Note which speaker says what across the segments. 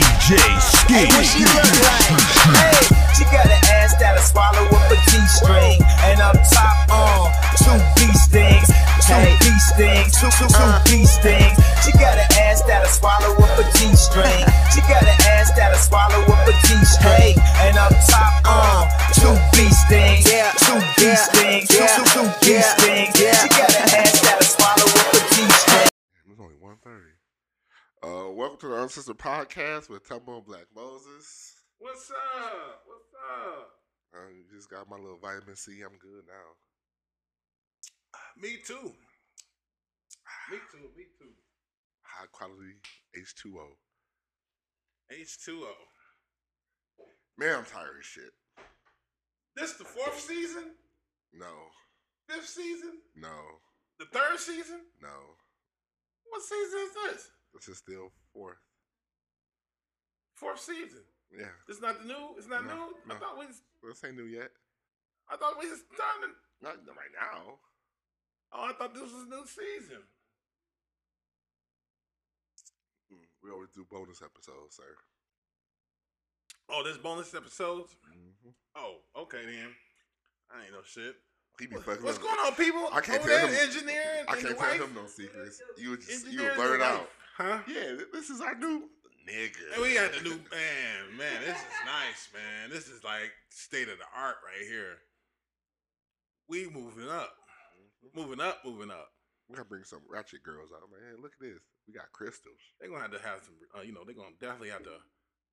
Speaker 1: DJ Ski.
Speaker 2: Hey, what she look like? Hey, she got an ass that'll swallow up a G-string, and up top on two beast things, two beast things, two two two beast things. She got an ass that'll swallow up a G-string. She got an ass that'll swallow up a G-string, and up top on two beast things, two beast things, two two two beast things. She got an ass that'll swallow up a G-string.
Speaker 3: Damn, It's only 1.30. Uh, welcome to the Uncensored Podcast with Tumbo and Black Moses.
Speaker 4: What's up? What's up?
Speaker 3: I just got my little vitamin C. I'm good now.
Speaker 4: Me too. Me too. Me too.
Speaker 3: High quality H2O.
Speaker 4: H2O.
Speaker 3: Man, I'm tired as shit.
Speaker 4: This the fourth season?
Speaker 3: No,
Speaker 4: Fifth season?
Speaker 3: no,
Speaker 4: The third season?
Speaker 3: no.
Speaker 4: What season is this?
Speaker 3: This is still fourth.
Speaker 4: Fourth season.
Speaker 3: Yeah,
Speaker 4: It's not the new. It's not
Speaker 3: No,
Speaker 4: new.
Speaker 3: no.
Speaker 4: I thought we. Was,
Speaker 3: this ain't new yet.
Speaker 4: I thought we was done. in-
Speaker 3: Not right now.
Speaker 4: Oh, I thought this was new season.
Speaker 3: Mm, We always do bonus episodes, sir.
Speaker 4: Oh, this bonus episodes.
Speaker 3: Mm-hmm.
Speaker 4: Oh, okay then. I ain't no shit.
Speaker 3: He be
Speaker 4: What-
Speaker 3: fucking.
Speaker 4: What's
Speaker 3: up.
Speaker 4: going on, people?
Speaker 3: I can't
Speaker 4: Over
Speaker 3: tell
Speaker 4: there,
Speaker 3: him-
Speaker 4: engineering.
Speaker 3: I
Speaker 4: and the
Speaker 3: can't tell
Speaker 4: wife.
Speaker 3: him no secrets. You would just you would
Speaker 4: Engineering and
Speaker 3: blur it
Speaker 4: the
Speaker 3: out.
Speaker 4: wife. huh?
Speaker 3: Yeah, th- this is our new nigga.
Speaker 4: And we got the new man, man. This is nice, man. This is like state of the art right here. We moving up,
Speaker 3: Mm-hmm.
Speaker 4: moving up, moving up.
Speaker 3: We gotta bring some ratchet girls out, man. Look at this. We got crystals.
Speaker 4: They're gonna have to have some, uh, you know. They're gonna definitely have to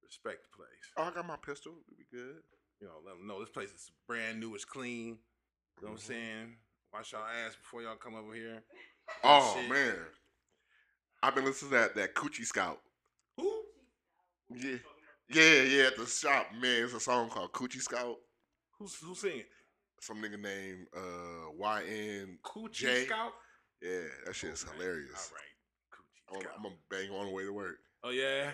Speaker 4: respect the place.
Speaker 3: Oh, I got my pistol. We be good.
Speaker 4: You know, let them know this place is brand new, it's clean. You know what I'm
Speaker 3: Mhm.
Speaker 4: saying? Wash y'all ass before y'all come over here.
Speaker 3: Oh
Speaker 4: Shit.
Speaker 3: man, I've been listening to that that Coochie Scout.
Speaker 4: Who?
Speaker 3: Yeah, yeah, yeah. At the shop, man, it's a song called Coochie Scout.
Speaker 4: Who's who's singing?
Speaker 3: Some nigga named uh YN.
Speaker 4: Coochie
Speaker 3: Jay.
Speaker 4: Scout.
Speaker 3: Yeah, that shit is
Speaker 4: Okay,
Speaker 3: hilarious.
Speaker 4: All right, Coochie
Speaker 3: I'm,
Speaker 4: Scout.
Speaker 3: I'm gonna bang on the way to work.
Speaker 4: oh yeah,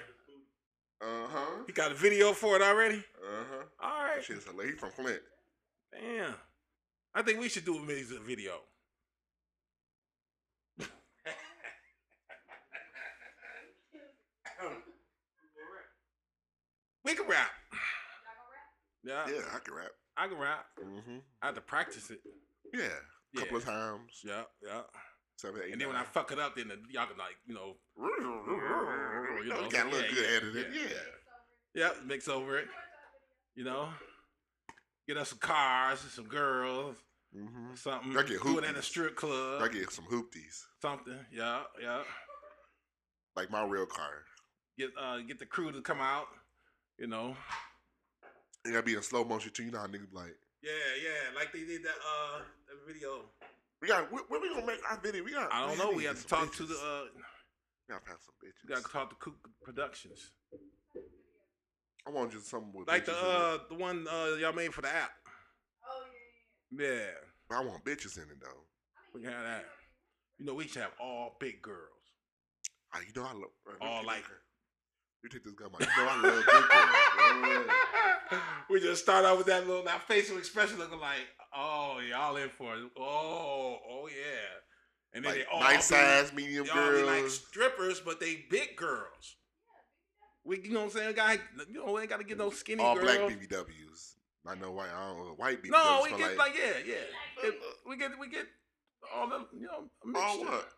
Speaker 3: Uh huh.
Speaker 4: he got a video for it already.
Speaker 3: Uh huh.
Speaker 4: All
Speaker 3: That
Speaker 4: right.
Speaker 3: shit is hilarious. He from Flint.
Speaker 4: Damn. I think we should do a music video. we can rap. Yeah,
Speaker 3: Yeah, I can rap.
Speaker 4: I can rap.
Speaker 3: Mm-hmm.
Speaker 4: I have to practice it.
Speaker 3: Yeah,
Speaker 4: Yeah.
Speaker 3: couple of times.
Speaker 4: Yeah, yeah.
Speaker 3: Seven, eight,
Speaker 4: And then when I
Speaker 3: nine.
Speaker 4: fuck it up, then y'all can like, you know,
Speaker 3: You
Speaker 4: Oh, you know,
Speaker 3: got a little
Speaker 4: yeah,
Speaker 3: good
Speaker 4: yeah,
Speaker 3: editing. Yeah.
Speaker 4: yeah. yeah, mix over it. You know, get us some cars, some girls,
Speaker 3: Mm-hmm.
Speaker 4: something.
Speaker 3: I get
Speaker 4: do it in a
Speaker 3: hoopies.
Speaker 4: strip club.
Speaker 3: I get some hoopties.
Speaker 4: something. Yeah, yeah.
Speaker 3: Like my real car.
Speaker 4: Get uh get the crew to come out. You know.
Speaker 3: It gotta be in slow motion too. You know how niggas be like,
Speaker 4: Yeah, yeah. Like they did that uh that video.
Speaker 3: we got where, where we gonna make our video? We got.
Speaker 4: I don't know. We have to talk to the uh
Speaker 3: We gotta have some
Speaker 4: we gotta
Speaker 3: bitches.
Speaker 4: talk to Cook Productions.
Speaker 3: I want just something with
Speaker 4: Like
Speaker 3: bitches
Speaker 4: the
Speaker 3: in
Speaker 4: uh the one uh y'all made for the app. Oh, Yeah.
Speaker 3: it. I want bitches in it though.
Speaker 4: We can have that. You know, we should have all big girls.
Speaker 3: Ah, you know I love. uh, you
Speaker 4: All
Speaker 3: take
Speaker 4: Oh, like
Speaker 3: this- You take this gun, man. You know I love big girls. Yeah.
Speaker 4: we just start out with that little that facial expression looking like, oh, y'all in for it. Oh, oh yeah. And then
Speaker 3: Like
Speaker 4: they all
Speaker 3: nice
Speaker 4: be-
Speaker 3: ass medium
Speaker 4: Y'all be like
Speaker 3: girls.
Speaker 4: strippers, but they big girls. We, you know what I'm saying? Guy, you know, we ain't got to get no skinny
Speaker 3: all
Speaker 4: girl.
Speaker 3: black BBWs. I know white. I don't know white BBWs.
Speaker 4: no, we
Speaker 3: but
Speaker 4: get like,
Speaker 3: like
Speaker 4: yeah, yeah. It- we get we get all the you know a
Speaker 3: all
Speaker 4: mixture.
Speaker 3: what?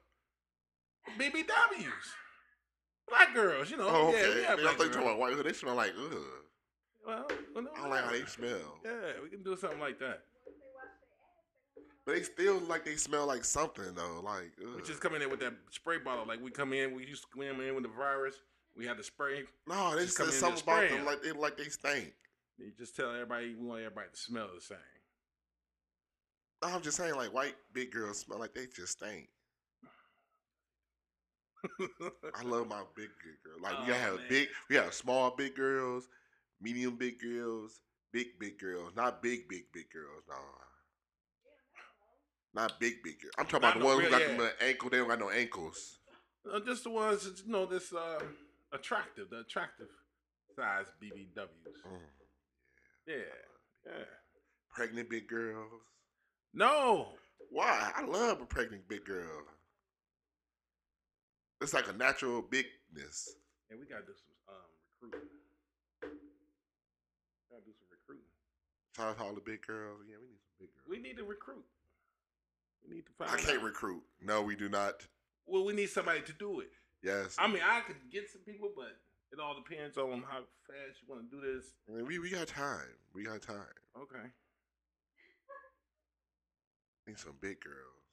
Speaker 4: BBWs, black girls. You know,
Speaker 3: Oh,
Speaker 4: yeah, we
Speaker 3: okay.
Speaker 4: have
Speaker 3: Man, I thought you
Speaker 4: black
Speaker 3: were talking
Speaker 4: girls.
Speaker 3: about white. They smell like ugh.
Speaker 4: Well, well, no,
Speaker 3: I don't like how they smell.
Speaker 4: Yeah, we can do something like that.
Speaker 3: But they still like they smell like something though. Like ugh.
Speaker 4: We just come in there with that spray bottle, like we come in, we used to come in with the virus. We had the spray.
Speaker 3: no, they
Speaker 4: just
Speaker 3: said
Speaker 4: come in and
Speaker 3: something about
Speaker 4: spray
Speaker 3: them
Speaker 4: 'em.
Speaker 3: like they like they stink.
Speaker 4: You just tell everybody we want everybody to smell the same.
Speaker 3: I'm just saying like white big girls smell like they just stink. I love my big good girl. Like we gotta
Speaker 4: Oh,
Speaker 3: have
Speaker 4: man.
Speaker 3: big, we have small big girls, medium big girls, big big girls, not big big big girls. Nah. Not big, big girls. I'm talking
Speaker 4: Not
Speaker 3: about the
Speaker 4: no
Speaker 3: ones who
Speaker 4: real-
Speaker 3: got
Speaker 4: yeah.
Speaker 3: them an ankle. They don't got no ankles.
Speaker 4: Uh, just the ones that you know this uh,
Speaker 1: um,
Speaker 4: attractive, the attractive size BBWs.
Speaker 3: Mm.
Speaker 4: Yeah, yeah.
Speaker 3: Pregnant big girls.
Speaker 4: No,
Speaker 3: Why? I love a pregnant big girl. It's like a natural bigness.
Speaker 4: and we gotta do some um recruiting.
Speaker 1: some recruiting.
Speaker 3: Try to all the big girls. Yeah, we need some big girls.
Speaker 1: We need to recruit. We need to find.
Speaker 3: I can't
Speaker 1: out.
Speaker 3: recruit. No, we do not.
Speaker 1: Well, we need somebody to do it.
Speaker 3: Yes,
Speaker 1: I mean, I could get some people, but it all depends on how fast you want to do this.
Speaker 3: I mean, we we got time. We got time.
Speaker 1: Okay,
Speaker 3: Need some big girls.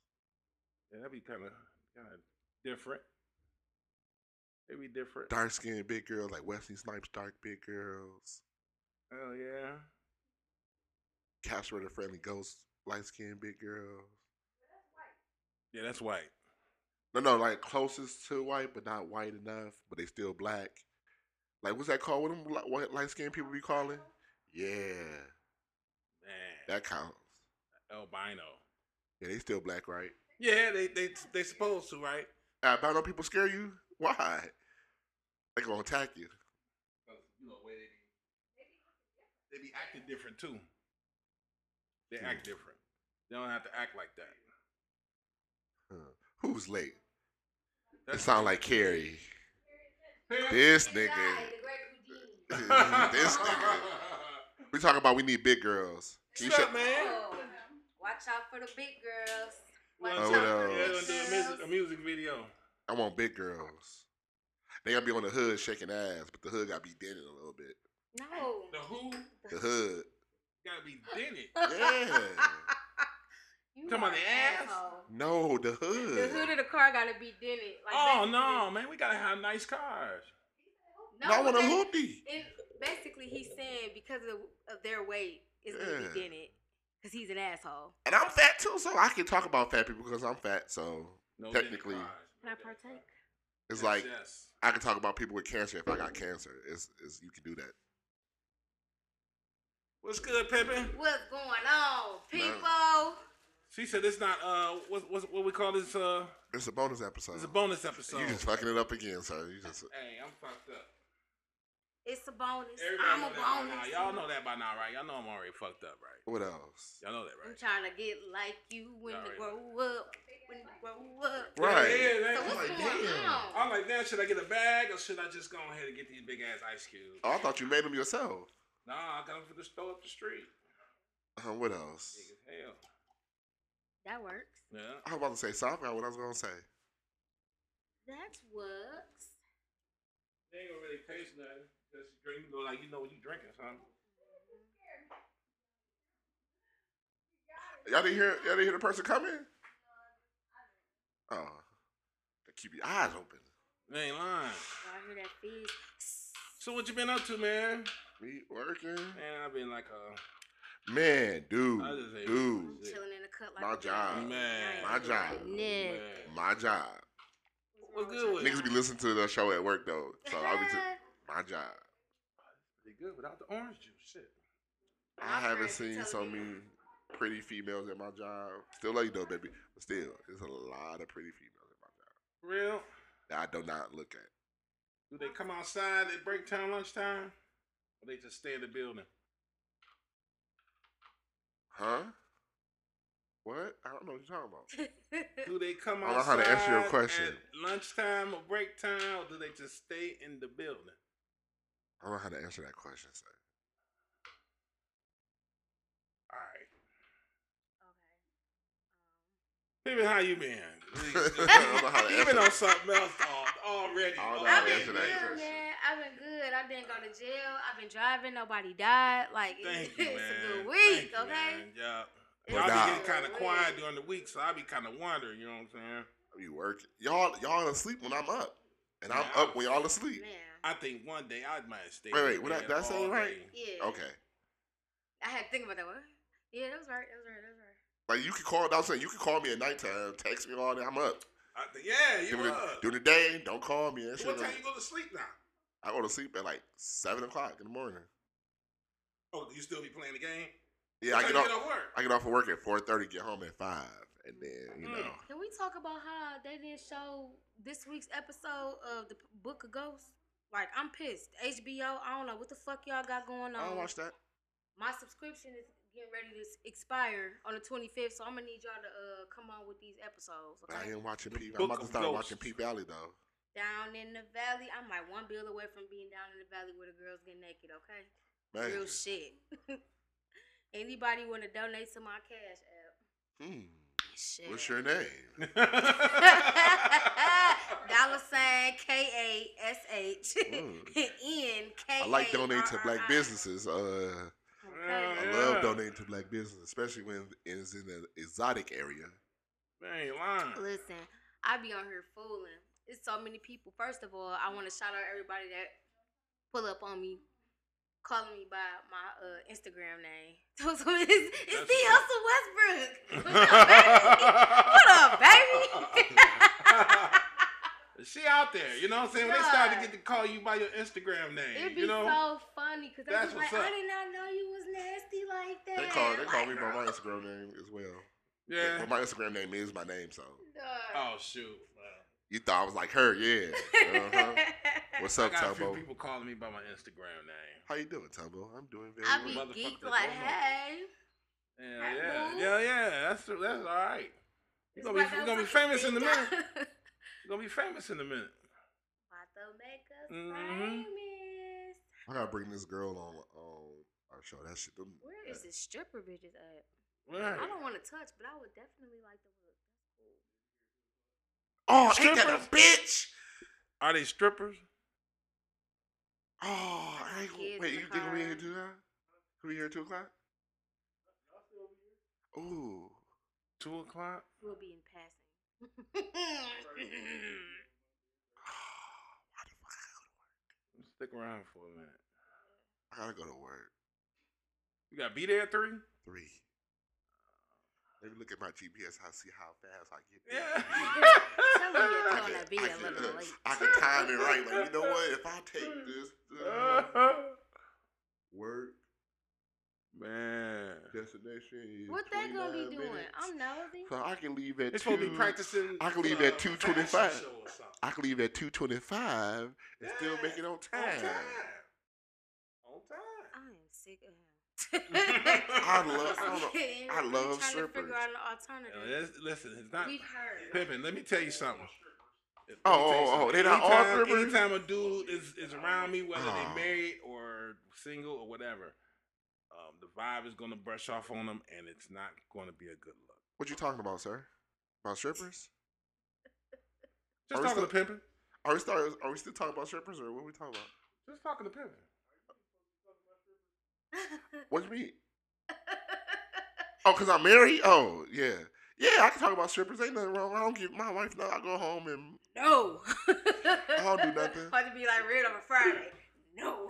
Speaker 1: yeah, that'd be kind of kind of different. It'd be different.
Speaker 3: Dark skinned big girls like Wesley Snipes. Dark big girls.
Speaker 1: Oh yeah,
Speaker 3: Casper the Friendly Ghost. Light skinned big girls.
Speaker 4: Yeah, that's white.
Speaker 3: No, no, like closest to white, but not white enough. But they still black. Like what's that called? What them li- white light skinned people be calling? Yeah,
Speaker 4: Man,
Speaker 3: that counts.
Speaker 4: albino.
Speaker 3: Yeah, they still black, right? Uh,
Speaker 4: Yeah, they they they supposed to, right?
Speaker 3: Albino people scare you? Why? They gonna attack you.
Speaker 4: 'Cause, you know, the way they be, they be acting different too. They act different. They don't have to act like that.
Speaker 3: Huh. Who's late? It
Speaker 4: That's-
Speaker 3: sound like Carrie.
Speaker 4: Yeah.
Speaker 3: This
Speaker 5: The
Speaker 3: nigga.
Speaker 5: guy, the Greg Houdini.
Speaker 3: this nigga. We talking about we need big girls. You
Speaker 4: Shut
Speaker 3: should-
Speaker 4: up, man.
Speaker 5: Oh, watch out for the big girls.
Speaker 4: We're
Speaker 5: Watch
Speaker 4: gonna
Speaker 3: Oh,
Speaker 5: out
Speaker 4: do-
Speaker 5: for
Speaker 3: no.
Speaker 4: yeah,
Speaker 5: the
Speaker 4: we're
Speaker 5: big
Speaker 4: gonna do a
Speaker 5: girls.
Speaker 4: music, a music video.
Speaker 3: I want big girls. They gotta be on the hood shaking ass, but the hood gotta be dented a little bit.
Speaker 5: No.
Speaker 4: The Who
Speaker 3: The hood.
Speaker 4: gotta be dented.
Speaker 3: Yeah.
Speaker 5: You
Speaker 4: Talking about
Speaker 5: are
Speaker 4: the
Speaker 5: an
Speaker 4: ass?
Speaker 5: asshole.
Speaker 3: No, the
Speaker 5: The hood
Speaker 3: hood.
Speaker 5: of the car gotta be dented. Like
Speaker 4: Oh
Speaker 5: basically-
Speaker 4: no, man, we gotta have nice cars.
Speaker 5: No,
Speaker 3: No, I want a
Speaker 5: they-
Speaker 3: hoopty.
Speaker 5: It, basically, he's saying because of, of their weight, it's gonna
Speaker 3: Yeah.
Speaker 5: be dented. Cause he's an asshole.
Speaker 3: And I'm fat too, so I can talk about fat people because I'm fat. So
Speaker 4: No
Speaker 3: Technically.
Speaker 4: dented cars.
Speaker 5: Can I partake?
Speaker 3: it's
Speaker 4: Yes,
Speaker 3: like
Speaker 4: yes.
Speaker 3: I can talk about people with cancer if I got cancer. It's, it's you can do that.
Speaker 4: What's good, Pippin?
Speaker 5: What's going on, people?
Speaker 4: She said it's not uh what what's, what we call this uh
Speaker 3: It's a bonus episode.
Speaker 4: it's a bonus episode.
Speaker 3: You just fucking it up again, sir. You just
Speaker 4: hey, I'm fucked up.
Speaker 5: It's a bonus.
Speaker 4: Everybody
Speaker 5: I'm
Speaker 4: know
Speaker 5: a
Speaker 4: that by now.
Speaker 5: bonus.
Speaker 4: Y'all know that by now, right? Y'all know I'm already fucked up, right?
Speaker 3: what else?
Speaker 4: Y'all know that,
Speaker 5: I'm
Speaker 4: right?
Speaker 5: trying to get like you when
Speaker 4: Y'all
Speaker 5: you
Speaker 4: already
Speaker 5: grow up. When you grow up.
Speaker 3: Right.
Speaker 4: Yeah,
Speaker 5: So
Speaker 4: yeah,
Speaker 5: what's
Speaker 4: yeah.
Speaker 3: like,
Speaker 5: going
Speaker 3: damn.
Speaker 5: on?
Speaker 4: I'm like, damn, should I get a bag or should I just go ahead and get these big ass ice cubes?
Speaker 3: Oh, I thought you made them yourself.
Speaker 4: Nah, I got them from the store up the street.
Speaker 3: Uh, what else?
Speaker 4: Big as hell.
Speaker 5: That works.
Speaker 4: Yeah.
Speaker 3: I was about to say something. I forgot what I was gonna say.
Speaker 5: That works.
Speaker 4: They ain't gonna really taste nothing. Just drink, go like you know what you drinking, son.
Speaker 3: Y'all didn't hear? Y'all didn't hear the person coming? Oh, They keep your eyes open.
Speaker 4: They ain't lying.
Speaker 5: Y'all Oh, hear that fizz?
Speaker 4: So what you been up to, man?
Speaker 3: Me working,
Speaker 4: Man, I've been like a
Speaker 3: man, dude,
Speaker 4: I just ain't-
Speaker 3: dude,
Speaker 5: I'm chilling in the cut like
Speaker 3: My
Speaker 5: a
Speaker 3: job.
Speaker 5: dog.
Speaker 4: Man.
Speaker 5: I
Speaker 3: Uh, My
Speaker 5: ain't doing
Speaker 3: job.
Speaker 5: nothing.
Speaker 4: man.
Speaker 3: my job.
Speaker 4: What's good with
Speaker 3: Niggas be listening to the show at work though, so I'll be t- my job.
Speaker 4: They good without the orange juice. Shit.
Speaker 3: I
Speaker 5: I've
Speaker 3: haven't
Speaker 5: heard
Speaker 3: seen
Speaker 5: you
Speaker 3: so
Speaker 5: telling me.
Speaker 3: many pretty females at my job. Still love you though, baby, but still, there's a lot of pretty females at my job
Speaker 4: For real?
Speaker 3: that I do not look at.
Speaker 4: Do they come outside at break time, lunchtime? Or they just stay in the building?
Speaker 3: Huh? What? I don't know what you're talking about.
Speaker 4: Do they come
Speaker 3: Oh, I don't know
Speaker 4: outside
Speaker 3: how to answer your question.
Speaker 4: at lunchtime or break time, or do they just stay in the building?
Speaker 3: I don't know how to answer that question, sir.
Speaker 4: All right. Baby, how you been?
Speaker 3: I don't know how to
Speaker 4: you been on
Speaker 3: answer.
Speaker 4: something else al- already.
Speaker 3: I don't know how
Speaker 5: I've
Speaker 3: to
Speaker 5: been
Speaker 3: answer
Speaker 5: good,
Speaker 3: that question.
Speaker 5: man. I've been good. I didn't go to jail. I've been driving. Nobody died. Like
Speaker 4: Thank
Speaker 5: it's
Speaker 4: you, man.
Speaker 5: a good
Speaker 4: Thank
Speaker 5: week,
Speaker 4: you,
Speaker 5: okay?
Speaker 4: man. Yeah.
Speaker 5: It's
Speaker 4: Y'all
Speaker 5: a
Speaker 4: be
Speaker 3: Nah.
Speaker 5: good
Speaker 4: getting kind of
Speaker 5: week.
Speaker 4: quiet during the week, so I be kind of wondering. You know what I'm saying?
Speaker 3: I be working. Y'all, y'all asleep when I'm up, and I'm
Speaker 4: Yeah.
Speaker 3: up when y'all asleep.
Speaker 5: Man,
Speaker 4: I think one day I might stay.
Speaker 3: Wait,
Speaker 4: in
Speaker 3: wait,
Speaker 4: the
Speaker 3: what I-
Speaker 4: bed
Speaker 3: did I say
Speaker 4: all
Speaker 3: right?
Speaker 4: day.
Speaker 5: yeah.
Speaker 3: Okay,
Speaker 5: I had to think about that one. Yeah, that was right. That was right. That was right.
Speaker 3: like you can call. I'm saying you can call me at nighttime, text me all day. I'm up.
Speaker 4: I think, yeah, you
Speaker 3: During, the,
Speaker 4: was.
Speaker 3: during the day, don't call me. That shit
Speaker 4: What
Speaker 3: like-
Speaker 4: time you go to sleep now?
Speaker 3: I go to sleep at like seven o'clock in the morning.
Speaker 4: Oh, you still be playing the game?
Speaker 3: Yeah, I
Speaker 4: What
Speaker 3: get
Speaker 4: time
Speaker 3: off.
Speaker 4: you off work.
Speaker 3: I get off of work at four thirty. Get home at five, and then you
Speaker 4: Mm.
Speaker 3: know.
Speaker 5: Can we talk about how they didn't show this week's episode of the P- Book of Ghosts? Like, I'm pissed. HBO, I don't know what the fuck y'all got going on.
Speaker 3: I don't watch that.
Speaker 5: My subscription is getting ready to s- expire on the 25th, so I'm gonna need y'all to uh, come on with these episodes.
Speaker 3: But I
Speaker 5: Okay?
Speaker 3: am watching
Speaker 4: The
Speaker 3: P. I'm
Speaker 4: Book
Speaker 3: about to
Speaker 4: of
Speaker 3: start
Speaker 4: Ghosts.
Speaker 3: watching P Valley though.
Speaker 5: Down in the valley, I'm like one bill away from being down in the valley where the girls get naked. Okay,
Speaker 3: Man.
Speaker 5: Real shit. Anybody want to donate to my cash app?
Speaker 3: Hmm.
Speaker 5: Shit.
Speaker 3: What's your name?
Speaker 4: Mm.
Speaker 5: Dollar sign K A S H N
Speaker 3: Mm.
Speaker 5: K A.
Speaker 3: I like donating to black businesses. Uh,
Speaker 5: Okay.
Speaker 3: I
Speaker 4: Yeah.
Speaker 3: love donating to black business, especially when it's in an exotic area.
Speaker 4: They ain't lying.
Speaker 5: Listen, I be on here fooling. It's so many people. First of all, I want to shout out everybody that pull up on me, calling me by my uh, Instagram name. So, so it's, it's
Speaker 4: That's
Speaker 5: the Hustle
Speaker 4: what's
Speaker 5: Westbrook. What up, baby? What up, baby?
Speaker 4: She out there, you know what I'm saying? When they start to get to call you by your Instagram name,
Speaker 5: It'd be
Speaker 4: you know?
Speaker 5: so funny because I
Speaker 4: That's
Speaker 5: was like,
Speaker 4: what's
Speaker 5: I
Speaker 4: up.
Speaker 5: did not know you was nasty like that.
Speaker 3: They call they call
Speaker 5: Like,
Speaker 3: me by my Instagram name as well.
Speaker 4: yeah.
Speaker 3: But my Instagram name is my name, so
Speaker 5: dog.
Speaker 4: Oh shoot.
Speaker 3: you thought I was like her, yeah. Uh-huh. What's
Speaker 4: I
Speaker 3: up,
Speaker 4: got a few
Speaker 3: Tumbo?
Speaker 4: people calling me by my Instagram name.
Speaker 3: How you doing, Tumbo? I'm doing very
Speaker 5: I
Speaker 3: well.
Speaker 5: be
Speaker 4: Motherfucker,
Speaker 5: geeked
Speaker 4: they
Speaker 5: like,
Speaker 4: don't know.
Speaker 5: hey.
Speaker 4: Yeah,
Speaker 5: That
Speaker 4: yeah,
Speaker 5: move?
Speaker 4: yeah, yeah. That's that's all right. You're
Speaker 5: It's
Speaker 4: gonna be,
Speaker 5: like I
Speaker 4: you
Speaker 5: was
Speaker 4: gonna be
Speaker 5: like,
Speaker 4: famous in a
Speaker 5: think
Speaker 4: minute.
Speaker 5: I-
Speaker 4: You're gonna be famous in a minute.
Speaker 5: About to make us
Speaker 3: Mm-hmm.
Speaker 4: Mhm.
Speaker 5: famous.
Speaker 3: I gotta bring this girl on on our show. That shit. Them,
Speaker 5: Where is this stripper bitches at?
Speaker 4: Right.
Speaker 5: I don't want to touch, but I would definitely like to look.
Speaker 3: Oh, ain't that
Speaker 4: Strippers?
Speaker 3: a bitch?
Speaker 4: Are they strippers?
Speaker 3: Oh, I ain't,
Speaker 5: Kids
Speaker 3: wait.
Speaker 5: in
Speaker 3: You
Speaker 5: the
Speaker 3: think we
Speaker 5: car.
Speaker 3: here two now? Can we here at two o'clock? Ooh,
Speaker 4: Two o'clock.
Speaker 5: We'll be in passing.
Speaker 4: Stick around for a minute.
Speaker 3: I gotta go to work.
Speaker 4: You gotta be there at three.
Speaker 3: Three. Let me look at my GPS. I see how fast I get. there.
Speaker 4: Yeah.
Speaker 5: Tell them you're
Speaker 3: I
Speaker 5: calling
Speaker 3: can-
Speaker 5: that be
Speaker 3: I
Speaker 5: a
Speaker 3: can,
Speaker 5: little
Speaker 3: uh,
Speaker 5: late.
Speaker 3: I can time it right. Like you know what? If I take this uh, work
Speaker 4: Man,
Speaker 3: destination, is
Speaker 5: what they gonna be
Speaker 3: 29
Speaker 5: doing?
Speaker 3: minutes.
Speaker 5: I'm nosy.
Speaker 3: So I can leave at
Speaker 4: it's
Speaker 3: two.
Speaker 4: supposed to be practicing.
Speaker 3: I can leave
Speaker 2: Uh,
Speaker 3: at two
Speaker 2: fashion
Speaker 3: twenty-five.
Speaker 2: show or something.
Speaker 3: I can leave at two twenty-five and still make it on
Speaker 2: On
Speaker 3: time.
Speaker 2: time. On time.
Speaker 5: I am sick of him.
Speaker 3: I love. I, don't know.
Speaker 5: Yeah,
Speaker 3: I
Speaker 5: we
Speaker 3: love
Speaker 5: trying to
Speaker 3: strippers.
Speaker 5: figure out an
Speaker 4: Now,
Speaker 5: alternative.
Speaker 4: let's- Listen, it's not
Speaker 5: We've heard.
Speaker 4: Pippin. Let me tell you something. Let me
Speaker 3: Oh,
Speaker 4: tell you
Speaker 3: oh, oh,
Speaker 4: something.
Speaker 3: they not all
Speaker 4: Anytime-
Speaker 3: strippers?
Speaker 4: Anytime a dude is, is around me, whether
Speaker 3: Oh.
Speaker 4: they married or single or whatever, um, the vibe is gonna brush off on them, and it's not gonna be a good look.
Speaker 3: What you talking about, sir? About strippers?
Speaker 4: Just
Speaker 3: Are we
Speaker 4: talking to
Speaker 3: still-
Speaker 4: Pippin.
Speaker 3: Are we start, Are we still talking about strippers, or what we talking about?
Speaker 4: Just talking to Pippin.
Speaker 3: What you mean? Oh, cause I'm married. Oh, yeah, yeah. I can talk about strippers. Ain't nothing wrong. I don't give my wife. No, I go home and
Speaker 5: no.
Speaker 3: don't do nothing.
Speaker 5: Hard to be like red on a Friday. No.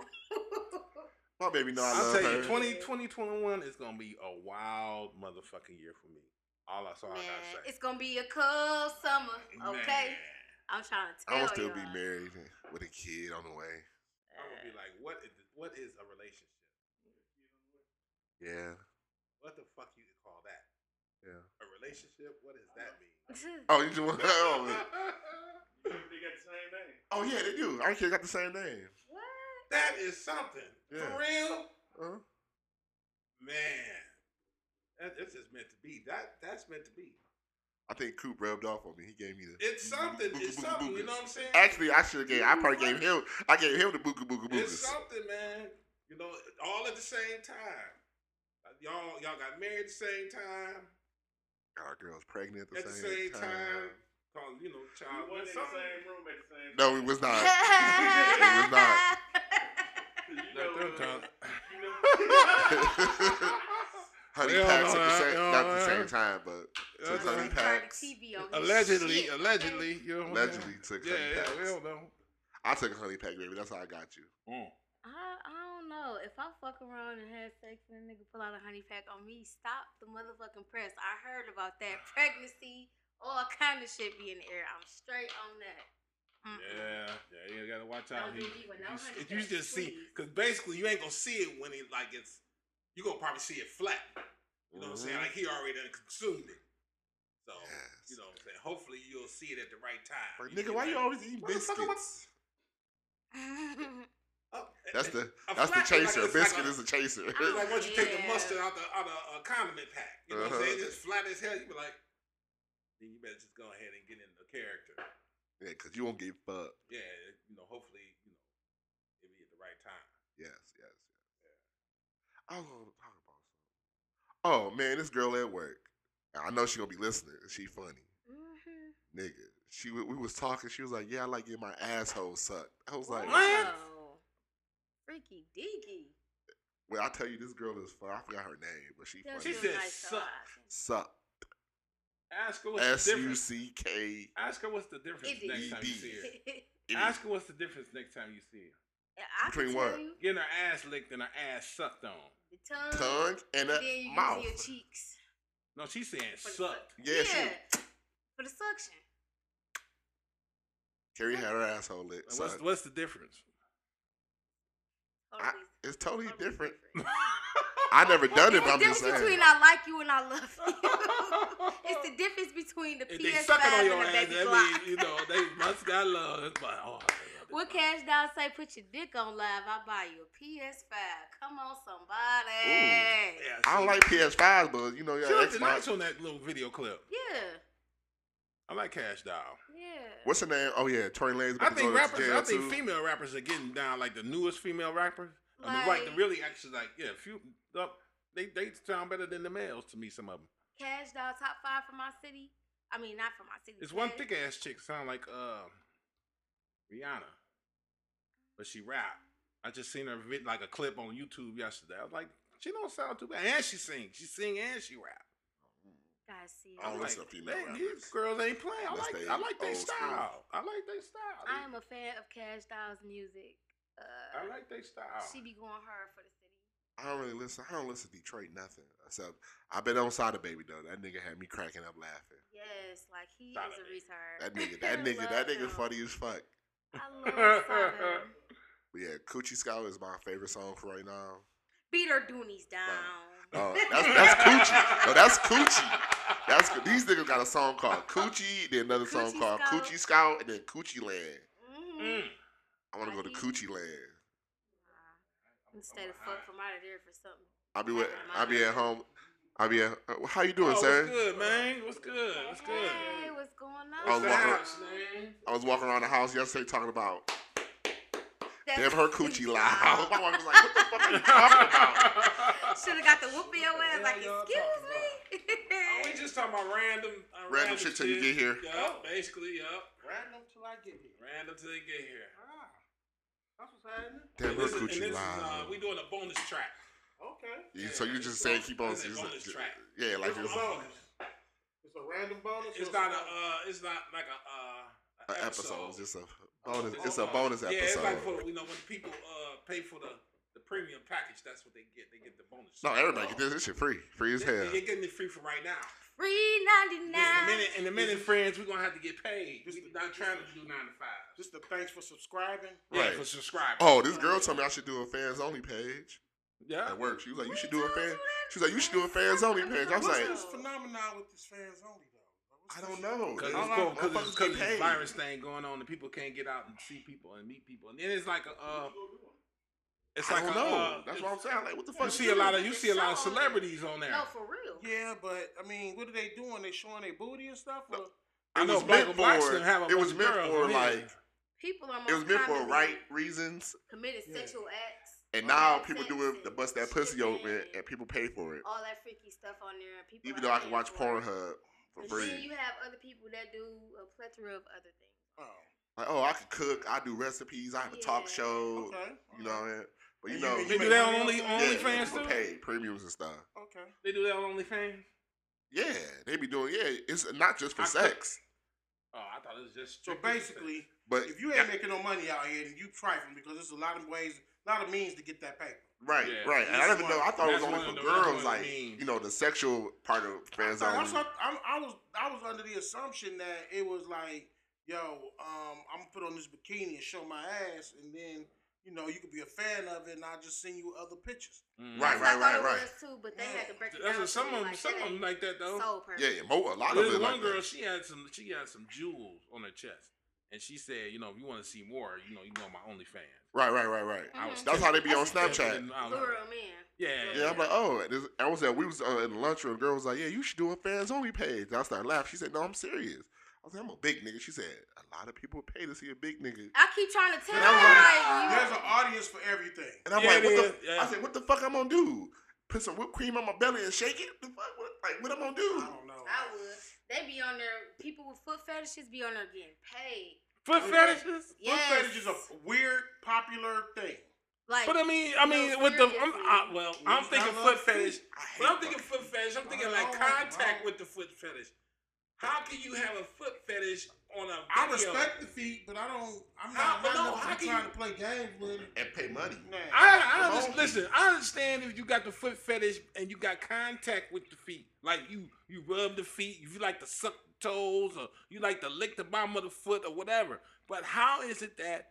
Speaker 3: my baby know I
Speaker 4: I'll
Speaker 3: love
Speaker 4: tell
Speaker 3: her.
Speaker 4: you, 20, 2021 is gonna be a wild motherfucking year for me. All I saw,
Speaker 5: Man,
Speaker 4: I gotta say.
Speaker 5: it's gonna be a cold summer. Okay.
Speaker 4: Man.
Speaker 5: I'm trying to tell
Speaker 3: I
Speaker 5: you.
Speaker 3: will still be married with a kid on the way.
Speaker 4: I'm gonna be
Speaker 5: Uh.
Speaker 4: like, what is what is a relationship?
Speaker 3: Yeah,
Speaker 4: What the fuck you call that?
Speaker 3: yeah.
Speaker 4: A relationship? What does
Speaker 5: Uh-huh.
Speaker 4: that mean?
Speaker 3: Oh, you just want? Oh,
Speaker 4: they got the same name.
Speaker 3: oh yeah, they do. Our kid got the same name.
Speaker 5: what?
Speaker 4: That is something.
Speaker 3: Yeah.
Speaker 4: For real?
Speaker 3: Huh?
Speaker 4: Man. That, this is meant to be. That that's meant to be.
Speaker 3: I think Coop rubbed off on me. He gave me the.
Speaker 4: It's something.
Speaker 3: booga
Speaker 4: It's
Speaker 3: booga
Speaker 4: something. You
Speaker 3: boogas.
Speaker 4: know what I'm saying?
Speaker 3: Actually, I should have gave. I probably gave him. I gave him the booga booga
Speaker 4: it's
Speaker 3: boogas.
Speaker 4: something, man. You know, all at the same time. Uh, Y'all y'all got married at the same time.
Speaker 3: Got our girls pregnant at the,
Speaker 4: at
Speaker 3: same, time.
Speaker 4: Cause you know, child.
Speaker 2: wasn't in the
Speaker 4: something-
Speaker 2: same room at the same
Speaker 3: No, it was not.
Speaker 5: it
Speaker 3: was not.
Speaker 2: time. You
Speaker 4: Let
Speaker 2: know,
Speaker 4: them talk.
Speaker 2: you know-
Speaker 3: Honey
Speaker 4: Well,
Speaker 3: packs at the
Speaker 4: alright,
Speaker 3: same, not at the
Speaker 4: alright.
Speaker 3: same time, but
Speaker 4: That's
Speaker 3: took
Speaker 4: all
Speaker 3: honey
Speaker 4: right.
Speaker 3: packs.
Speaker 5: TV on his
Speaker 4: Allegedly,
Speaker 5: shit.
Speaker 4: allegedly, you know what I'm
Speaker 3: Allegedly
Speaker 4: saying?
Speaker 3: took
Speaker 4: Yeah,
Speaker 3: honey
Speaker 4: yeah,
Speaker 3: packs.
Speaker 4: we don't know.
Speaker 3: I took a honey pack, baby. That's how I got you.
Speaker 5: I, I don't know. If I fuck around and have sex and a nigga pull out a honey pack on me, stop the motherfucking press. I heard about that. Pregnancy, all kind of shit be in the air. I'm straight on that. Mm-mm.
Speaker 4: Yeah, yeah, you gotta watch
Speaker 5: Don't
Speaker 4: out.
Speaker 5: do
Speaker 4: You,
Speaker 5: me with
Speaker 4: you-
Speaker 5: no
Speaker 4: you-
Speaker 5: honey
Speaker 4: if you
Speaker 5: cakes,
Speaker 4: just see,
Speaker 5: please.
Speaker 4: because basically you ain't gonna see it when it like it's. You gonna probably see it flat. You know what I'm saying?
Speaker 3: Mhm.
Speaker 4: Like he already done consumed it. So
Speaker 3: Yes.
Speaker 4: you know what I'm saying. Hopefully you'll see it at the right time.
Speaker 3: Like, nigga, why you always eating
Speaker 4: Motherfucker,
Speaker 3: biscuits?
Speaker 4: up?
Speaker 3: That's the
Speaker 4: A
Speaker 3: that's the
Speaker 4: flat is like-
Speaker 3: chaser.
Speaker 4: it's like
Speaker 3: biscuit
Speaker 4: a-
Speaker 3: is the chaser.
Speaker 5: Oh,
Speaker 4: It's like once you take the
Speaker 5: yeah.
Speaker 4: mustard out the out the uh, condiment pack, you know what I'm
Speaker 3: Uh-huh.
Speaker 4: saying? It's flat as hell. You be like, then you better just go ahead and get in the character.
Speaker 3: yeah, cause you won't get fucked.
Speaker 4: Yeah, you know, hopefully, you know, it'll be at the right time.
Speaker 3: Yes, yes. I was gonna talk about something. Oh man, this girl at work. I know she gonna be listening. She funny,
Speaker 5: Mhm.
Speaker 3: nigga. She w- we was talking. She was like, "Yeah, I like getting my asshole sucked." I was like,
Speaker 5: Wow. Freaky deaky.
Speaker 3: "Well, I tell you, this girl is fun. I forgot her name, but she
Speaker 5: Does
Speaker 3: funny.
Speaker 5: look
Speaker 4: said
Speaker 5: nice, though, I
Speaker 4: suck.
Speaker 5: think.
Speaker 3: Suck.
Speaker 4: Ask her what's
Speaker 3: S
Speaker 4: the
Speaker 3: U
Speaker 4: difference.
Speaker 3: C K. E.
Speaker 4: Ask her what's the difference
Speaker 5: Is it-
Speaker 4: next time you
Speaker 3: ED.
Speaker 4: see her.
Speaker 3: It is-
Speaker 4: Ask her what's the difference next time you see her.
Speaker 5: And I
Speaker 3: Between
Speaker 5: can
Speaker 3: what?
Speaker 5: tell you
Speaker 4: Getting her ass licked and her ass sucked on.
Speaker 5: The tongue,
Speaker 3: Tongue
Speaker 5: and
Speaker 3: and a
Speaker 5: then you
Speaker 3: mouth.
Speaker 5: mouth. your cheeks.
Speaker 4: No, she's saying
Speaker 5: for the
Speaker 4: sucked.
Speaker 5: suck-
Speaker 3: Yeah, she-
Speaker 5: For the suction.
Speaker 3: Carrie had her asshole licked.
Speaker 4: What's
Speaker 3: sucked.
Speaker 4: what's the difference?
Speaker 3: I,
Speaker 5: Totally-
Speaker 3: it's totally
Speaker 5: totally
Speaker 3: different.
Speaker 5: different.
Speaker 3: I never done it,
Speaker 5: It's
Speaker 3: but I'm
Speaker 5: the
Speaker 3: just
Speaker 5: difference
Speaker 3: saying.
Speaker 5: between I like you and I love you. it's the difference between the
Speaker 4: If they
Speaker 5: PS5
Speaker 4: sucking on your
Speaker 5: and the
Speaker 4: ass,
Speaker 5: baby
Speaker 4: that
Speaker 5: Glock.
Speaker 4: means you know they must got love. It's like, oh,
Speaker 5: What Cash Down say? Put your dick on live. I buy you a PS5. Come on, somebody.
Speaker 4: Yeah,
Speaker 3: I
Speaker 4: see,
Speaker 3: don't like PS5, but you know, yeah,
Speaker 4: She
Speaker 3: that's
Speaker 4: looked
Speaker 3: my.
Speaker 4: nice on that little video clip.
Speaker 5: Yeah.
Speaker 4: I like Cash Doll.
Speaker 5: Yeah.
Speaker 3: What's her name? Oh yeah, Tory Lanez. about
Speaker 4: I
Speaker 3: to
Speaker 4: think
Speaker 3: go to
Speaker 4: rappers,
Speaker 3: jail,
Speaker 4: I think
Speaker 3: too.
Speaker 4: female rappers are getting down like the newest female rappers. on the right, the
Speaker 5: Like-
Speaker 4: really actually like yeah, few uh, they they sound better than the males to me. Some of them.
Speaker 5: Cash Doll top five from my city. I mean, not from my city.
Speaker 4: It's one
Speaker 5: Cash-
Speaker 4: thick ass chick sound like uh, Rihanna, but she rap. I just seen her vid, like a clip on YouTube yesterday. I was like, she don't sound too bad, and she sing, she sing and she rap.
Speaker 5: Guys, see.
Speaker 3: I don't
Speaker 4: I'm
Speaker 3: listen
Speaker 4: like,
Speaker 3: to female
Speaker 4: "Man,
Speaker 3: rappers.
Speaker 4: These girls ain't playing. I
Speaker 3: Unless
Speaker 4: like,
Speaker 3: they
Speaker 4: I like their
Speaker 3: old school.
Speaker 4: style. I like their style.
Speaker 5: I am a fan of Cash Doll's music. Uh,
Speaker 4: I like their style.
Speaker 5: She be going hard for the city.
Speaker 3: I don't really listen. I don't listen to Detroit nothing. Except I've been on Sada Baby though. That nigga had me cracking up laughing.
Speaker 5: Yes, like he
Speaker 4: Solid
Speaker 5: is a
Speaker 4: baby.
Speaker 5: retard.
Speaker 3: That nigga, that
Speaker 5: I
Speaker 3: nigga,
Speaker 5: love
Speaker 3: that nigga
Speaker 5: him.
Speaker 3: funny as fuck.
Speaker 5: I love Sada.
Speaker 3: But yeah, Coochie Scout is my favorite song for right now.
Speaker 5: Beat her Doonies down.
Speaker 3: Oh, that's that's Coochie. No, that's Coochie. That's these niggas got a song called Coochie, then another song
Speaker 5: Coochie
Speaker 3: called
Speaker 5: Scout.
Speaker 3: Coochie Scout, and then Coochie Land.
Speaker 5: Mhm.
Speaker 3: Mm-hmm.
Speaker 4: Mm.
Speaker 3: I want to go to Coochie Land.
Speaker 5: Nah. Stay the fuck from out of there for something.
Speaker 3: I'll be with, I'll be at home. I'll be at. uh, How you doing,
Speaker 4: oh,
Speaker 3: sir?
Speaker 4: What's good, man? What's good? What's good?
Speaker 5: Hey, what's going on?
Speaker 3: I was
Speaker 4: What's the
Speaker 3: walking-
Speaker 4: house, man?
Speaker 3: I was walking around the house yesterday talking about
Speaker 5: That's-
Speaker 3: damn her coochie loud. My wife was like, "What the fuck are you talking about?"
Speaker 5: Shoulda got the whoop in your ass.
Speaker 4: Yeah,
Speaker 5: Like,
Speaker 4: y'all
Speaker 5: excuse
Speaker 4: talking
Speaker 5: me.
Speaker 4: Oh, we just talking about random, uh,
Speaker 3: Random shit till you get here.
Speaker 4: Yup, basically, yup. Random till I get here. Random till they get here. Ah, that's what's happening.
Speaker 3: Damn, her
Speaker 4: And this is- and
Speaker 3: coochie
Speaker 4: this is, uh,
Speaker 3: loud.
Speaker 4: we doing a bonus track. Okay.
Speaker 3: You- so you just saying keep on.
Speaker 4: It's a
Speaker 3: just-
Speaker 4: bonus track.
Speaker 3: Yeah, like
Speaker 4: It's a
Speaker 3: it's,
Speaker 4: bonus.
Speaker 6: It's a random bonus.
Speaker 4: It's not a. Uh, it's not like a. Uh,
Speaker 3: an
Speaker 4: a
Speaker 3: episode. It's just a bonus.
Speaker 4: Oh,
Speaker 3: It's a
Speaker 4: uh,
Speaker 3: bonus
Speaker 4: Yeah, it's like
Speaker 3: episode.
Speaker 4: for you know when people uh pay for the the premium package. That's what they get. They get the bonus.
Speaker 3: No, everybody get this. This shit free, free as hell.
Speaker 4: They, they're getting it free for right now.
Speaker 5: Free
Speaker 4: In a
Speaker 5: 99.
Speaker 4: minute, in a minute, friends, we're gonna have to get paid.
Speaker 6: Just
Speaker 4: We're
Speaker 6: the-
Speaker 4: not trying to do nine to five.
Speaker 6: Just the thanks for subscribing.
Speaker 4: Yeah,
Speaker 3: Right.
Speaker 4: for subscribers.
Speaker 3: Oh, this girl told me I should do a fans only page
Speaker 4: yeah.
Speaker 3: at work. She was like, "You
Speaker 5: We
Speaker 3: should do
Speaker 5: told
Speaker 3: a
Speaker 5: you
Speaker 3: fan."
Speaker 5: that.
Speaker 3: She was like, "You should do a fans only page." I was
Speaker 6: What's
Speaker 3: like,
Speaker 6: this phenomenon with this fans only though?
Speaker 3: "I don't know."
Speaker 4: Because
Speaker 3: All
Speaker 4: it's
Speaker 3: I-
Speaker 4: cool, 'cause it's-
Speaker 3: motherfuckers get
Speaker 4: 'cause it's
Speaker 3: paid.
Speaker 4: virus thing going on, and people can't get out and see people and meet people, and then it's like a, uh, it's
Speaker 3: I
Speaker 4: like
Speaker 3: don't
Speaker 4: a,
Speaker 3: know.
Speaker 4: uh,
Speaker 3: That's what I'm saying. Like, what the fuck?
Speaker 4: you
Speaker 3: is
Speaker 4: see
Speaker 3: this?
Speaker 4: a lot of you see a lot of
Speaker 5: It's so-
Speaker 4: celebrities on there.
Speaker 5: No, for real.
Speaker 6: Yeah, but I mean, what are they doing? They showing their booty and stuff. Or?
Speaker 4: I
Speaker 3: It
Speaker 4: know
Speaker 3: was
Speaker 4: Michael
Speaker 3: meant
Speaker 4: Blackson have a
Speaker 3: for. It
Speaker 4: bunch
Speaker 3: was
Speaker 4: of
Speaker 3: meant
Speaker 4: girls
Speaker 3: for
Speaker 4: in
Speaker 3: like.
Speaker 4: his-
Speaker 5: People are most
Speaker 3: It was meant for
Speaker 5: commonly
Speaker 3: right reasons,
Speaker 5: Committed
Speaker 6: Yeah.
Speaker 5: sexual acts. all
Speaker 3: and now
Speaker 5: that
Speaker 3: people
Speaker 5: sex
Speaker 3: do it
Speaker 5: and
Speaker 3: to bust that pussy
Speaker 5: shipping,
Speaker 3: open, and people pay for it.
Speaker 5: All that freaky stuff on there. and People are
Speaker 3: Even though I can
Speaker 5: paying
Speaker 3: watch
Speaker 5: for it.
Speaker 3: Pornhub for
Speaker 5: But Then
Speaker 3: free.
Speaker 5: you have other people that do a plethora of other things.
Speaker 6: Oh,
Speaker 3: Like, oh, I can cook. I do recipes. I have a talk
Speaker 5: Yeah.
Speaker 3: show.
Speaker 6: okay.
Speaker 3: You know what I mean? But you
Speaker 6: And
Speaker 3: know,
Speaker 6: you-
Speaker 4: They
Speaker 6: you
Speaker 4: do that on
Speaker 6: Yeah.
Speaker 4: only
Speaker 3: yeah,
Speaker 4: OnlyFans
Speaker 3: people
Speaker 4: too.
Speaker 3: pay premiums and stuff.
Speaker 6: Okay.
Speaker 4: They do that on OnlyFans.
Speaker 3: Yeah, they be doing. Yeah, it's not just for
Speaker 4: I cook.
Speaker 3: sex,
Speaker 4: Oh, I thought it was just.
Speaker 6: So
Speaker 4: strictly
Speaker 6: basically,
Speaker 3: but
Speaker 6: if you ain't making no money out here, then you trifling because there's a lot of ways, a lot of means to get that paper.
Speaker 3: right,
Speaker 4: Yeah.
Speaker 3: right. And I
Speaker 6: That's
Speaker 3: didn't know.
Speaker 6: one-
Speaker 3: I thought it was
Speaker 4: that's
Speaker 3: only
Speaker 4: one
Speaker 3: for
Speaker 4: of the- that's one
Speaker 3: girls,
Speaker 4: of
Speaker 3: like
Speaker 4: the means.
Speaker 3: you know, the sexual part of fans
Speaker 6: So I,
Speaker 3: only.
Speaker 6: was, I'm- I was I was under the assumption that it was like, yo, um, I'm gonna put on this bikini and show my ass, and then you know you could be a fan of it, and I'll just send you other pictures.
Speaker 4: Mm.
Speaker 3: Right,
Speaker 5: So
Speaker 3: right,
Speaker 5: I thought
Speaker 3: right,
Speaker 5: it
Speaker 3: right.
Speaker 5: was too, but they had to break it
Speaker 4: That's
Speaker 5: down.
Speaker 4: what some
Speaker 5: to me
Speaker 4: of them,
Speaker 5: like
Speaker 4: some
Speaker 5: that
Speaker 4: of them
Speaker 5: ain't
Speaker 4: like that though.
Speaker 5: So
Speaker 3: Yeah,
Speaker 5: perfect.
Speaker 3: yeah, mo- a lot of
Speaker 4: There's
Speaker 3: it.
Speaker 4: one
Speaker 3: Like
Speaker 4: girl,
Speaker 3: that.
Speaker 4: she had some, she had some jewels on her chest, and she said, you know, if you want to see more, you know, you go on my OnlyFans.
Speaker 3: Right, right, right, right.
Speaker 4: I was
Speaker 5: Mhm.
Speaker 3: That's how they be on
Speaker 4: And
Speaker 3: Snapchat.
Speaker 4: I was-
Speaker 5: Lure 'em in.
Speaker 4: Yeah,
Speaker 3: Yeah, I'm like, oh, this, I uh, was at, we was uh, in the lunchroom. Girl was like, yeah, you should do a fans only page. And I started laughing. She said, no, I'm serious. I was like, I'm a big nigga. She said, a lot of people would pay to see a big nigga.
Speaker 5: I keep trying to tell
Speaker 3: And
Speaker 5: her,
Speaker 3: I'm uh,
Speaker 5: like, you
Speaker 6: There's an audience for everything.
Speaker 3: And I'm
Speaker 4: Yeah,
Speaker 3: like,
Speaker 4: it
Speaker 3: what the?
Speaker 4: is. Yeah.
Speaker 3: I said, what the fuck I'm gonna do? Put some whipped cream on my belly and shake it? The fuck? What, like, what I'm gonna
Speaker 6: I
Speaker 3: do?
Speaker 6: don't know.
Speaker 5: I would. They be on there. People with foot fetishes be on there getting paid.
Speaker 4: Foot fetishes.
Speaker 5: Yes.
Speaker 6: Foot fetish is a weird, popular thing.
Speaker 5: like.
Speaker 4: But I mean, I
Speaker 5: No,
Speaker 4: mean, with the I'm,
Speaker 5: seriously.
Speaker 4: I, well, I'm
Speaker 6: I
Speaker 4: thinking
Speaker 6: love
Speaker 4: foot
Speaker 6: feet.
Speaker 4: fetish.
Speaker 3: I hate
Speaker 4: When I'm thinking
Speaker 3: fucking
Speaker 4: foot fetish, I'm thinking
Speaker 6: I
Speaker 4: like
Speaker 6: don't like-
Speaker 4: contact
Speaker 6: I
Speaker 4: with the foot fetish. How can you have a foot fetish on a video?
Speaker 6: I respect the feet, but I don't. I'm
Speaker 4: How-
Speaker 6: not,
Speaker 4: but
Speaker 6: not
Speaker 4: no,
Speaker 6: enough
Speaker 4: how
Speaker 6: to
Speaker 4: can
Speaker 6: trying
Speaker 4: you-
Speaker 6: to play games with it.
Speaker 3: and pay money.
Speaker 6: Nah.
Speaker 4: I, I
Speaker 3: Come
Speaker 4: understand,
Speaker 3: on.
Speaker 4: listen. I understand if you got the foot fetish and you got contact with the feet, like you you rub the feet, if you like to suck the toes, or you like to lick the bottom of the foot, or whatever. But how is it that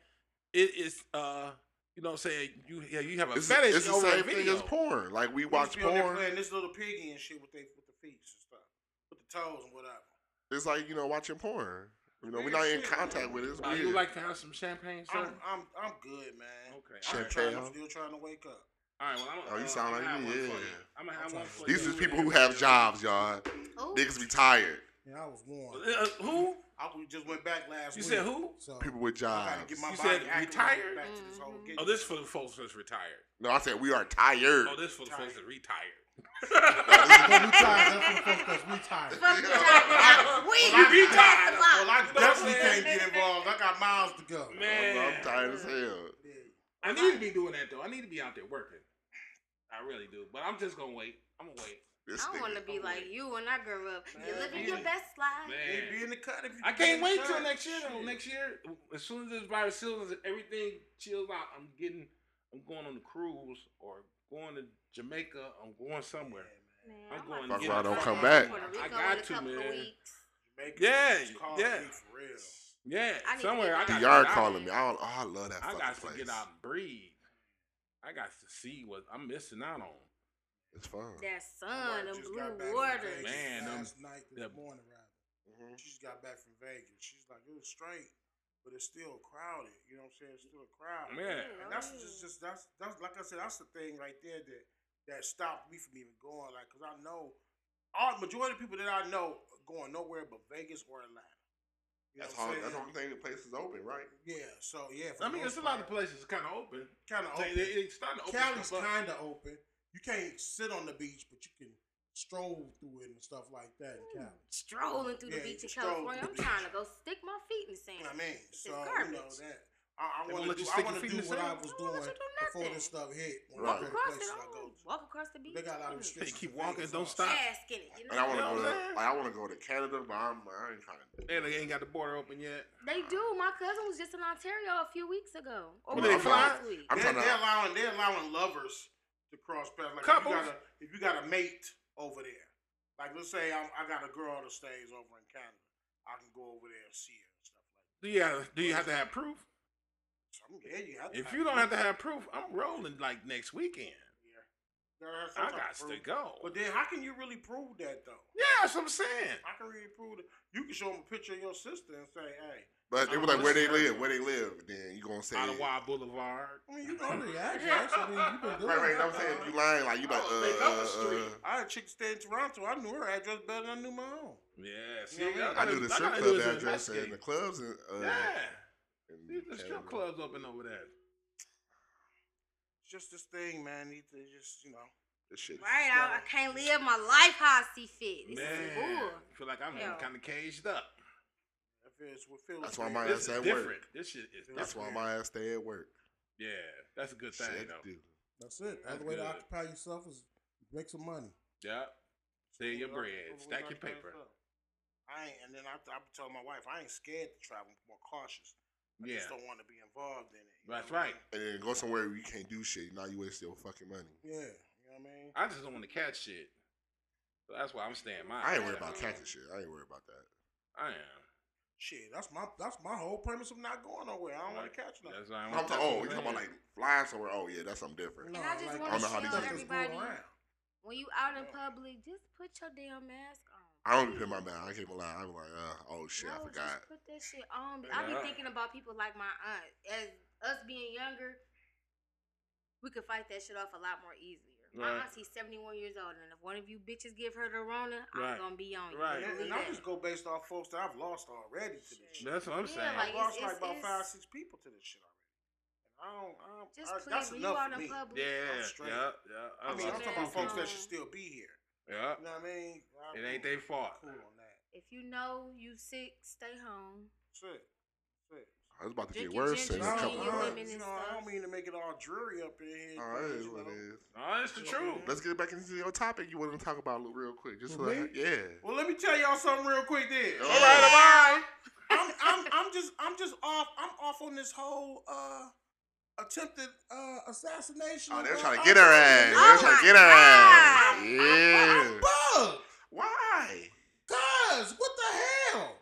Speaker 4: it is uh you know saying you yeah, you have a
Speaker 3: It's,
Speaker 4: fetish
Speaker 3: it's the
Speaker 4: over a
Speaker 3: same
Speaker 4: video?
Speaker 3: thing as porn. Like we
Speaker 6: They just
Speaker 3: watch
Speaker 6: be on there
Speaker 3: porn.
Speaker 6: playing this little piggy and shit with they with the feet and stuff, with the toes and whatever.
Speaker 3: It's like you know watching porn. You know we're
Speaker 6: Weird
Speaker 3: not in
Speaker 6: shit,
Speaker 3: contact
Speaker 6: man.
Speaker 3: with it. It's
Speaker 4: Uh,
Speaker 3: weird.
Speaker 4: you like to have some champagne, sir?
Speaker 6: I'm, I'm I'm good, man.
Speaker 4: Okay.
Speaker 6: I'm, trying, I'm
Speaker 3: Chantel.
Speaker 6: still trying to wake up.
Speaker 4: All right. Well, I'm, uh,
Speaker 3: Oh, you sound like
Speaker 4: I'm
Speaker 3: you, yeah.
Speaker 4: I'm gonna have one for
Speaker 3: These
Speaker 4: you.
Speaker 3: is people who have jobs, y'all.
Speaker 5: oh,
Speaker 3: Niggas be tired.
Speaker 6: Yeah, I was warm.
Speaker 4: Uh, who?
Speaker 6: I we just went back last
Speaker 4: You
Speaker 6: week.
Speaker 4: said who?
Speaker 6: So
Speaker 3: People with
Speaker 6: I
Speaker 3: jobs.
Speaker 6: gotta get my
Speaker 4: You
Speaker 6: body
Speaker 4: said
Speaker 6: acclimated
Speaker 4: retired?
Speaker 6: Back to this whole
Speaker 5: Mhm.
Speaker 6: gig.
Speaker 4: Oh, this for the folks that's retired.
Speaker 3: No, I said we are tired.
Speaker 4: Oh, this for the folks that
Speaker 7: Don't
Speaker 4: retired.
Speaker 7: be tired. That's what folks that's retired.
Speaker 5: fuck the job. We
Speaker 4: You be tired.
Speaker 6: Well, I
Speaker 5: talking about.
Speaker 6: definitely can't get involved. I got miles to go.
Speaker 4: Man,
Speaker 3: I'm tired as hell.
Speaker 4: I need to be doing that though. I need to be out there working. I really do, but I'm just gonna wait. I'm gonna wait,
Speaker 3: This
Speaker 5: I
Speaker 3: nigga.
Speaker 5: want to be like you when I grow up. You're
Speaker 6: Man,
Speaker 5: living
Speaker 6: we-
Speaker 5: your best life.
Speaker 6: You ain't be
Speaker 4: man.
Speaker 6: in the cut if you
Speaker 4: I
Speaker 6: be
Speaker 4: can't
Speaker 6: in
Speaker 4: wait
Speaker 6: the
Speaker 4: till
Speaker 6: cut.
Speaker 4: next year. Though.
Speaker 6: Shit.
Speaker 4: Next year, as soon as this virus seals and everything chills out, I'm getting, I'm going on a cruise or going to Jamaica. I'm going somewhere.
Speaker 5: Man,
Speaker 4: I'm
Speaker 5: about
Speaker 4: going
Speaker 5: to
Speaker 4: to Fuck
Speaker 5: get
Speaker 4: around,
Speaker 5: my
Speaker 4: don't
Speaker 5: first
Speaker 4: come
Speaker 5: trip
Speaker 3: back.
Speaker 5: to Puerto
Speaker 4: I
Speaker 5: Rico
Speaker 4: got
Speaker 5: in a
Speaker 4: to,
Speaker 5: couple of
Speaker 4: man.
Speaker 5: weeks.
Speaker 6: Jamaica
Speaker 4: Yeah,
Speaker 6: is calling
Speaker 4: yeah.
Speaker 6: me for real.
Speaker 4: Yeah,
Speaker 5: I need to
Speaker 4: somewhere.
Speaker 5: get
Speaker 4: I
Speaker 5: out.
Speaker 4: got
Speaker 5: gotta
Speaker 3: DR
Speaker 5: get out.
Speaker 3: calling me. I, oh, I love that
Speaker 4: I
Speaker 3: fucking
Speaker 4: got
Speaker 3: place.
Speaker 4: to get out and breathe. I got to see what I'm missing out on.
Speaker 3: It's fun.
Speaker 5: That
Speaker 6: My
Speaker 5: sun,
Speaker 6: wife
Speaker 5: the
Speaker 6: just got
Speaker 5: blue
Speaker 6: back from
Speaker 5: water.
Speaker 6: Vegas Mm-hmm.
Speaker 4: Man, them-
Speaker 6: last night this
Speaker 4: that-
Speaker 6: morning, rather.
Speaker 3: Mhm.
Speaker 6: She just got back from Vegas. She's like, it was straight, but it's still crowded. You know what I'm saying? It's still a crowd.
Speaker 4: Yeah.
Speaker 6: And that's just, just that's that's like I said, that's the thing right there that that stopped me from even going. Like, cause I know all majority of people that I know are going nowhere but Vegas or Atlanta. You know
Speaker 3: That's all.
Speaker 6: what I'm
Speaker 3: That's the
Speaker 6: saying?
Speaker 3: only thing. The place is open, right?
Speaker 6: Yeah. So yeah.
Speaker 4: I mean, it's a lot of places kind of open.
Speaker 6: Kind of
Speaker 4: They,
Speaker 6: open.
Speaker 4: they, they starting to open
Speaker 6: Cali's
Speaker 4: stuff up.
Speaker 6: kind of open. You can't sit on the beach, but you can stroll through it and stuff like that in Cali.
Speaker 5: Strolling through the
Speaker 6: Yeah,
Speaker 5: beach in
Speaker 6: strolling
Speaker 5: California.
Speaker 6: through
Speaker 5: I'm
Speaker 6: the
Speaker 5: trying to
Speaker 6: beach.
Speaker 5: go stick my feet in the sand.
Speaker 6: You know what I mean?
Speaker 5: It's
Speaker 6: So you know
Speaker 5: garbage.
Speaker 6: that.
Speaker 4: They won't let you
Speaker 6: I, I want to do,
Speaker 4: stick
Speaker 6: I
Speaker 4: your
Speaker 6: want to
Speaker 4: feet
Speaker 6: do
Speaker 4: in the
Speaker 6: what I
Speaker 4: sand?
Speaker 6: was
Speaker 5: They won't let
Speaker 6: doing
Speaker 5: you do
Speaker 6: before
Speaker 5: nothing.
Speaker 6: this stuff hit.
Speaker 3: Walk
Speaker 6: When I
Speaker 5: Walk
Speaker 6: go to
Speaker 5: across it
Speaker 6: places I go
Speaker 5: all.
Speaker 6: to.
Speaker 5: Walk across the beach.
Speaker 6: They got a lot
Speaker 5: Mm.
Speaker 6: of restrictions.
Speaker 4: They keep
Speaker 6: for
Speaker 4: walking,
Speaker 6: Vegas
Speaker 4: don't
Speaker 6: also.
Speaker 4: stop.
Speaker 5: Ass in it. You know?
Speaker 3: And I want
Speaker 4: wanna-
Speaker 3: to go.
Speaker 4: Yeah,
Speaker 3: To,
Speaker 4: man.
Speaker 3: like, I want to go to Canada, but I'm. I ain't trying to.
Speaker 4: And they ain't got the border open yet.
Speaker 5: They do. My cousin was just in Ontario a few weeks ago. Or
Speaker 4: Were
Speaker 5: was
Speaker 4: they
Speaker 5: it
Speaker 4: fly?
Speaker 5: last week.
Speaker 3: I'm
Speaker 6: they're,
Speaker 3: trying
Speaker 6: they're
Speaker 3: to.
Speaker 6: allowing they're allowing lovers to cross paths. Like
Speaker 4: Couples?
Speaker 6: if you got a if you got a mate over there, like let's say I'm, I got a girl that stays over in Canada, I can go over there and see her and stuff like
Speaker 4: Do you have, do you have to have proof?
Speaker 6: that. So I'm, yeah, you have to
Speaker 4: If you don't have to have proof, I'm rolling like next weekend.
Speaker 6: yeah, There are some
Speaker 4: I
Speaker 6: type
Speaker 4: got
Speaker 6: of
Speaker 4: to
Speaker 6: proof.
Speaker 4: go.
Speaker 6: But then how can you really prove that though?
Speaker 4: Yeah, that's what I'm saying.
Speaker 6: I can really prove that. You can show them a picture of your sister and say, hey,
Speaker 3: But they were like, where they live, where they live. Then you gonna say. Right,
Speaker 4: Ottawa Boulevard.
Speaker 6: I mean you know.
Speaker 7: Under the address, I mean, you've been doing
Speaker 3: right.
Speaker 7: it.
Speaker 3: I'm saying if you lying, like you like.
Speaker 4: Oh, they know
Speaker 3: Uh,
Speaker 4: the
Speaker 3: uh,
Speaker 4: street.
Speaker 6: I had a chick that stayed in Toronto. I knew her address better than I knew my own.
Speaker 4: Yeah, see,
Speaker 6: You know what I mean?
Speaker 4: I
Speaker 3: I knew the
Speaker 4: gotta- I
Speaker 3: strip
Speaker 4: gotta
Speaker 3: club
Speaker 4: do is
Speaker 3: address and the
Speaker 4: investigate.
Speaker 3: clubs and. Uh,
Speaker 4: Yeah,
Speaker 3: in
Speaker 4: These- the strip
Speaker 3: Canada.
Speaker 4: clubs open over there.
Speaker 6: It's just this thing, man. You to just you know.
Speaker 3: This shit. is
Speaker 5: Right, I, I
Speaker 3: slow.
Speaker 5: can't live my life how I see fit. This is
Speaker 4: Man,
Speaker 5: bull.
Speaker 4: I feel like I'm
Speaker 5: Yo.
Speaker 4: kind of caged up.
Speaker 6: If it's what feels
Speaker 3: That's why my
Speaker 6: good.
Speaker 3: ass
Speaker 4: This is
Speaker 3: at
Speaker 4: different.
Speaker 3: work.
Speaker 4: This shit is
Speaker 6: That's
Speaker 4: different.
Speaker 3: That's why my ass stay at work.
Speaker 4: Yeah, that's a good thing
Speaker 3: Shit to
Speaker 4: though.
Speaker 3: do.
Speaker 7: That's it.
Speaker 4: That's
Speaker 7: Other way to
Speaker 4: good.
Speaker 7: occupy yourself is make some money.
Speaker 4: Yeah, save your
Speaker 6: Well,
Speaker 4: bread,
Speaker 6: well,
Speaker 4: stack
Speaker 6: well,
Speaker 4: your
Speaker 6: well,
Speaker 4: paper.
Speaker 6: well. I ain't, and then I, I tell my wife I ain't scared to travel. I'm more cautious. I
Speaker 4: yeah.
Speaker 6: just don't want to be involved in it. you
Speaker 4: That's
Speaker 6: know what
Speaker 4: right.
Speaker 6: I mean?
Speaker 3: And then go somewhere where you can't do shit. Now you waste your fucking money.
Speaker 6: Yeah, you know what I mean.
Speaker 4: I just don't want to catch shit. So that's why I'm staying mine.
Speaker 3: I ain't worried
Speaker 4: Yeah.
Speaker 3: about catching shit. I ain't worried about that.
Speaker 4: I am.
Speaker 6: Shit, that's my that's my whole premise of not going nowhere. I don't want to catch nothing.
Speaker 4: That's why I
Speaker 3: I'm
Speaker 4: want
Speaker 3: talking, oh, you talking about like flying somewhere? Oh yeah, that's something different.
Speaker 5: And I just
Speaker 3: I don't know how
Speaker 5: want to
Speaker 3: these
Speaker 5: tell
Speaker 3: niggas go
Speaker 5: everybody
Speaker 6: around.
Speaker 5: when you out in public, just put your damn mask on.
Speaker 3: I don't even put my back. I can't even lie. I'm like, uh, oh shit, I
Speaker 5: No,
Speaker 3: forgot.
Speaker 5: Just put that shit on. I be
Speaker 4: Yeah.
Speaker 5: thinking about people like my aunt. As us being younger, we could fight that shit off a lot more easier.
Speaker 8: Right.
Speaker 5: My auntie's 71 years old, and if one of you bitches give her the Rona,
Speaker 8: Right.
Speaker 5: I'm going to be on you.
Speaker 8: Right.
Speaker 6: And, and
Speaker 5: Believe
Speaker 6: I
Speaker 5: that.
Speaker 6: just go based off folks that I've lost already to this shit.
Speaker 8: That's what I'm
Speaker 5: Yeah,
Speaker 8: saying.
Speaker 5: like-
Speaker 6: I've lost
Speaker 5: it's- it's-
Speaker 6: like about
Speaker 5: it's-
Speaker 6: five, six people to this shit already. And I don't. I don't
Speaker 5: Just
Speaker 6: I,
Speaker 5: please,
Speaker 6: that's
Speaker 5: when you
Speaker 6: enough
Speaker 5: out
Speaker 6: for
Speaker 5: in
Speaker 6: me.
Speaker 5: public,
Speaker 8: yeah,
Speaker 6: I'm straight.
Speaker 8: yeah,
Speaker 6: I mean, I'm talking about
Speaker 5: Yeah.
Speaker 6: folks that should still be here.
Speaker 8: Yeah,
Speaker 6: You know what I mean? I'm
Speaker 8: it ain't their fault.
Speaker 6: Cool on that.
Speaker 5: if you know you sick, stay home.
Speaker 6: That's it. That's it.
Speaker 3: I was about to
Speaker 5: Drink
Speaker 3: get
Speaker 5: your
Speaker 3: worse in
Speaker 5: ginger
Speaker 3: a
Speaker 5: tea,
Speaker 3: couple
Speaker 5: your
Speaker 3: months.
Speaker 5: lemon.
Speaker 6: you
Speaker 5: and
Speaker 6: know, I
Speaker 5: stuff.
Speaker 6: don't mean to make it all dreary up in here.
Speaker 3: All right,
Speaker 6: but,
Speaker 3: is
Speaker 6: you
Speaker 3: what Oh, it
Speaker 6: know.
Speaker 3: is.
Speaker 8: No, it's the truth.
Speaker 3: Let's get back into your topic you wanted to talk about real quick. Just so
Speaker 9: For me?
Speaker 3: that- yeah.
Speaker 6: Well, let me tell y'all something real quick. Then
Speaker 3: All right,
Speaker 6: I'm, I'm, I'm just, I'm just off. I'm off on this whole uh attempted
Speaker 9: Uh, assassination.
Speaker 3: Oh, they're
Speaker 9: of,
Speaker 3: trying
Speaker 9: uh,
Speaker 3: to get her ass. They're trying to get her ass. Yeah.
Speaker 9: Bug.
Speaker 3: Why?
Speaker 9: Cuz, what the hell?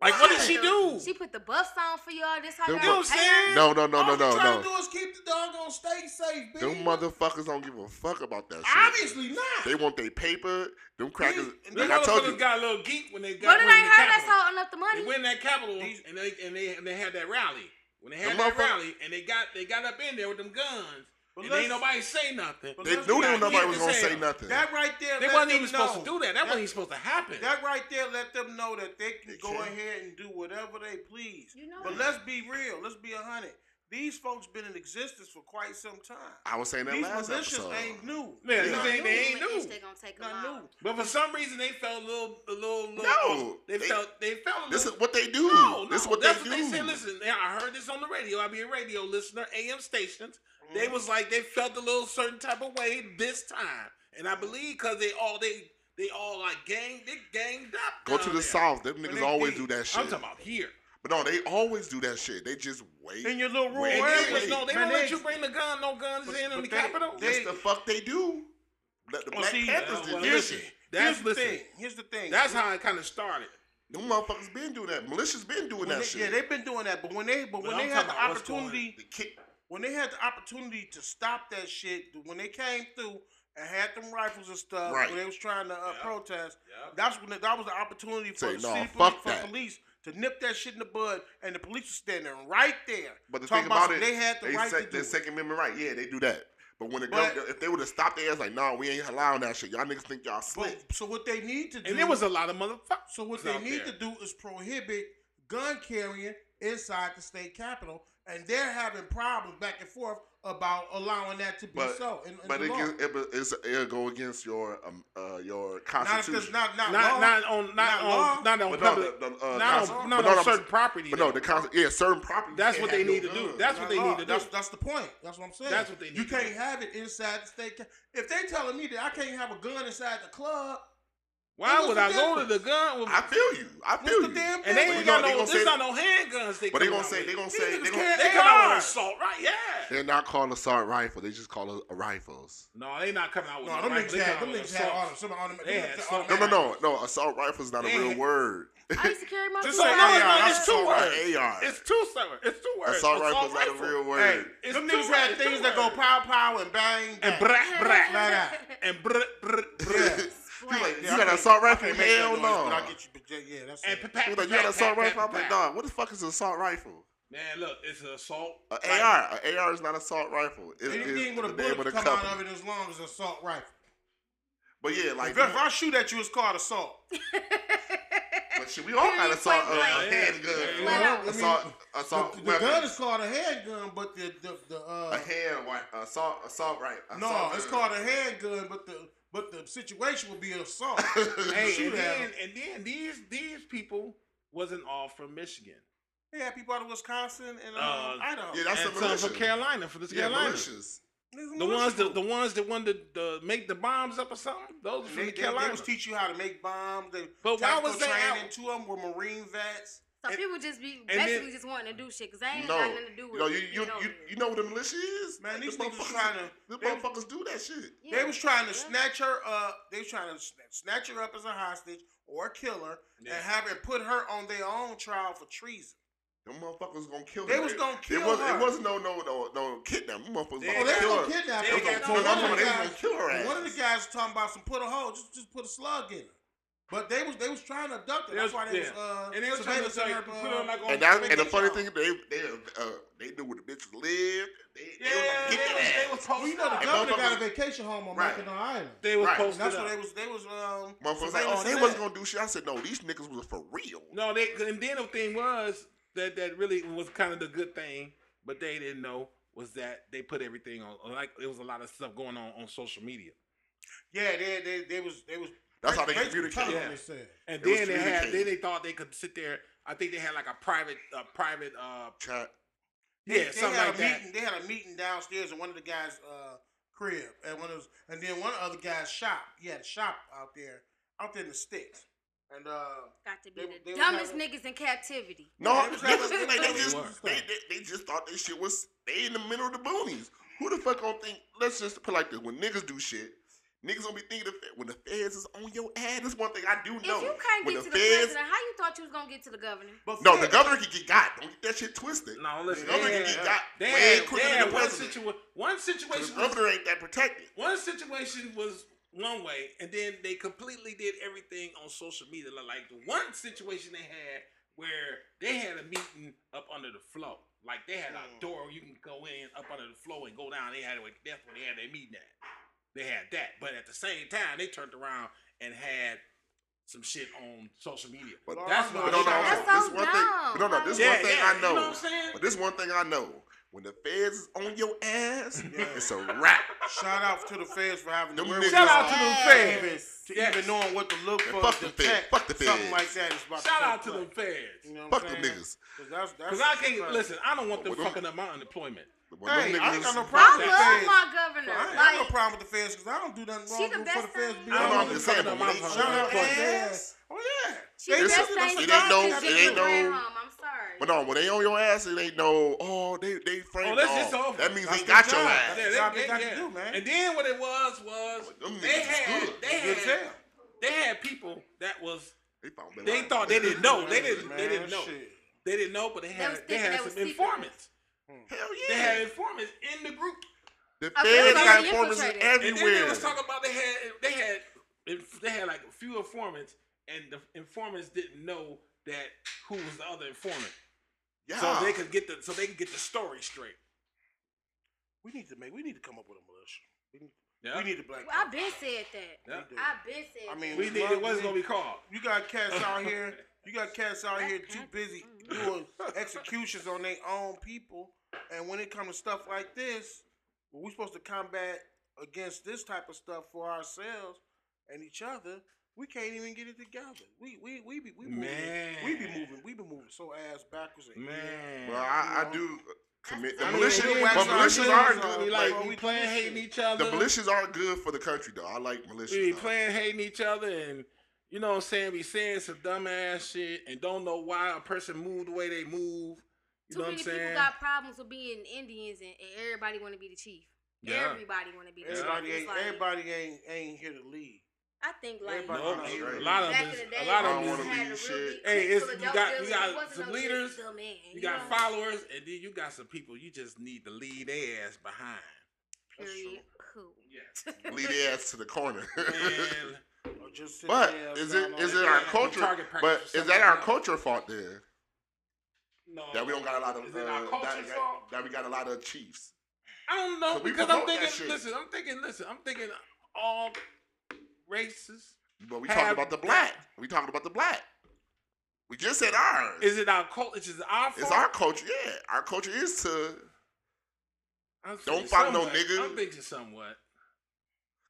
Speaker 8: Like, what did she do?
Speaker 5: She put the buffs on for y'all. This how
Speaker 3: Them
Speaker 5: y'all
Speaker 3: mo-
Speaker 5: pay her?
Speaker 3: No, no, no,
Speaker 9: All
Speaker 3: no,
Speaker 9: we
Speaker 3: no,
Speaker 9: trying to
Speaker 3: no.
Speaker 9: do is keep the dog on stay safe, bitch.
Speaker 3: Them motherfuckers don't give a fuck about that shit.
Speaker 9: Obviously not.
Speaker 3: They want their paper. Them crackers.
Speaker 6: and
Speaker 3: Like
Speaker 4: Them
Speaker 3: I told
Speaker 4: motherfuckers
Speaker 3: you.
Speaker 4: got a little geek when they got
Speaker 5: But it
Speaker 4: when
Speaker 5: ain't
Speaker 4: the
Speaker 5: her that's
Speaker 4: Capitol.
Speaker 5: holding up the money.
Speaker 4: They went in that Capitol
Speaker 6: These-
Speaker 4: and they and they and they had that rally. When they had
Speaker 3: The
Speaker 4: that
Speaker 3: motherfucker-
Speaker 4: rally and they got they got up in there with them guns.
Speaker 6: But
Speaker 4: and ain't
Speaker 6: let's-
Speaker 4: nobody say nothing.
Speaker 6: but
Speaker 3: They
Speaker 6: let's
Speaker 3: knew
Speaker 6: be
Speaker 3: they
Speaker 6: honest.
Speaker 3: nobody was
Speaker 4: Yeah,
Speaker 3: gonna
Speaker 4: they
Speaker 3: say
Speaker 4: say-
Speaker 3: nothing.
Speaker 6: That right there.
Speaker 4: They
Speaker 6: let
Speaker 4: wasn't
Speaker 6: them
Speaker 4: even supposed to do
Speaker 6: know.
Speaker 4: that. That wasn't even supposed to happen.
Speaker 6: That right there let them know that they can
Speaker 3: They
Speaker 6: go
Speaker 3: can.
Speaker 6: ahead and do whatever they please.
Speaker 5: You know
Speaker 6: but
Speaker 5: it.
Speaker 6: let's be real. Let's be a hundred. These folks been in existence for quite some time.
Speaker 3: I was saying that
Speaker 6: These
Speaker 3: last
Speaker 6: militias
Speaker 3: episode.
Speaker 6: ain't new.
Speaker 4: Yeah,
Speaker 6: They're
Speaker 4: this
Speaker 6: not
Speaker 4: ain't-
Speaker 6: new.
Speaker 4: they ain't
Speaker 5: When
Speaker 4: new.
Speaker 5: each They gonna take 'em
Speaker 6: Not
Speaker 5: out.
Speaker 6: new.
Speaker 4: but for some reason they felt a little a little, little
Speaker 3: No,
Speaker 4: They,
Speaker 3: they-
Speaker 4: felt they felt a little
Speaker 3: This is what they do.
Speaker 4: No, no,
Speaker 3: this is what
Speaker 4: that's
Speaker 3: they
Speaker 4: what
Speaker 3: do.
Speaker 4: they said. Listen, now, I heard this on the radio. I be a radio listener, AM stations.
Speaker 3: Mm-hmm.
Speaker 4: They was like they felt a little certain type of way this time, and I
Speaker 3: Mm-hmm.
Speaker 4: believe because they all they they all like gang they ganged up.
Speaker 3: Go
Speaker 4: down
Speaker 3: to the
Speaker 4: there.
Speaker 3: south. Them
Speaker 4: But
Speaker 3: niggas
Speaker 4: they
Speaker 3: always
Speaker 4: did.
Speaker 3: do that
Speaker 4: I'm
Speaker 3: shit.
Speaker 4: talking about here.
Speaker 3: But no, they always do that shit. They just wait.
Speaker 6: In your little rural
Speaker 3: Wait,
Speaker 4: And
Speaker 3: wait,
Speaker 4: they
Speaker 6: area.
Speaker 4: was, no, they don't
Speaker 6: Man,
Speaker 4: let you bring the gun, no guns
Speaker 6: But-
Speaker 4: in in
Speaker 6: but
Speaker 4: the
Speaker 6: they-
Speaker 4: Capitol.
Speaker 6: they-
Speaker 3: That's the fuck they do. Let the
Speaker 6: Well,
Speaker 3: Black
Speaker 6: see, uh,
Speaker 3: Panthers
Speaker 6: well,
Speaker 3: did
Speaker 4: well,
Speaker 3: that
Speaker 4: listen.
Speaker 3: shit.
Speaker 4: That's
Speaker 6: Here's the
Speaker 4: listen.
Speaker 6: thing. Here's the thing.
Speaker 4: That's how it kind of started.
Speaker 3: Them motherfuckers been doing that. Militias been doing
Speaker 6: When
Speaker 3: that
Speaker 6: they-
Speaker 3: shit.
Speaker 6: yeah, they've been doing that, but when they
Speaker 4: But
Speaker 6: but, when
Speaker 4: I'm
Speaker 6: they had
Speaker 4: talking
Speaker 6: the
Speaker 4: about what's going-
Speaker 6: opportunity,
Speaker 3: the kick.
Speaker 6: when they had the opportunity to stop that shit, when they came through and had them rifles and stuff,
Speaker 3: Right.
Speaker 6: when they was trying to uh, protest,
Speaker 4: Yep.
Speaker 6: that's when that was the opportunity for
Speaker 3: Say,
Speaker 6: the
Speaker 3: "Nah,
Speaker 6: city
Speaker 3: fuck
Speaker 6: police, for
Speaker 3: that."
Speaker 6: police to nip that shit in the bud, and the police was standing right there.
Speaker 3: But the
Speaker 6: talking
Speaker 3: thing about it,
Speaker 6: some- they had the right
Speaker 3: sec-
Speaker 6: to do
Speaker 3: their
Speaker 6: it.
Speaker 3: Second Amendment right. Yeah, they do that. But when the
Speaker 6: But-
Speaker 3: government, if they would have stopped their ass, like, nah, we ain't allowing that shit. Y'all niggas think y'all slick.
Speaker 6: But- so what they need to do,
Speaker 4: And there was a lot of motherfuckers.
Speaker 6: so what they
Speaker 4: out
Speaker 6: need
Speaker 4: there.
Speaker 6: to do is prohibit gun carrying inside the state capitol, and they're having problems back and forth about allowing that to be
Speaker 3: But-
Speaker 6: so. In, in
Speaker 3: But
Speaker 6: the
Speaker 3: it,
Speaker 6: law.
Speaker 3: gets- it, be- it's, it'll go against your um, uh, your
Speaker 6: not if there's
Speaker 3: constitution.
Speaker 6: not not law.
Speaker 4: Not not on not,
Speaker 6: Not
Speaker 4: on
Speaker 6: law.
Speaker 4: not on
Speaker 3: But no,
Speaker 4: public
Speaker 3: the- the, uh,
Speaker 4: not
Speaker 3: consti-
Speaker 4: on,
Speaker 3: but
Speaker 4: not
Speaker 3: no,
Speaker 4: on
Speaker 3: I'm-
Speaker 4: certain property.
Speaker 3: but no,
Speaker 4: though.
Speaker 3: the cons- yeah, certain property. you
Speaker 4: That's
Speaker 3: can't
Speaker 4: what they
Speaker 3: have no
Speaker 4: need to do.
Speaker 3: guns.
Speaker 4: That's what they
Speaker 6: law.
Speaker 4: need to do.
Speaker 6: That's, that's the point. That's what I'm saying.
Speaker 4: That's what they need
Speaker 6: You
Speaker 4: to
Speaker 6: can't
Speaker 4: do.
Speaker 6: have it inside the state. ca- If they telling me that I can't have a gun inside the club,
Speaker 4: Why
Speaker 6: What's
Speaker 4: would
Speaker 6: the
Speaker 4: I go to
Speaker 6: difference?
Speaker 4: the gun? With,
Speaker 3: I feel you. I feel
Speaker 6: what's the
Speaker 3: you.
Speaker 6: damn
Speaker 3: But you know,
Speaker 4: and they ain't got
Speaker 6: difference?
Speaker 3: they
Speaker 4: no.
Speaker 3: gonna
Speaker 4: This
Speaker 3: say-
Speaker 4: not no handguns. They
Speaker 3: But they
Speaker 4: come
Speaker 3: gonna
Speaker 4: out
Speaker 3: say
Speaker 4: with.
Speaker 3: they gonna
Speaker 6: These
Speaker 3: say
Speaker 6: niggas
Speaker 3: they
Speaker 6: can't-
Speaker 3: gonna,
Speaker 4: They
Speaker 6: They
Speaker 4: come out
Speaker 6: are.
Speaker 4: with assault, right? Yeah.
Speaker 3: they're not called assault rifle. They just call it a rifles.
Speaker 4: No, they not coming out with.
Speaker 6: No, them
Speaker 4: rifle.
Speaker 6: niggas
Speaker 4: They
Speaker 6: had them
Speaker 4: coming out with
Speaker 6: niggas had
Speaker 4: assault.
Speaker 6: auto- some automatic.
Speaker 4: They
Speaker 6: them
Speaker 4: had
Speaker 6: niggas
Speaker 4: some-
Speaker 3: No, no,
Speaker 6: automatic-
Speaker 3: no, no. Assault rifle is not a
Speaker 4: They
Speaker 3: real
Speaker 4: had-
Speaker 3: word.
Speaker 5: I used to carry my
Speaker 4: Just
Speaker 5: food out.
Speaker 4: like AR,
Speaker 5: Like,
Speaker 4: that's
Speaker 5: uh,
Speaker 4: two
Speaker 3: assault
Speaker 4: words.
Speaker 3: rifle, AR.
Speaker 4: It's two words. It's two words.
Speaker 3: Assault rifle is not a real word.
Speaker 6: Hey,
Speaker 4: It's
Speaker 6: them
Speaker 4: two
Speaker 6: niggas had
Speaker 4: words,
Speaker 6: things
Speaker 4: two
Speaker 6: that go
Speaker 4: words.
Speaker 6: pow pow and bang
Speaker 4: And
Speaker 6: bang.
Speaker 4: brat,
Speaker 6: Flat
Speaker 4: brat,
Speaker 6: out.
Speaker 4: and brat, brat, brat,
Speaker 3: You
Speaker 5: Right.
Speaker 3: like, you
Speaker 6: Yeah, I
Speaker 3: got an
Speaker 6: can't-
Speaker 3: assault
Speaker 6: I
Speaker 3: rifle?
Speaker 6: can't make that
Speaker 3: Hell
Speaker 6: noise,
Speaker 3: no.
Speaker 6: But I get you. But yeah, yeah, that's
Speaker 4: and
Speaker 6: it.
Speaker 4: pat,
Speaker 3: He was
Speaker 4: pat,
Speaker 3: like, you got an assault
Speaker 4: pat,
Speaker 3: rifle?
Speaker 4: pat,
Speaker 3: I'm like,
Speaker 4: pat.
Speaker 3: nah, what the fuck is an assault rifle?
Speaker 4: Man, look, it's an assault.
Speaker 3: An
Speaker 4: rifle.
Speaker 3: AR. An AR is not an assault rifle. It- it's
Speaker 6: Anything with a
Speaker 3: the name
Speaker 6: bullet
Speaker 3: of the
Speaker 6: come out
Speaker 3: company.
Speaker 6: of it as long as assault rifle.
Speaker 3: But yeah, like,
Speaker 6: If if I shoot at you, it's called assault.
Speaker 3: but shit, we all got assault uh,
Speaker 5: Like-
Speaker 3: handgun.
Speaker 5: Flat out.
Speaker 3: Assault,
Speaker 6: The,
Speaker 3: assault
Speaker 6: the
Speaker 3: weapon.
Speaker 6: gun is called a handgun, but the the, the uh,
Speaker 3: a hand wi- assault, assault right.
Speaker 6: No,
Speaker 3: assault
Speaker 6: it's
Speaker 3: gun.
Speaker 6: called a handgun, but the but the situation would be an assault.
Speaker 4: Hey,
Speaker 6: Shoot
Speaker 4: and
Speaker 6: at
Speaker 4: then,
Speaker 6: him.
Speaker 4: and then these these people wasn't all from Michigan.
Speaker 6: Yeah, people out of Wisconsin and um,
Speaker 4: Uh,
Speaker 6: Idaho.
Speaker 3: Yeah, that's
Speaker 4: and
Speaker 3: the
Speaker 4: some
Speaker 3: militia.
Speaker 4: from Carolina, from the
Speaker 3: yeah,
Speaker 4: Carolina.
Speaker 3: militias.
Speaker 4: The ones that the ones that wanted to, to make the bombs up or something. Those are
Speaker 6: they,
Speaker 4: from
Speaker 6: they,
Speaker 4: the
Speaker 6: they
Speaker 4: Carolina.
Speaker 6: was teach you how to make bombs. They
Speaker 4: But why was they
Speaker 6: training
Speaker 4: out?
Speaker 6: Two of them were Marine vets.
Speaker 5: So people just be
Speaker 4: then-
Speaker 5: basically just wanting to do shit because they ain't
Speaker 3: No,
Speaker 5: got nothing to do
Speaker 3: you
Speaker 5: with
Speaker 3: know,
Speaker 5: it.
Speaker 3: you you, you, you know what the militia is,
Speaker 6: Man, these
Speaker 3: Them
Speaker 6: niggas
Speaker 3: motherfuckers-
Speaker 6: trying to-
Speaker 3: them
Speaker 6: they-
Speaker 3: motherfuckers do that shit.
Speaker 5: Yeah.
Speaker 6: They was trying to
Speaker 5: Yeah.
Speaker 6: snatch her up. They was trying to sna- snatch her up as a hostage or kill her and have her put her on their own trial for treason.
Speaker 3: Them motherfuckers gonna kill.
Speaker 6: They
Speaker 3: her.
Speaker 6: was gonna
Speaker 3: It
Speaker 6: kill
Speaker 3: wasn't.
Speaker 6: her.
Speaker 3: It wasn't no no no no kidnap. Them motherfuckers
Speaker 4: They
Speaker 3: gonna
Speaker 6: Oh, they
Speaker 3: kill
Speaker 6: gonna
Speaker 3: her.
Speaker 6: kidnap
Speaker 4: They
Speaker 6: her.
Speaker 4: got
Speaker 6: So
Speaker 4: no
Speaker 6: one of
Speaker 3: guns.
Speaker 6: the
Speaker 3: They
Speaker 6: guys-
Speaker 3: gonna kill her
Speaker 6: One of
Speaker 3: ass.
Speaker 6: the guys was talking about some put a hole, just, just put a slug in her. But they was they was trying to abduct her.
Speaker 4: They was-
Speaker 6: That's why they
Speaker 4: yeah.
Speaker 6: was uh,
Speaker 4: And they was trying to
Speaker 6: surveillance
Speaker 4: say,
Speaker 6: her,
Speaker 4: put her
Speaker 6: uh,
Speaker 4: like on
Speaker 3: And that, and the
Speaker 4: vacation.
Speaker 3: funny thing, they they uh, they knew where the bitches lived. They, they
Speaker 4: yeah,
Speaker 3: was like, get that
Speaker 4: they,
Speaker 3: ass.
Speaker 4: was,
Speaker 6: Well,
Speaker 4: they
Speaker 6: you
Speaker 3: And
Speaker 4: was posted.
Speaker 6: know the
Speaker 4: up.
Speaker 6: governor got
Speaker 3: motherfuckers-
Speaker 6: a vacation home on
Speaker 3: Right.
Speaker 6: Mackinac Island.
Speaker 4: They was
Speaker 3: Right.
Speaker 4: posted
Speaker 6: That's
Speaker 4: up.
Speaker 6: what they was. They was um.
Speaker 3: Motherfuckers like,
Speaker 6: surveillance
Speaker 3: oh, they
Speaker 6: of
Speaker 3: wasn't
Speaker 6: that.
Speaker 3: gonna do shit. I said, no, these niggas was for real.
Speaker 4: No, they and then the thing was that that really was kind of the good thing, but they didn't know was that they put everything on like it was a lot of stuff going on on social media,
Speaker 6: Yeah, they they they was they was.
Speaker 3: That's how they
Speaker 6: Basically,
Speaker 3: communicate.
Speaker 6: telling
Speaker 4: Yeah.
Speaker 6: them they said.
Speaker 4: and
Speaker 3: It was
Speaker 4: then they had then
Speaker 3: communicated.
Speaker 4: they thought they could sit there. I think they had like a private, a private, uh,
Speaker 3: Chat.
Speaker 4: yeah,
Speaker 6: they
Speaker 4: something
Speaker 6: had
Speaker 4: like
Speaker 6: a
Speaker 4: that.
Speaker 6: Meeting, they had a meeting downstairs in one of the guys' uh, crib, and one of those, and then one other guy's shop. He had a shop out there, out there in the sticks, and uh,
Speaker 5: Got to be
Speaker 6: They-
Speaker 5: the
Speaker 6: they was
Speaker 5: dumbest
Speaker 6: having-
Speaker 5: niggas in captivity.
Speaker 3: No,
Speaker 6: Yeah, they was
Speaker 3: they,
Speaker 6: having-
Speaker 3: was- like, they
Speaker 4: They
Speaker 3: just
Speaker 4: were.
Speaker 3: they, they, they just thought this shit was they in the middle of the boonies. Who the fuck gonna think? Let's just put it like this: when niggas do shit, niggas gonna be thinking the, when the feds is on your ass. That's one thing I do know.
Speaker 5: if you can't
Speaker 3: when
Speaker 5: get to the president, how you thought you was gonna get to the governor?
Speaker 6: but
Speaker 3: no,
Speaker 6: Fed-
Speaker 3: the governor can get got. Don't get that shit twisted.
Speaker 4: No, listen,
Speaker 3: the governor can
Speaker 4: they
Speaker 3: get
Speaker 4: had,
Speaker 3: got
Speaker 4: they
Speaker 3: way
Speaker 4: had,
Speaker 3: quicker
Speaker 4: they
Speaker 3: than
Speaker 4: had
Speaker 3: the
Speaker 4: one,
Speaker 3: president.
Speaker 4: situa- one
Speaker 3: 'Cause
Speaker 4: situation.
Speaker 3: the
Speaker 4: Was,
Speaker 3: governor ain't that protected.
Speaker 4: one situation was one way, and then they completely did everything on social media. Like, Like the one situation they had where they had a meeting up under the floor. Like they had a door you can go in up under the floor and go down. They had it. with- That's where they had their meeting at. They had that, but at the same time they turned around and had some shit on social media.
Speaker 3: But
Speaker 4: that's
Speaker 3: But
Speaker 4: what
Speaker 3: no, no,
Speaker 4: I'm
Speaker 5: That's
Speaker 3: no,
Speaker 4: saying.
Speaker 5: so
Speaker 3: this one thing.
Speaker 5: dumb.
Speaker 3: But no, no, this
Speaker 4: Yeah,
Speaker 3: one thing
Speaker 4: yeah,
Speaker 3: I
Speaker 4: you
Speaker 3: know.
Speaker 4: know what I'm saying?
Speaker 3: But this one thing I know: when the feds is on your ass, it's a wrap.
Speaker 6: shout out to the feds for having the
Speaker 3: Them
Speaker 6: wherewithal
Speaker 3: niggas- Shout out
Speaker 4: to them
Speaker 6: even-
Speaker 4: feds.
Speaker 6: to
Speaker 4: Yes.
Speaker 6: even knowing what to look for.
Speaker 3: fuck the
Speaker 6: to
Speaker 3: feds.
Speaker 6: check
Speaker 3: Fuck the
Speaker 6: Something
Speaker 3: feds.
Speaker 6: like that is about
Speaker 4: Shout
Speaker 6: to
Speaker 4: out to
Speaker 6: take
Speaker 4: the
Speaker 6: place.
Speaker 4: feds.
Speaker 6: You know what
Speaker 3: Fuck
Speaker 6: I'm
Speaker 3: them
Speaker 6: saying?
Speaker 3: niggas.
Speaker 6: 'Cause that's-
Speaker 4: Cause I
Speaker 6: that's-
Speaker 4: can't listen. I don't want them
Speaker 3: Well, them-
Speaker 4: fucking up my unemployment.
Speaker 3: When them
Speaker 6: Hey, I ain't got no
Speaker 3: niggas-
Speaker 5: I
Speaker 6: problem with the
Speaker 5: love
Speaker 6: feds.
Speaker 5: my governor.
Speaker 6: I ain't got no
Speaker 5: like,
Speaker 6: problem with the feds because I don't do nothing
Speaker 5: She
Speaker 6: wrong
Speaker 5: the
Speaker 6: before the
Speaker 5: best
Speaker 6: feds
Speaker 5: thing.
Speaker 6: be
Speaker 4: I
Speaker 3: No, no,
Speaker 4: don't
Speaker 6: on.
Speaker 4: want
Speaker 3: I'm
Speaker 4: them
Speaker 3: just
Speaker 4: fucking
Speaker 3: saying,
Speaker 4: up
Speaker 3: but
Speaker 4: my
Speaker 3: when they-
Speaker 6: Shout out
Speaker 4: unemployment.
Speaker 6: ass. Oh yeah.
Speaker 5: she the
Speaker 3: It's
Speaker 5: best
Speaker 3: a-
Speaker 5: thing
Speaker 3: it
Speaker 5: she
Speaker 3: ain't
Speaker 5: got
Speaker 3: no-
Speaker 5: is
Speaker 3: it
Speaker 5: just
Speaker 3: ain't
Speaker 5: the
Speaker 3: no-
Speaker 5: red home. I'm sorry.
Speaker 3: But no, when they on your ass, it ain't no. Oh, they they framed.
Speaker 4: Oh,
Speaker 3: Oh,
Speaker 4: that's just over.
Speaker 3: That means they
Speaker 6: That's
Speaker 3: got
Speaker 6: the
Speaker 3: your
Speaker 6: job.
Speaker 3: ass.
Speaker 6: That's the
Speaker 4: Yeah,
Speaker 6: job
Speaker 4: they-
Speaker 6: they got
Speaker 4: yeah.
Speaker 6: to do, man.
Speaker 4: And then what it was was
Speaker 3: Them
Speaker 4: they
Speaker 3: niggas
Speaker 4: had
Speaker 3: good.
Speaker 4: they
Speaker 6: Good
Speaker 4: had
Speaker 6: as hell.
Speaker 4: they had people that was
Speaker 3: They, found their
Speaker 4: they
Speaker 3: life.
Speaker 4: thought they didn't know they didn't they
Speaker 6: Man,
Speaker 4: didn't know
Speaker 6: shit.
Speaker 4: they didn't know but they
Speaker 5: was
Speaker 4: had they
Speaker 5: thinking
Speaker 4: had
Speaker 5: they
Speaker 4: some
Speaker 5: was secret.
Speaker 4: informants
Speaker 3: Hmm. Hell
Speaker 4: they
Speaker 3: yeah.
Speaker 4: had informants in the group
Speaker 3: the
Speaker 5: I feel
Speaker 3: feds
Speaker 5: like
Speaker 3: got
Speaker 5: they
Speaker 3: informants
Speaker 5: infiltrated.
Speaker 4: and then they
Speaker 3: everywhere.
Speaker 4: was talking about they had they had inf- they had like a few informants and the informants didn't know that who was the other informant
Speaker 3: yeah.
Speaker 4: so they could get the so they could get the story straight
Speaker 6: We need to make. We need to come up with a militia. We need,
Speaker 4: yeah
Speaker 6: we need to black.
Speaker 5: Well, I've been said that.
Speaker 4: yeah.
Speaker 6: people.
Speaker 5: I've been said
Speaker 6: I mean,
Speaker 4: we need it wasn't gonna be called
Speaker 6: You got cats out here. You got cats out here too
Speaker 5: Mm-hmm.
Speaker 6: busy doing executions on their own people. And when it comes to stuff like this, when we're supposed to combat against this type of stuff for ourselves and each other. We can't even get it together. We we we be we moving. We be
Speaker 4: Man.
Speaker 6: moving. We be moving so ass backwards. And
Speaker 4: man
Speaker 3: well, I, I do commit. The
Speaker 5: I
Speaker 6: mean,
Speaker 3: militia,
Speaker 6: we did
Speaker 3: but
Speaker 6: wax our
Speaker 3: militias
Speaker 6: feelings
Speaker 3: are
Speaker 6: on it,
Speaker 3: good.
Speaker 4: we
Speaker 3: Like,
Speaker 4: like, we playing hating each other
Speaker 3: the militias are good for the country, though. I like militias.
Speaker 4: We be
Speaker 3: though.
Speaker 4: playing hating each other and you know what I'm saying, be saying some dumbass shit and don't know why a person moved the way they move. You
Speaker 5: Too
Speaker 4: know what
Speaker 5: many
Speaker 4: I'm
Speaker 5: people
Speaker 4: saying?
Speaker 5: got problems with being Indians, and, and everybody want to be the chief.
Speaker 4: Yeah.
Speaker 5: Everybody want to be the
Speaker 6: Everybody
Speaker 5: chief. It's
Speaker 6: ain't
Speaker 5: like,
Speaker 6: everybody ain't ain't here to lead.
Speaker 5: I think like
Speaker 6: everybody
Speaker 4: Nope.
Speaker 6: Right,
Speaker 4: A
Speaker 3: right.
Speaker 4: lot of
Speaker 5: back
Speaker 4: them,
Speaker 5: in the
Speaker 4: a
Speaker 5: day,
Speaker 4: lot
Speaker 3: I
Speaker 4: of
Speaker 3: don't wanna
Speaker 4: them, is-
Speaker 5: had
Speaker 3: lead
Speaker 5: a
Speaker 3: shit.
Speaker 5: real big
Speaker 4: Hey, it's-
Speaker 5: Philadelphia
Speaker 4: you got- you
Speaker 5: leader.
Speaker 4: got
Speaker 5: It wasn't
Speaker 4: some
Speaker 5: no big
Speaker 4: leaders.
Speaker 5: dumb man,
Speaker 4: you got
Speaker 5: know?
Speaker 4: followers and then you got some people you just need to lead their ass behind.
Speaker 5: Period. Cool.
Speaker 3: Lead their ass to the corner.
Speaker 4: Man,
Speaker 6: Or just sit
Speaker 3: but
Speaker 6: their ass
Speaker 3: is
Speaker 6: down
Speaker 3: it
Speaker 6: on
Speaker 3: is
Speaker 6: their
Speaker 3: it our
Speaker 4: Yeah,
Speaker 3: culture?
Speaker 4: target practice
Speaker 3: But
Speaker 4: or
Speaker 3: is
Speaker 4: something
Speaker 3: that our
Speaker 4: like that.
Speaker 3: culture fault then?
Speaker 4: no.
Speaker 3: That we don't got a lot of
Speaker 4: Is it our
Speaker 3: uh,
Speaker 4: culture's
Speaker 3: that- that-
Speaker 4: fault?
Speaker 3: that we got a lot of chiefs.
Speaker 4: I don't know
Speaker 3: Could we
Speaker 4: because I'm
Speaker 3: promote that
Speaker 4: thinking.
Speaker 3: shit?
Speaker 4: Listen, I'm thinking. Listen, I'm thinking all races.
Speaker 3: But we
Speaker 4: have
Speaker 3: talking about the black. We talking about the black. We just said ours.
Speaker 4: Is it our culture? Is it our fault?
Speaker 3: It's our culture. Yeah, our culture is to.
Speaker 4: I'm
Speaker 3: Don't
Speaker 4: thinking
Speaker 3: follow no
Speaker 4: somewhat.
Speaker 3: nigga.
Speaker 4: I'm thinking somewhat.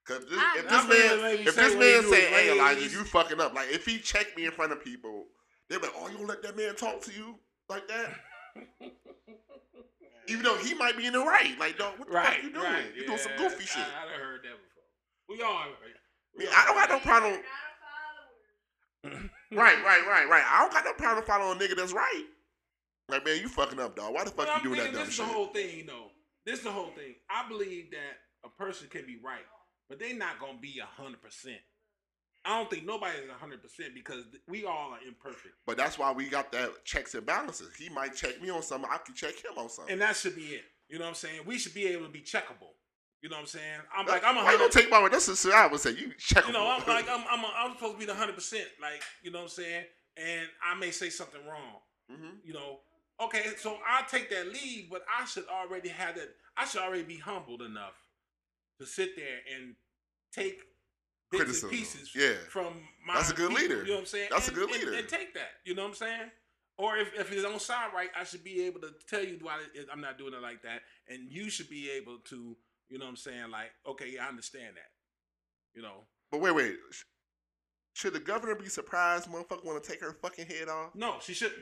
Speaker 3: Cause this,
Speaker 5: I- I
Speaker 3: if this
Speaker 4: feel
Speaker 3: man,
Speaker 4: like you
Speaker 3: if
Speaker 4: say
Speaker 3: this
Speaker 4: what you
Speaker 3: man
Speaker 4: do
Speaker 3: say,
Speaker 4: is
Speaker 3: "Hey, Elijah,
Speaker 4: raised."
Speaker 3: you fucking up," like if he checked me in front of people, they'd be like, "Oh, you gonna let that man talk to you like that?" Even though he might be in the right, like, dog, what the fuck you doing? you doing some goofy shit.
Speaker 4: I, I done heard that before. We all.
Speaker 3: I, mean, I don't got no problem. Right, right, right, right. I don't got no problem following a nigga that's right. Like, man, you fucking up, dog. Why the fuck
Speaker 4: But I'm
Speaker 3: you doing that
Speaker 4: thinking
Speaker 3: dumb
Speaker 4: this is
Speaker 3: shit?
Speaker 4: the whole thing, though. This is the whole thing. I believe that a person can be right, but they not gonna be hundred percent. I don't think nobody's hundred percent because th- we all are imperfect,
Speaker 3: But that's why we got that checks and balances. He might check me on something. I can check him on something.
Speaker 4: and that should be it. You know what I'm saying? We should be able to be checkable. You know what I'm saying? I'm like, I'm a
Speaker 3: I don't
Speaker 4: hundred.
Speaker 3: take my word. That's sincere. I would say you check.
Speaker 4: You know, I'm like, I'm, I'm, a, I'm supposed to be the hundred percent. Like, you know what I'm saying? And I may say something wrong.
Speaker 3: Mhm.
Speaker 4: You know, okay, so I take that lead, but I should already have that. I should already be humbled enough to sit there and take bits
Speaker 3: Criticism.
Speaker 4: and pieces
Speaker 3: Yeah.
Speaker 4: from my.
Speaker 3: That's a good
Speaker 4: people,
Speaker 3: leader.
Speaker 4: You know what I'm saying?
Speaker 3: That's a
Speaker 4: And-
Speaker 3: good
Speaker 4: and-
Speaker 3: leader.
Speaker 4: And take that. You know what I'm saying? Or if, if it don't sound right, I should be able to tell you why it- I'm not doing it like that, and you should be able to, you know what I'm saying? Like, okay, I understand that. You know,
Speaker 3: But wait, wait. Sh- Should the governor be surprised? Motherfucker, want to take her fucking head off
Speaker 4: no, she shouldn't.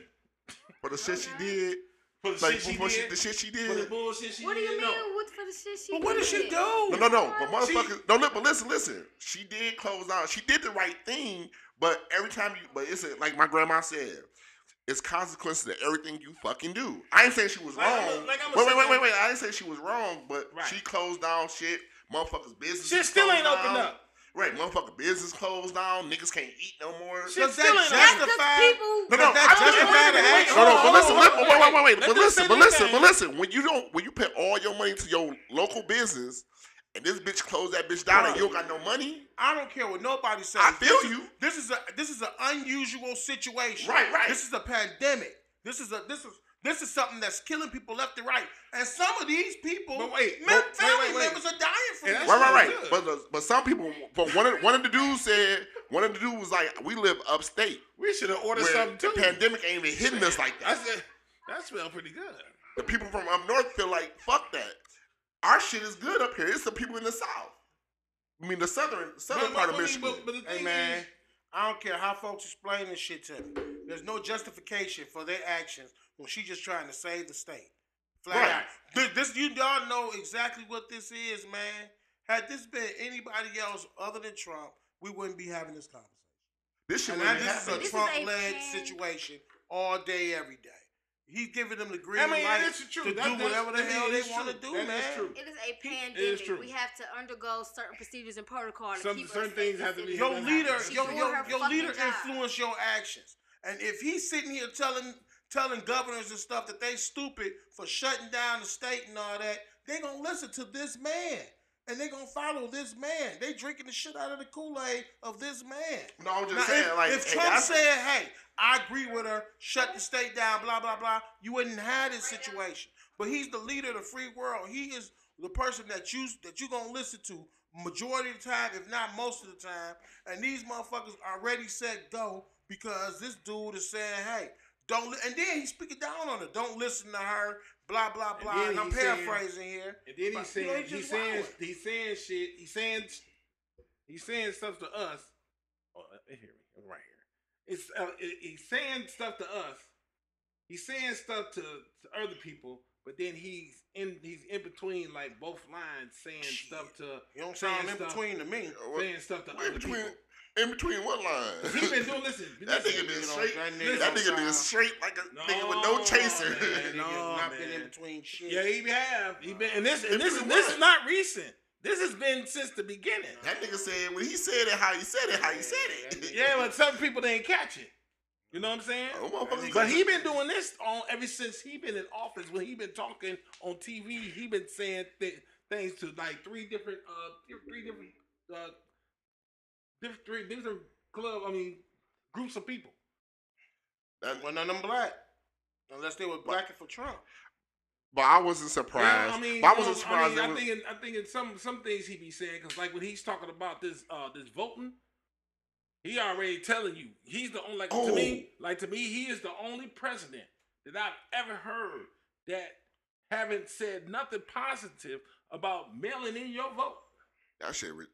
Speaker 3: for the shit she did.
Speaker 4: For the
Speaker 3: Like
Speaker 4: shit she
Speaker 3: for
Speaker 4: did,
Speaker 3: the shit she
Speaker 4: for the
Speaker 3: did.
Speaker 4: bullshit she
Speaker 5: What do
Speaker 4: did.
Speaker 5: you mean?
Speaker 4: No.
Speaker 5: What for the shit she?
Speaker 6: But what did she do?
Speaker 3: No, no, no. But
Speaker 5: She-
Speaker 3: motherfucker, no, look, but listen, listen. She did close out. She did the right thing. But every time you, but it's a, like my grandma said, it's consequences to everything you fucking do. I ain't saying she was
Speaker 4: Like, I'ma-
Speaker 3: wrong.
Speaker 4: like,
Speaker 3: wait,
Speaker 4: I'ma sit
Speaker 3: wait, wait,
Speaker 4: down-
Speaker 3: wait, wait. I didn't say she was wrong, but
Speaker 4: Right.
Speaker 3: she closed down shit. Motherfuckers' business
Speaker 4: Shit still ain't
Speaker 3: open
Speaker 4: opened up.
Speaker 3: Right, motherfucker, business closed down. Niggas can't eat no more.
Speaker 4: Shit
Speaker 6: Does
Speaker 4: still ain't
Speaker 6: that
Speaker 5: That's
Speaker 4: open up.
Speaker 5: because
Speaker 6: justify?
Speaker 5: people.
Speaker 3: No, no,
Speaker 6: that
Speaker 3: I don't-
Speaker 6: justify
Speaker 3: wait,
Speaker 6: the
Speaker 3: wait, wait,
Speaker 6: action?
Speaker 3: No, no,
Speaker 4: Hold
Speaker 3: but
Speaker 4: on,
Speaker 5: oh,
Speaker 3: listen,
Speaker 4: hold
Speaker 3: wait,
Speaker 4: on,
Speaker 3: wait,
Speaker 4: wait,
Speaker 3: wait, wait,
Speaker 4: wait.
Speaker 3: wait.
Speaker 4: Let
Speaker 3: But
Speaker 4: them
Speaker 3: listen,
Speaker 4: say
Speaker 3: but
Speaker 4: their
Speaker 3: listen, but
Speaker 4: thing.
Speaker 3: listen. When you don't, when you put all your money into your local business, and this bitch closed that bitch down, and you don't got no money.
Speaker 6: I don't care what nobody says.
Speaker 3: I feel
Speaker 6: This is-
Speaker 3: you.
Speaker 6: This is a this is an unusual situation.
Speaker 3: Right, right.
Speaker 6: This is a pandemic. This is a this is this is something that's killing people left and right. And some of these people,
Speaker 4: But wait,
Speaker 6: men-
Speaker 4: but- wait,
Speaker 6: family
Speaker 4: wait, wait.
Speaker 6: members are dying from
Speaker 4: And
Speaker 6: this.
Speaker 3: Right,
Speaker 4: that's
Speaker 3: right, right.
Speaker 4: good.
Speaker 3: But the- but some people, but one of one of the dudes said, one of the dudes was like, we live upstate
Speaker 4: We should have ordered
Speaker 3: where
Speaker 4: something
Speaker 3: the
Speaker 4: too.
Speaker 3: pandemic ain't even hitting us like
Speaker 4: I
Speaker 3: that.
Speaker 4: said that smelled pretty good.
Speaker 3: The people from up north feel like fuck that. Our shit is good up here. It's the people in the south. I mean, the southern southern
Speaker 4: But-
Speaker 3: part
Speaker 4: but-
Speaker 3: of
Speaker 4: but-
Speaker 3: Michigan.
Speaker 4: But, but the thing
Speaker 6: Hey man,
Speaker 4: is,
Speaker 6: I don't care how folks explain this shit to me. There's no justification for their actions when she just trying to save the state. Flat
Speaker 3: Right.
Speaker 6: out. Th- This, you y'all know exactly what this is, man. Had this been anybody else other than Trump, we wouldn't be having this conversation.
Speaker 3: this shit
Speaker 6: And
Speaker 3: wouldn't
Speaker 6: now
Speaker 3: even
Speaker 6: this is
Speaker 3: happen.
Speaker 6: a
Speaker 5: This is
Speaker 6: Trump
Speaker 5: a
Speaker 6: led
Speaker 5: pan-
Speaker 6: situation all day, every day. He's giving them the green
Speaker 4: I mean,
Speaker 6: light
Speaker 4: that's true.
Speaker 6: to
Speaker 4: That-
Speaker 6: do
Speaker 4: that's-
Speaker 6: whatever the
Speaker 4: that
Speaker 6: hell they
Speaker 4: is
Speaker 6: want to
Speaker 4: true.
Speaker 6: do,
Speaker 4: That is
Speaker 6: man.
Speaker 4: true.
Speaker 5: It is a pandemic.
Speaker 4: true.
Speaker 5: We have to undergo certain procedures and protocol. to
Speaker 4: Some-
Speaker 5: keep us
Speaker 4: certain
Speaker 5: safe
Speaker 4: things
Speaker 5: and
Speaker 4: have to be-
Speaker 5: city.
Speaker 4: Yo,
Speaker 6: Your leader,
Speaker 5: She's
Speaker 6: your,
Speaker 5: doing
Speaker 6: your,
Speaker 5: her
Speaker 6: your
Speaker 5: fucking
Speaker 6: leader
Speaker 5: job.
Speaker 6: influence your actions. And if he's sitting here telling telling governors and stuff that they stupid for shutting down the state and all that, they gonna listen to this man. And they gonna follow this man. They drinking the shit out of the Kool-Aid of this man.
Speaker 3: No, I'm just
Speaker 6: Now,
Speaker 3: saying,
Speaker 6: if,
Speaker 3: like,
Speaker 6: if
Speaker 3: hey,
Speaker 6: Trump
Speaker 3: that's-
Speaker 6: said, "Hey, I agree with her, shut the state down, blah blah blah," you wouldn't have this situation. But he's the leader of the free world. He is the person that you that you gonna listen to majority of the time, if not most of the time. And these motherfuckers already said go because this dude is saying, "Hey, don't." li-" And then he's speaking down on her. Don't listen to her. Blah blah
Speaker 4: And
Speaker 6: blah.
Speaker 4: then
Speaker 6: And, I'm
Speaker 4: he's saying-
Speaker 6: paraphrasing here.
Speaker 4: and then he's
Speaker 6: You know,
Speaker 4: saying
Speaker 6: he's
Speaker 4: he's
Speaker 6: just
Speaker 4: saying
Speaker 6: wilding.
Speaker 4: he's saying shit. He's saying he's saying stuff to us. Oh, uh, hear me, I'm right here. It's uh, he- he's saying stuff to us. He's saying stuff to, to other people, but then he's in he's in between like both lines, saying
Speaker 6: Shit.
Speaker 4: stuff to
Speaker 6: You don't
Speaker 4: saying
Speaker 6: sound in
Speaker 4: stuff-
Speaker 6: between to me.
Speaker 4: saying stuff to
Speaker 3: in
Speaker 4: other
Speaker 3: between,
Speaker 4: people.
Speaker 3: in between what line?
Speaker 4: He's been doing. Listen,
Speaker 3: That
Speaker 4: listen.
Speaker 3: nigga been
Speaker 6: You know,
Speaker 3: straight.
Speaker 6: that nigga
Speaker 3: That
Speaker 6: don't
Speaker 3: nigga been
Speaker 6: sound-
Speaker 3: straight like a
Speaker 4: No,
Speaker 3: nigga with no chaser.
Speaker 4: man.
Speaker 6: Nigga
Speaker 4: No,
Speaker 6: not been
Speaker 4: oh, man.
Speaker 6: in between shit.
Speaker 4: Yeah, he have. He been, and this, and this is
Speaker 3: Everyone.
Speaker 4: this is not recent. This has been since the beginning.
Speaker 3: that nigga said when he said it, how he said it, how he said it.
Speaker 4: Yeah, but some people didn't catch it. You know what I'm saying?
Speaker 3: Oh, motherfuckers-
Speaker 4: But he been doing this on ever since he been in office. When he been talking on TV, he been saying th- things to like three different, uh, th- three different, uh, different three different club. I mean, groups of people.
Speaker 3: That-
Speaker 6: Well, none of them black. Unless they were blacking for Trump.
Speaker 3: but I wasn't surprised.
Speaker 4: Yeah, I mean,
Speaker 3: but I
Speaker 4: you know,
Speaker 3: wasn't surprised.
Speaker 4: I,
Speaker 3: it
Speaker 4: mean, I
Speaker 3: was-
Speaker 4: think in, I think in some some things he be saying because like when he's talking about this uh this voting, he already telling you he's the only like to
Speaker 3: Oh.
Speaker 4: me like to me he is the only president that I've ever heard that haven't said nothing positive about mailing in your vote.
Speaker 3: that shit. re-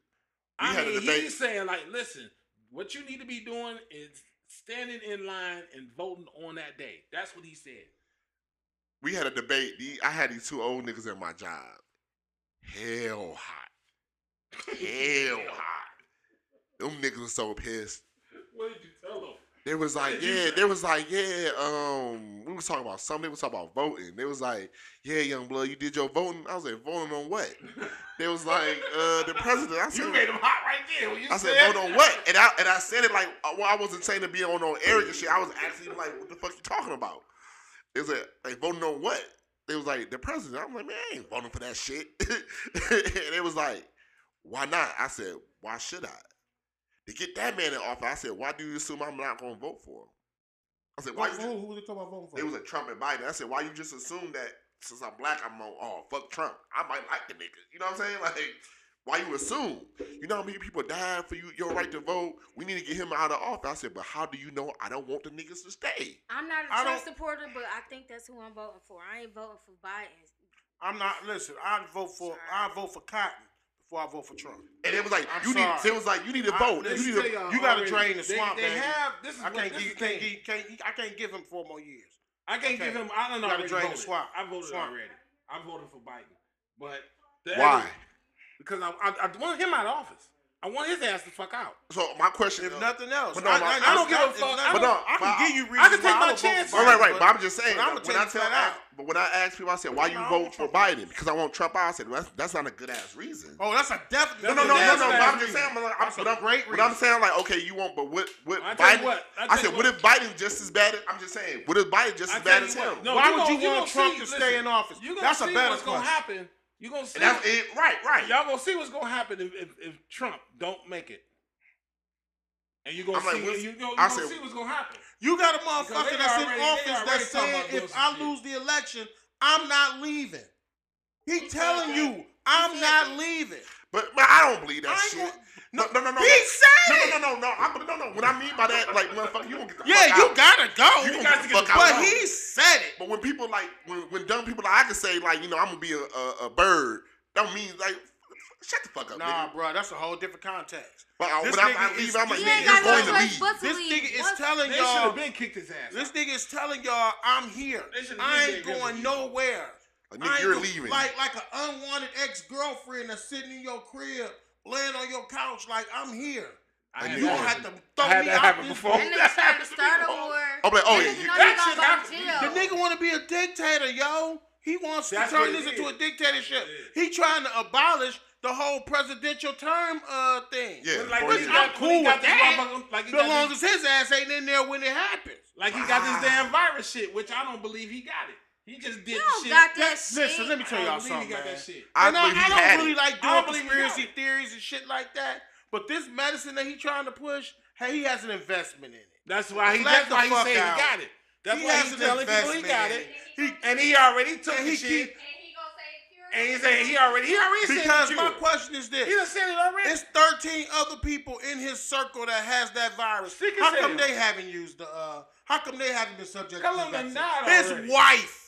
Speaker 3: We
Speaker 4: I
Speaker 3: had a
Speaker 4: mean,
Speaker 3: debate.
Speaker 4: he's saying like, listen, what you need to be doing is standing in line and voting on that day. That's what he said.
Speaker 3: We had a debate. The- I had these two old niggas at my job. Hell hot. Hell hot. Them niggas was so pissed.
Speaker 4: What did you tell him?
Speaker 3: They was like,
Speaker 4: you
Speaker 3: yeah,
Speaker 4: say?
Speaker 3: they was like, yeah, um, we was talking about something, they was talking about voting. They was like, yeah, young blood, you did your voting. I was like, voting on what? They was like, uh, the president. I
Speaker 4: You
Speaker 3: said,
Speaker 4: made him hot right there. when you
Speaker 3: I said, vote on what? And I and I said it like, uh, well, I wasn't saying to be on no arrogant shit. I was actually like, what the fuck you talking about? They was like, like voting on what? They was like the president. I'm like, man, I ain't voting for that shit. and it was like, why not? I said, why should I? To get that man in office, I said, why do you assume I'm not going to vote for him? I said, why?
Speaker 10: Vote for
Speaker 3: You ju-
Speaker 10: who? Who was they talking about voting for?
Speaker 3: It was like Trump and Biden. I said, why you just assume that since I'm black, I'm on, oh, fuck Trump. I might like the nigga. You know what I'm saying? Like, why you assume? You know how many people died for you, your right to vote? We need to get him out of office. I said, but how do you know I don't want the niggas to stay?
Speaker 5: I'm not a
Speaker 6: I
Speaker 5: Trump
Speaker 6: don't-
Speaker 5: supporter, but I think that's who I'm voting for. I ain't voting for Biden.
Speaker 6: I'm not. Listen, I vote for I vote for Cotton before I vote for Trump.
Speaker 3: And it was like,
Speaker 6: I'm
Speaker 3: you need,
Speaker 6: sorry.
Speaker 3: it was like, you need to
Speaker 6: I-
Speaker 3: vote.
Speaker 6: listen, uh,
Speaker 3: you need to,
Speaker 6: you gotta drain the swamp,
Speaker 4: uh, They,
Speaker 6: baby.
Speaker 4: have this is
Speaker 6: I
Speaker 4: what-
Speaker 6: can't
Speaker 4: this
Speaker 6: give
Speaker 4: is
Speaker 6: can't,
Speaker 4: the thing.
Speaker 6: give, can't I can't give him four more years.
Speaker 4: I can't
Speaker 6: okay.
Speaker 4: give him. I don't know. already
Speaker 6: You gotta drain the
Speaker 4: voted.
Speaker 6: swamp.
Speaker 4: I voted
Speaker 6: Swamp.
Speaker 4: already. I voted for Biden, but the
Speaker 3: why?
Speaker 4: other- Because I, I, I want him out of office. I want his ass to fuck out.
Speaker 3: So my question uh,
Speaker 6: If
Speaker 3: is,
Speaker 6: nothing else,
Speaker 3: but no, my-
Speaker 4: I don't give a
Speaker 6: it's
Speaker 4: fuck.
Speaker 6: nothing-
Speaker 4: I
Speaker 3: but no, my-
Speaker 6: I can give you
Speaker 4: I
Speaker 6: reasons.
Speaker 4: can
Speaker 6: why
Speaker 4: take my
Speaker 6: would vote for
Speaker 4: chances.
Speaker 6: Biden,
Speaker 3: All Oh, right, right.
Speaker 6: but-
Speaker 3: But I'm just saying.
Speaker 6: but I'ma
Speaker 3: when I
Speaker 6: change
Speaker 3: tell,
Speaker 6: that
Speaker 3: I,
Speaker 6: out.
Speaker 3: but when I ask people, I said, "Why you
Speaker 6: Nah, I
Speaker 3: vote
Speaker 6: want
Speaker 3: for
Speaker 6: Trump.
Speaker 3: Biden?" Because I want Trump out. I said, "That's that's not a good ass reason."
Speaker 6: Oh, that's a definite.
Speaker 3: No, no, no, no,
Speaker 4: That's
Speaker 3: no.
Speaker 4: a
Speaker 3: But
Speaker 4: bad
Speaker 3: I'm just
Speaker 4: reason.
Speaker 3: saying, but like, I'm,
Speaker 6: That's a
Speaker 3: but I'm,
Speaker 6: great
Speaker 3: but I'm
Speaker 6: reason.
Speaker 3: saying, like, okay, you won't, but what, what
Speaker 4: I tell you
Speaker 3: Biden?
Speaker 4: what, I
Speaker 3: I
Speaker 4: tell
Speaker 3: said,
Speaker 4: you
Speaker 3: what
Speaker 4: what.
Speaker 3: if Biden just as bad? I'm just saying, what if Biden just
Speaker 4: I
Speaker 3: as bad
Speaker 4: tell
Speaker 3: as
Speaker 4: you
Speaker 3: him?
Speaker 4: what, no,
Speaker 6: Why would
Speaker 4: gonna-
Speaker 6: you want
Speaker 4: gonna
Speaker 6: Trump
Speaker 4: see-
Speaker 6: to stay in office?
Speaker 4: You're gonna
Speaker 6: That's a
Speaker 4: see
Speaker 6: better
Speaker 4: what's gonna
Speaker 6: question.
Speaker 4: happen. You're gonna see.
Speaker 3: And that's
Speaker 4: what-
Speaker 3: it, right, right.
Speaker 4: Y'all gonna see what's gonna happen if, if, if Trump don't make it. And you're gonna
Speaker 3: I'm like,
Speaker 4: see.
Speaker 3: what's-
Speaker 4: you gonna, you
Speaker 3: I
Speaker 4: gonna
Speaker 3: said-
Speaker 4: see what's gonna happen.
Speaker 6: You got a
Speaker 4: Because
Speaker 6: motherfucker
Speaker 4: they
Speaker 6: that's
Speaker 4: already-
Speaker 6: in
Speaker 4: they
Speaker 6: office
Speaker 4: already
Speaker 6: that's
Speaker 4: talking
Speaker 6: saying
Speaker 4: about doing
Speaker 6: if
Speaker 4: some
Speaker 6: I
Speaker 4: shit."
Speaker 6: lose the election, I'm not leaving. He telling you, I'm not leaving.
Speaker 3: But man, I don't believe that
Speaker 6: I ain't
Speaker 3: shit.
Speaker 6: gonna-
Speaker 3: no, no, no, no.
Speaker 6: He said
Speaker 3: no,
Speaker 6: it.
Speaker 3: no, no, no, no. I, no, no. What I mean by that, like, motherfucker, you gonna get the
Speaker 6: Yeah,
Speaker 3: fuck
Speaker 6: you
Speaker 3: out.
Speaker 6: gotta go.
Speaker 3: You gonna get the fuck out.
Speaker 6: But he said it.
Speaker 3: But when people like when when dumb people like I can say like you know I'm gonna be a a, a bird. Don't mean like shut the fuck up.
Speaker 6: Nah,
Speaker 3: nigga.
Speaker 6: bro, that's a whole different context.
Speaker 3: But uh,
Speaker 6: this
Speaker 3: when I,
Speaker 6: nigga
Speaker 3: I leave,
Speaker 6: is-
Speaker 3: I'm like
Speaker 5: He
Speaker 6: He
Speaker 3: nigga,
Speaker 5: ain't
Speaker 3: you're
Speaker 5: got
Speaker 3: going
Speaker 5: no
Speaker 3: to
Speaker 5: choice
Speaker 3: leave.
Speaker 5: but to
Speaker 6: This
Speaker 5: leave.
Speaker 6: nigga is
Speaker 5: Once-
Speaker 6: telling
Speaker 4: They should have
Speaker 6: y'all.
Speaker 4: been kicked his ass.
Speaker 6: This
Speaker 4: out.
Speaker 6: nigga is telling y'all, I'm here.
Speaker 4: They should've
Speaker 6: I
Speaker 4: been
Speaker 6: ain't
Speaker 4: there
Speaker 6: going
Speaker 4: giving-
Speaker 6: nowhere.
Speaker 3: Like,
Speaker 6: I
Speaker 3: nigga,
Speaker 6: ain't
Speaker 3: you're
Speaker 6: go-
Speaker 3: leaving.
Speaker 6: Like like an unwanted ex girlfriend that's sitting in your crib, laying on your couch, like I'm here.
Speaker 4: I
Speaker 3: And
Speaker 4: had
Speaker 6: You
Speaker 3: you
Speaker 4: that
Speaker 6: don't
Speaker 3: are-
Speaker 6: have
Speaker 4: happen.
Speaker 6: to
Speaker 4: I
Speaker 6: throw
Speaker 4: had
Speaker 6: me
Speaker 4: that
Speaker 6: out
Speaker 4: happen
Speaker 6: this
Speaker 4: before.
Speaker 5: That
Speaker 6: bitch.
Speaker 5: nigga trying to start a war.
Speaker 3: I'm like, oh,
Speaker 5: That
Speaker 3: yeah,
Speaker 5: nigga
Speaker 3: you-
Speaker 5: know
Speaker 4: that
Speaker 5: he gonna
Speaker 4: shit
Speaker 5: go to jail.
Speaker 4: happened.
Speaker 6: The nigga want to be a dictator, yo. He wants
Speaker 4: That's
Speaker 6: to turn
Speaker 4: what it
Speaker 6: this into a
Speaker 4: is.
Speaker 6: dictatorship.
Speaker 4: Yeah.
Speaker 6: He trying to abolish the whole presidential term uh thing.
Speaker 3: Yeah,
Speaker 4: But Like
Speaker 3: before
Speaker 4: when
Speaker 3: you leave.
Speaker 4: he got-
Speaker 6: I'm
Speaker 4: when he
Speaker 6: cool
Speaker 4: got
Speaker 6: with
Speaker 4: this
Speaker 6: that.
Speaker 4: motherfucker- Like he
Speaker 6: As
Speaker 4: got
Speaker 6: long
Speaker 4: this-
Speaker 6: as his ass ain't in there when it happens.
Speaker 4: like he got
Speaker 6: Ah.
Speaker 4: this damn virus shit, which I don't believe he got it. He just did
Speaker 5: You
Speaker 4: the
Speaker 5: don't
Speaker 4: shit.
Speaker 5: got that
Speaker 6: That-
Speaker 5: shit.
Speaker 6: listen, let me tell
Speaker 4: I
Speaker 6: y'all
Speaker 4: don't believe
Speaker 6: something,
Speaker 4: he got
Speaker 6: man.
Speaker 4: that shit.
Speaker 3: I
Speaker 6: and I,
Speaker 3: believe he
Speaker 6: I
Speaker 3: had
Speaker 6: don't really
Speaker 3: it.
Speaker 6: like
Speaker 4: I
Speaker 6: doing
Speaker 4: don't believe he
Speaker 6: conspiracy
Speaker 4: got
Speaker 6: theories and shit like that. But this medicine that he trying to push, hey, he has an investment in it.
Speaker 4: That's why he. That's
Speaker 6: Black the
Speaker 4: why he
Speaker 6: fuck
Speaker 4: said
Speaker 6: out.
Speaker 4: he got it. That's
Speaker 6: He
Speaker 4: why
Speaker 6: has
Speaker 4: he's
Speaker 6: an
Speaker 4: telling people he
Speaker 6: investment
Speaker 4: got
Speaker 6: in
Speaker 4: it,
Speaker 6: it. He-
Speaker 4: and he already took
Speaker 6: And
Speaker 4: the
Speaker 6: he
Speaker 4: shit.
Speaker 6: keep-
Speaker 5: And he gonna say it's pure.
Speaker 4: And he said he already. He already said
Speaker 6: Because
Speaker 4: he
Speaker 6: my
Speaker 4: cured.
Speaker 6: question is this:
Speaker 4: He done said it already.
Speaker 6: It's 13 other people in his circle that has that virus.
Speaker 4: Sick as
Speaker 6: How come
Speaker 4: hell.
Speaker 6: they haven't used the? Uh, how come they haven't been subject
Speaker 4: Tell
Speaker 6: to
Speaker 4: him
Speaker 6: the
Speaker 4: to
Speaker 6: vaccine?
Speaker 4: nod
Speaker 6: His
Speaker 4: already.
Speaker 6: wife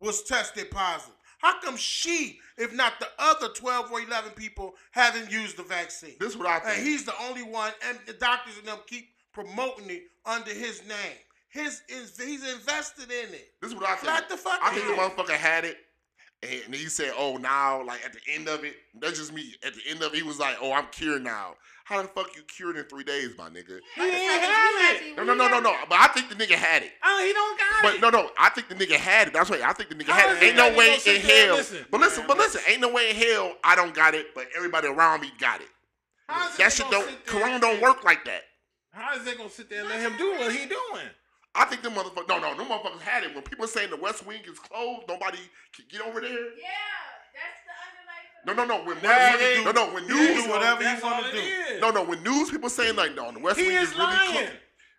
Speaker 6: was tested positive. How come she, if not the other 12 or 11 people, haven't used the vaccine?
Speaker 3: This is what I think.
Speaker 6: and he's the only one, and the doctors and them keep promoting it under his name. His is he's invested in it.
Speaker 3: this is what I think.
Speaker 6: Flat the fuck
Speaker 3: I think the
Speaker 6: out.
Speaker 3: motherfucker had it, and, and he said, "Oh, now, like at the end of it, that's just me." At the end of it, he was like, "Oh, I'm cured now." How the fuck you cured in three days, my nigga?
Speaker 4: he ain't had it.
Speaker 3: No, no, no, no, no. But I think the nigga had it.
Speaker 4: Oh, he don't got
Speaker 3: But
Speaker 4: it.
Speaker 3: no, no, I think the nigga had it. That's right. I think the nigga
Speaker 4: How
Speaker 3: had it.
Speaker 4: is it
Speaker 3: Ain't no
Speaker 4: that you
Speaker 3: way
Speaker 4: gonna sit
Speaker 3: in
Speaker 4: there and
Speaker 3: hell.
Speaker 4: listen?
Speaker 3: But listen,
Speaker 4: Man,
Speaker 3: but listen, ain't no way in hell I don't got it, but everybody around me got it.
Speaker 4: How is
Speaker 3: That
Speaker 4: it
Speaker 3: shit
Speaker 4: gonna
Speaker 3: don't.
Speaker 4: sit there
Speaker 3: Corona
Speaker 4: and-
Speaker 3: don't work like that.
Speaker 4: How is they gonna sit there and let him do what he doing?
Speaker 3: I think the motherfuckers. No, no, them motherfuckers had it. When people saying the West Wing is closed, nobody can get over there.
Speaker 5: Yeah, that's the underlying.
Speaker 3: No, no, no. When
Speaker 4: That
Speaker 3: when-
Speaker 4: is-
Speaker 3: no, no, when
Speaker 6: you
Speaker 3: news,
Speaker 6: do whatever you
Speaker 4: That's all
Speaker 6: wanna
Speaker 4: it
Speaker 6: do.
Speaker 4: is.
Speaker 3: no, no, when news people saying like, no, the West
Speaker 4: he
Speaker 3: Wing
Speaker 4: is
Speaker 3: is really
Speaker 4: lying.
Speaker 3: closed.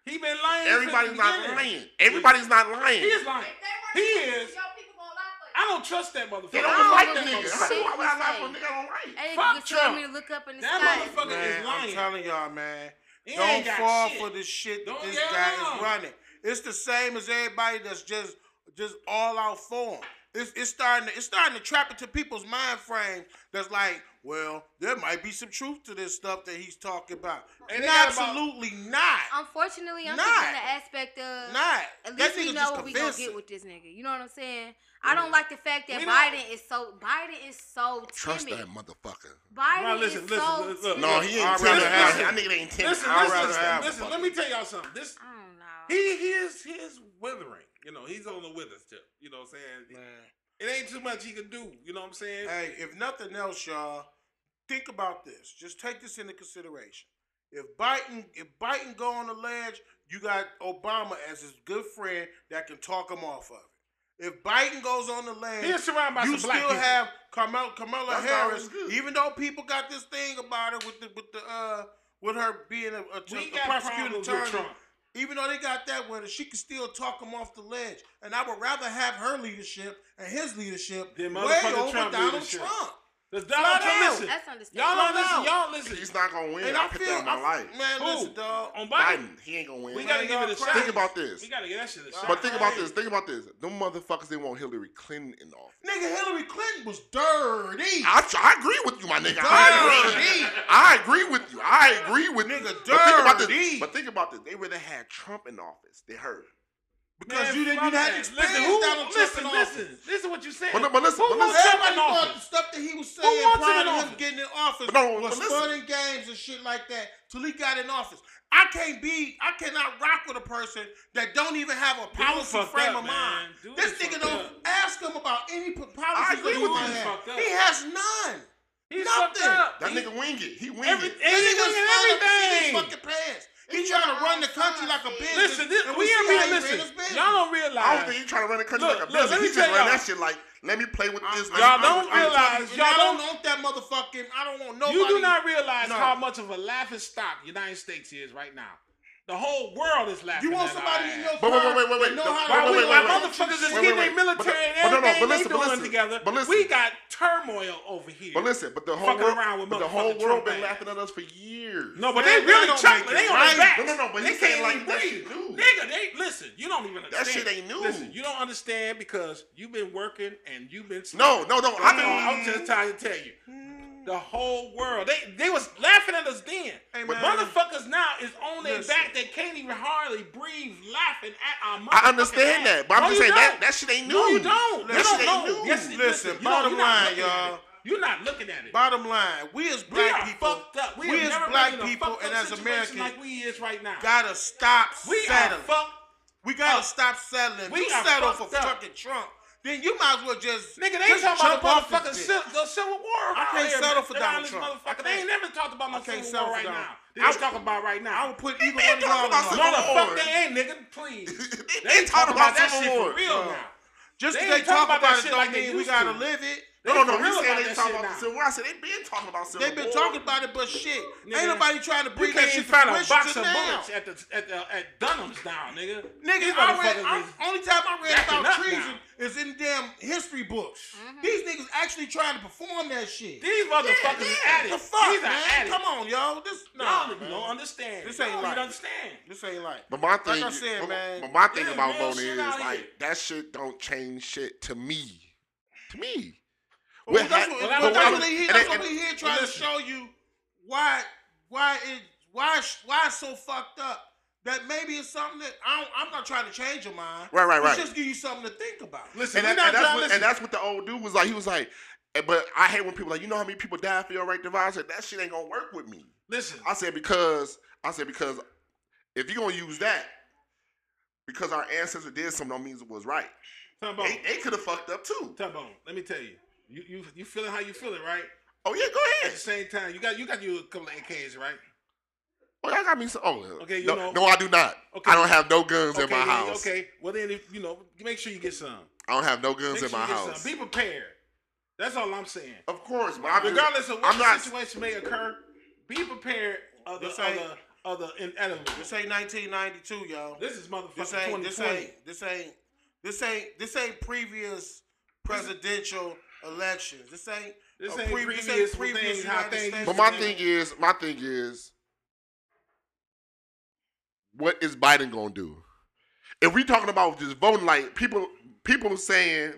Speaker 4: He been lying. since
Speaker 3: Everybody's
Speaker 4: the
Speaker 3: not
Speaker 4: beginning.
Speaker 3: lying. Everybody's not lying.
Speaker 4: He is
Speaker 5: If
Speaker 4: lying.
Speaker 5: they weren't
Speaker 4: He
Speaker 5: Christians,
Speaker 4: is.
Speaker 5: Y'all people gonna lie for you.
Speaker 4: I don't trust that motherfucker.
Speaker 3: They
Speaker 4: I
Speaker 3: don't
Speaker 4: don't
Speaker 3: like the
Speaker 4: that
Speaker 3: nigga.
Speaker 4: motherfucker.
Speaker 3: I don't-
Speaker 5: shit
Speaker 3: I don't like
Speaker 5: you
Speaker 3: the nigga. I don't like.
Speaker 5: Hey,
Speaker 4: Fuck
Speaker 5: you telling
Speaker 4: Trump.
Speaker 5: me to look up in the
Speaker 4: That
Speaker 5: sky.
Speaker 4: motherfucker
Speaker 6: Man,
Speaker 4: is
Speaker 6: I'm
Speaker 4: lying.
Speaker 6: telling y'all, man.
Speaker 4: He
Speaker 6: Don't
Speaker 4: ain't got
Speaker 6: fall
Speaker 4: shit.
Speaker 6: for the shit that
Speaker 4: Don't
Speaker 6: this
Speaker 4: get
Speaker 6: guy
Speaker 4: along.
Speaker 6: is running. It's the same as everybody that's just just all out for him. It's, it's starting to it's starting to trap into people's mind frame that's like, well, there might be some truth to this stuff that he's talking about.
Speaker 4: And
Speaker 6: And
Speaker 4: they got about-
Speaker 6: absolutely not.
Speaker 5: Unfortunately, I'm
Speaker 6: Not.
Speaker 5: thinking the aspect of
Speaker 6: Not.
Speaker 5: at
Speaker 6: That
Speaker 5: least we
Speaker 6: nigga's
Speaker 5: know
Speaker 6: just
Speaker 5: what we gonna
Speaker 6: convincing.
Speaker 5: get with this nigga. You know what I'm saying? I don't like the fact that
Speaker 4: We don't-
Speaker 5: Biden is so Biden is so timid.
Speaker 3: Trust that motherfucker.
Speaker 5: Biden
Speaker 4: Now, listen,
Speaker 5: is
Speaker 4: listen,
Speaker 5: so
Speaker 4: look,
Speaker 5: timid.
Speaker 4: look.
Speaker 3: No, he ain't.
Speaker 6: I'd
Speaker 3: timid.
Speaker 6: rather have
Speaker 3: That
Speaker 6: him.
Speaker 3: nigga ain't
Speaker 4: Listen,
Speaker 3: timid.
Speaker 4: listen,
Speaker 6: I'd rather
Speaker 4: listen,
Speaker 6: have
Speaker 4: listen,
Speaker 6: him.
Speaker 4: Let me tell y'all something. This
Speaker 5: I don't know.
Speaker 4: he he is he is withering. You know, he's on the withers tip. You know what I'm saying?
Speaker 6: Man.
Speaker 4: It ain't too much he can do. You know what I'm saying?
Speaker 6: Hey, if nothing else, y'all, think about this. Just take this into consideration. If Biden, if Biden go on the ledge, you got Obama as his good friend that can talk him off of it. If Biden goes on the land,
Speaker 4: He is surrounded by
Speaker 6: you
Speaker 4: some black
Speaker 6: still
Speaker 4: people.
Speaker 6: have Carmel, Carmela
Speaker 3: That's
Speaker 6: Harris.
Speaker 3: always good.
Speaker 6: Even though people got this thing about her with the with the uh with her being a, a,
Speaker 4: We
Speaker 6: a
Speaker 4: got
Speaker 6: prosecuting
Speaker 4: problems with
Speaker 6: attorney.
Speaker 4: Trump.
Speaker 6: Even though they got that with her, she can still talk him off the ledge. And I would rather have her leadership and his leadership
Speaker 4: Than
Speaker 6: way
Speaker 4: motherfucking
Speaker 6: over
Speaker 4: Trump
Speaker 6: Donald
Speaker 4: leadership.
Speaker 6: Trump.
Speaker 4: Does Donald Trump
Speaker 6: out.
Speaker 4: listen?
Speaker 5: That's
Speaker 4: Y'all
Speaker 5: understandable.
Speaker 4: don't
Speaker 6: Come
Speaker 4: listen.
Speaker 6: out.
Speaker 4: Y'all don't listen.
Speaker 3: He's not gonna win.
Speaker 6: And
Speaker 3: I,
Speaker 6: I
Speaker 3: put
Speaker 6: feel,
Speaker 3: that in my
Speaker 6: I-
Speaker 3: life.
Speaker 6: man,
Speaker 4: Who?
Speaker 6: listen, dog.
Speaker 4: On Biden.
Speaker 3: Biden, he ain't gonna win.
Speaker 4: We gotta
Speaker 6: Man,
Speaker 4: give it a
Speaker 6: y'all
Speaker 4: shot.
Speaker 3: think about this.
Speaker 4: We gotta get that shit a shot.
Speaker 3: But think about this. Think about this. Them motherfuckers they want Hillary Clinton in office.
Speaker 10: Nigga, Hillary Clinton was dirty.
Speaker 3: I, I agree with you, my nigga. I, I agree with you. I agree with you.
Speaker 6: Nigga,
Speaker 3: But think about this.
Speaker 6: dirty.
Speaker 3: But think about this. They would have had Trump in office. They heard.
Speaker 6: Because you didn't, you had
Speaker 4: listen,
Speaker 6: experience
Speaker 4: who,
Speaker 6: Donald Trump
Speaker 4: listen,
Speaker 6: in office.
Speaker 4: listen, listen. What you saying?
Speaker 3: But, no- but listen,
Speaker 4: Who
Speaker 3: but
Speaker 4: wants
Speaker 3: listen.
Speaker 4: Trump
Speaker 10: Everybody
Speaker 4: in
Speaker 10: thought the
Speaker 4: office?
Speaker 10: stuff that he was
Speaker 4: Who
Speaker 10: saying
Speaker 4: wants him
Speaker 10: prior
Speaker 4: in
Speaker 10: to him
Speaker 4: office?
Speaker 6: getting in office
Speaker 3: But no,
Speaker 6: was
Speaker 3: but listen.
Speaker 6: fun and games and shit like that till he got in office. I can't be, I cannot rock with a person that don't even have a policy
Speaker 4: fucked
Speaker 6: frame
Speaker 4: up,
Speaker 6: of mind.
Speaker 4: man. Dude is
Speaker 6: This
Speaker 4: fucked
Speaker 6: nigga don't
Speaker 4: up.
Speaker 6: ask him about any p- policies
Speaker 3: I agree with
Speaker 6: that he
Speaker 3: you.
Speaker 6: has.
Speaker 4: Fucked up.
Speaker 6: He has none.
Speaker 4: He's
Speaker 6: Nothing.
Speaker 4: fucked up.
Speaker 3: That
Speaker 4: He-
Speaker 3: nigga wing it. He wing
Speaker 4: Every,
Speaker 3: it.
Speaker 6: This
Speaker 4: everything
Speaker 6: nigga's trying
Speaker 4: and
Speaker 6: to see his
Speaker 4: everything.
Speaker 6: fucking pants. He
Speaker 10: He
Speaker 6: trying to
Speaker 10: got
Speaker 6: run the
Speaker 10: outside
Speaker 6: country like a
Speaker 10: shit.
Speaker 6: business.
Speaker 4: Listen, this,
Speaker 6: and
Speaker 4: we
Speaker 6: see
Speaker 4: ain't
Speaker 6: how he ran
Speaker 4: listen.
Speaker 6: his business.
Speaker 4: Y'all
Speaker 3: I
Speaker 4: don't
Speaker 3: don't think
Speaker 4: realize.
Speaker 3: he's trying to run the country
Speaker 4: Look,
Speaker 3: like a
Speaker 4: look,
Speaker 3: business.
Speaker 4: let me
Speaker 3: he just ran
Speaker 4: tell y'all. Uh,
Speaker 3: that shit like, let me play with this.
Speaker 6: I-
Speaker 4: Y'all
Speaker 6: I-
Speaker 4: don't
Speaker 6: I-
Speaker 4: realize,
Speaker 6: and
Speaker 4: y'all
Speaker 6: I don't
Speaker 4: don't-
Speaker 6: want that motherfucking. I don't want nobody.
Speaker 4: You do not realize
Speaker 6: No.
Speaker 4: how much of a laughing stock United States is right now. The whole world is laughing.
Speaker 6: You want
Speaker 4: at
Speaker 6: somebody
Speaker 4: our
Speaker 6: in
Speaker 4: ass.
Speaker 6: your
Speaker 3: But wait, wait, wait,
Speaker 6: firm
Speaker 3: wait,
Speaker 6: that
Speaker 3: wait.
Speaker 6: know
Speaker 3: Wait,
Speaker 6: how
Speaker 4: Why
Speaker 6: to
Speaker 4: we,
Speaker 3: wait, wait,
Speaker 6: run a
Speaker 4: why
Speaker 3: wait.
Speaker 6: country.
Speaker 4: motherfuckers
Speaker 3: Wait,
Speaker 4: is
Speaker 3: wait,
Speaker 4: getting their
Speaker 3: wait. But-
Speaker 4: military and
Speaker 3: but no, no, but
Speaker 4: everything they
Speaker 3: listen, but
Speaker 4: doing
Speaker 3: listen,
Speaker 4: together?
Speaker 3: but listen.
Speaker 4: we got turmoil over here.
Speaker 3: But listen, but the whole
Speaker 4: Fucking
Speaker 3: world,
Speaker 4: around with
Speaker 3: but the whole
Speaker 4: motherfucking
Speaker 3: world
Speaker 4: Trump
Speaker 3: been
Speaker 4: ass.
Speaker 3: laughing at us for years.
Speaker 4: no, but
Speaker 6: Man,
Speaker 4: they
Speaker 6: they
Speaker 4: really
Speaker 6: don't
Speaker 4: chuckling.
Speaker 6: make
Speaker 4: They on
Speaker 6: it
Speaker 4: their
Speaker 6: right.
Speaker 4: back.
Speaker 3: No, no, no, but
Speaker 4: they
Speaker 3: you saying
Speaker 4: can't
Speaker 3: like
Speaker 4: even
Speaker 3: that
Speaker 4: breathe.
Speaker 3: shit new.
Speaker 4: Nigga, they listen. You don't even
Speaker 3: That
Speaker 4: understand.
Speaker 3: shit ain't new.
Speaker 4: Listen, you don't understand because you've been working and you've been.
Speaker 3: No, no, no.
Speaker 4: I
Speaker 3: I've
Speaker 4: know, I'm
Speaker 3: been.
Speaker 4: just trying to tell you. The whole world. They they was laughing at us then.
Speaker 6: Hey,
Speaker 4: but
Speaker 6: man.
Speaker 4: motherfuckers now is on their
Speaker 6: Listen.
Speaker 4: back. They can't even hardly breathe laughing at our motherfucking
Speaker 3: I understand
Speaker 4: ass.
Speaker 3: that, but I'm
Speaker 4: No,
Speaker 3: just
Speaker 4: you
Speaker 3: saying that
Speaker 4: don't.
Speaker 3: that shit ain't new.
Speaker 4: No, you don't.
Speaker 3: That shit
Speaker 4: you don't
Speaker 3: ain't
Speaker 4: know.
Speaker 3: new.
Speaker 4: Yes, it-
Speaker 6: Listen,
Speaker 4: you don't-
Speaker 6: bottom
Speaker 4: you're not
Speaker 6: line,
Speaker 4: looking at
Speaker 6: y'all.
Speaker 4: it. You're not looking at it.
Speaker 6: Bottom line, we as
Speaker 4: we
Speaker 6: black
Speaker 4: are
Speaker 6: people,
Speaker 4: fucked up. We,
Speaker 6: we
Speaker 4: have
Speaker 6: as
Speaker 4: never
Speaker 6: black
Speaker 4: been in a
Speaker 6: people
Speaker 4: fucked
Speaker 6: and
Speaker 4: up
Speaker 6: as
Speaker 4: situation
Speaker 6: Americans
Speaker 4: like we is right now.
Speaker 6: gotta stop
Speaker 4: we
Speaker 6: settling.
Speaker 4: are fucked.
Speaker 6: we gotta
Speaker 4: up.
Speaker 6: stop settling.
Speaker 4: We
Speaker 6: you
Speaker 4: are
Speaker 6: settle for
Speaker 4: fucked up.
Speaker 6: fucking Trump, then you might as well just
Speaker 4: Nigga, they
Speaker 6: just
Speaker 4: talking about
Speaker 6: jump
Speaker 4: the
Speaker 6: off this
Speaker 4: motherfucking
Speaker 6: bitch.
Speaker 4: civil, the civil war.
Speaker 6: I
Speaker 4: around
Speaker 6: can't
Speaker 4: here,
Speaker 6: settle for
Speaker 4: around
Speaker 6: Donald
Speaker 4: this
Speaker 6: Trump. I
Speaker 4: Motherfucker. They ain't
Speaker 6: can't.
Speaker 4: never talked about no
Speaker 6: I can't
Speaker 4: civil
Speaker 6: settle
Speaker 4: war
Speaker 6: for
Speaker 4: right
Speaker 6: Donald.
Speaker 4: now. They was talking about right now.
Speaker 6: I would put either
Speaker 3: been
Speaker 6: one of
Speaker 3: talking
Speaker 6: y'all
Speaker 3: about
Speaker 6: on.
Speaker 3: civil
Speaker 4: No, the
Speaker 3: war.
Speaker 4: fuck they ain't, nigga. Please.
Speaker 3: They ain't talking about
Speaker 4: that
Speaker 3: civil
Speaker 4: shit for
Speaker 3: war.
Speaker 4: real
Speaker 6: No.
Speaker 4: now.
Speaker 6: Just
Speaker 4: They ain't talking
Speaker 6: because they talk
Speaker 4: about
Speaker 6: about,
Speaker 4: that
Speaker 6: it
Speaker 4: shit
Speaker 6: don't
Speaker 4: like they
Speaker 6: mean we
Speaker 4: used
Speaker 6: gotta
Speaker 4: to.
Speaker 6: live it.
Speaker 3: No, no,
Speaker 4: They
Speaker 3: no. You
Speaker 4: for real about
Speaker 3: saying they
Speaker 4: that
Speaker 3: talking
Speaker 4: shit
Speaker 3: about the
Speaker 4: now.
Speaker 3: civil war? I said they been talking about civil war.
Speaker 6: They've been talking about it, but shit,
Speaker 4: Nigga,
Speaker 6: ain't nobody trying to
Speaker 4: We
Speaker 6: bring that
Speaker 4: can't
Speaker 6: shit
Speaker 4: even
Speaker 6: to
Speaker 4: find a
Speaker 6: fruition
Speaker 4: box
Speaker 6: till
Speaker 4: of
Speaker 6: now.
Speaker 4: bullets at the at the at Dunham's now, nigga.
Speaker 6: Nigga,
Speaker 4: These
Speaker 6: I read,
Speaker 4: motherfuckers
Speaker 6: I,
Speaker 4: is-
Speaker 6: only time I read
Speaker 4: jacking
Speaker 6: about
Speaker 4: up
Speaker 6: treason
Speaker 4: now.
Speaker 6: is in damn history books. These niggas actually trying to perform that shit.
Speaker 4: These motherfuckers is
Speaker 6: Yeah,
Speaker 4: addicts.
Speaker 6: The fuck,
Speaker 4: These are
Speaker 6: man?
Speaker 4: addicts.
Speaker 6: Come on, yo. This no,
Speaker 4: Y'all niggas
Speaker 6: man.
Speaker 4: don't understand.
Speaker 6: This ain't
Speaker 4: Y'all
Speaker 6: right.
Speaker 4: don't understand.
Speaker 6: This ain't like.
Speaker 3: But my thing,
Speaker 6: like I said,
Speaker 3: but,
Speaker 6: man.
Speaker 3: but my thing
Speaker 4: Yeah,
Speaker 3: about
Speaker 4: real
Speaker 3: voting
Speaker 4: shit
Speaker 3: is
Speaker 4: out
Speaker 3: like
Speaker 4: here.
Speaker 3: that shit don't change shit to me. To me.
Speaker 6: Well,
Speaker 3: What
Speaker 6: that's
Speaker 3: hap-
Speaker 6: what,
Speaker 4: well,
Speaker 6: well,
Speaker 4: what
Speaker 6: that's
Speaker 4: happened-
Speaker 6: what they here.
Speaker 3: and
Speaker 6: That's
Speaker 3: they-
Speaker 6: what they here trying to show you why why it why sh- why it's so fucked up. That maybe it's something that I don't, I'm not trying to change your mind.
Speaker 3: Right, right,
Speaker 6: It's
Speaker 3: right.
Speaker 6: just give you something to think about.
Speaker 4: Listen,
Speaker 3: And, that,
Speaker 4: we're not
Speaker 3: and, that's
Speaker 4: trying to
Speaker 3: what,
Speaker 4: listen.
Speaker 3: and that's what the old dude was like. He was like, eh, but I hate when people like, you know how many people died for your right to vote? I said, that shit ain't gonna work with me.
Speaker 4: Listen.
Speaker 3: I said, because, I said, because if you're gonna use that, because our ancestors did something, that means it was right.
Speaker 4: Tumbone.
Speaker 3: They, they could have fucked up too.
Speaker 4: Tumbone. Let me tell you. You you you feeling how you feeling, right?
Speaker 3: Oh, yeah, go
Speaker 4: At the
Speaker 3: ahead.
Speaker 4: same time, you got you got you a couple of AKs, right?
Speaker 3: Oh, y'all got me some. Oh,
Speaker 4: Okay, you
Speaker 3: no,
Speaker 4: know-
Speaker 3: no, I do not.
Speaker 4: Okay.
Speaker 3: I don't have no guns in
Speaker 4: okay,
Speaker 3: my
Speaker 4: then-
Speaker 3: house.
Speaker 4: Okay. Well then if you know, make sure you get some.
Speaker 3: I don't have no guns
Speaker 4: Make
Speaker 3: in
Speaker 4: sure
Speaker 3: my
Speaker 4: you get
Speaker 3: house.
Speaker 4: some. Be prepared. That's all I'm saying.
Speaker 3: Of course, but I'm just-
Speaker 4: Regardless of what
Speaker 3: I'm not.
Speaker 4: situation may occur, be prepared of the
Speaker 6: This
Speaker 4: other
Speaker 6: ain't-
Speaker 4: other inevitable.
Speaker 6: This ain't 1992, yo.
Speaker 4: This is motherfucking
Speaker 6: This ain't,
Speaker 4: 2020.
Speaker 6: this ain't, this ain't, this ain't, this ain't previous presidential elections. This ain't,
Speaker 4: This
Speaker 6: a
Speaker 4: ain't
Speaker 6: pre-
Speaker 4: previous things, how
Speaker 6: United
Speaker 4: things
Speaker 6: States
Speaker 4: used
Speaker 3: But my
Speaker 4: Yeah.
Speaker 3: thing is, my thing is, what is Biden gonna do? If we talking about just voting, like people, people saying,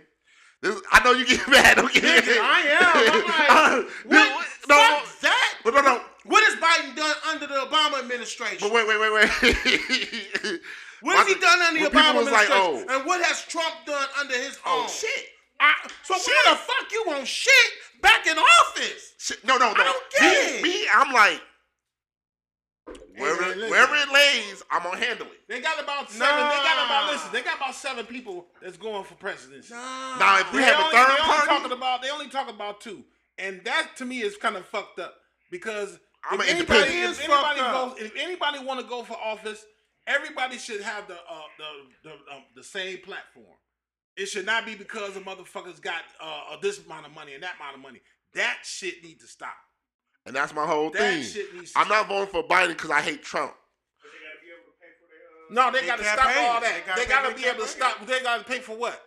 Speaker 3: this, I know you get mad. Don't get mad.
Speaker 6: Nigga, I am. I'm like,
Speaker 3: This-
Speaker 6: what?
Speaker 3: No,
Speaker 6: Fuck that?
Speaker 3: but no, no.
Speaker 6: What has Biden done under the Obama administration?
Speaker 3: But wait, wait, wait, wait.
Speaker 6: What has he done under
Speaker 3: When people
Speaker 6: the Obama
Speaker 3: was like,
Speaker 6: administration?
Speaker 3: oh.
Speaker 6: And what has Trump done under his
Speaker 3: Oh,
Speaker 6: own?
Speaker 3: shit.
Speaker 6: I, so why the fuck you want shit back in office?
Speaker 3: Shit, No, no, no.
Speaker 6: I don't get
Speaker 3: me,
Speaker 6: it.
Speaker 3: me, I'm like, wherever,
Speaker 4: man, listen.
Speaker 3: wherever it lays, I'm gonna handle it.
Speaker 4: They got about seven. They got about listen. They got about seven people that's going for presidency.
Speaker 3: Now, if we
Speaker 4: They
Speaker 3: have
Speaker 4: only-
Speaker 3: a
Speaker 4: they
Speaker 3: third
Speaker 4: only
Speaker 3: party,
Speaker 4: talking about they only talk about two, and that to me is kind of fucked up because
Speaker 3: I'm
Speaker 4: if
Speaker 3: an
Speaker 4: anybody,
Speaker 3: independent.
Speaker 4: if
Speaker 6: It's
Speaker 4: anybody
Speaker 6: fucked
Speaker 4: goes,
Speaker 6: up.
Speaker 4: if anybody want to go for office, everybody should have the uh, the the, um, the same platform. It should not be because the motherfuckers got uh, uh, this amount of money and that amount of money. That shit need to stop.
Speaker 3: And that's my whole
Speaker 4: That
Speaker 3: thing.
Speaker 4: shit needs to
Speaker 3: I'm not voting for Biden because I hate Trump.
Speaker 4: No, they,
Speaker 6: They
Speaker 4: gotta
Speaker 6: campaign.
Speaker 4: stop all
Speaker 6: They
Speaker 4: that.
Speaker 6: gotta
Speaker 4: They gotta,
Speaker 6: pay
Speaker 4: be
Speaker 6: their
Speaker 4: able to
Speaker 6: campaign.
Speaker 4: stop. They gotta pay for what?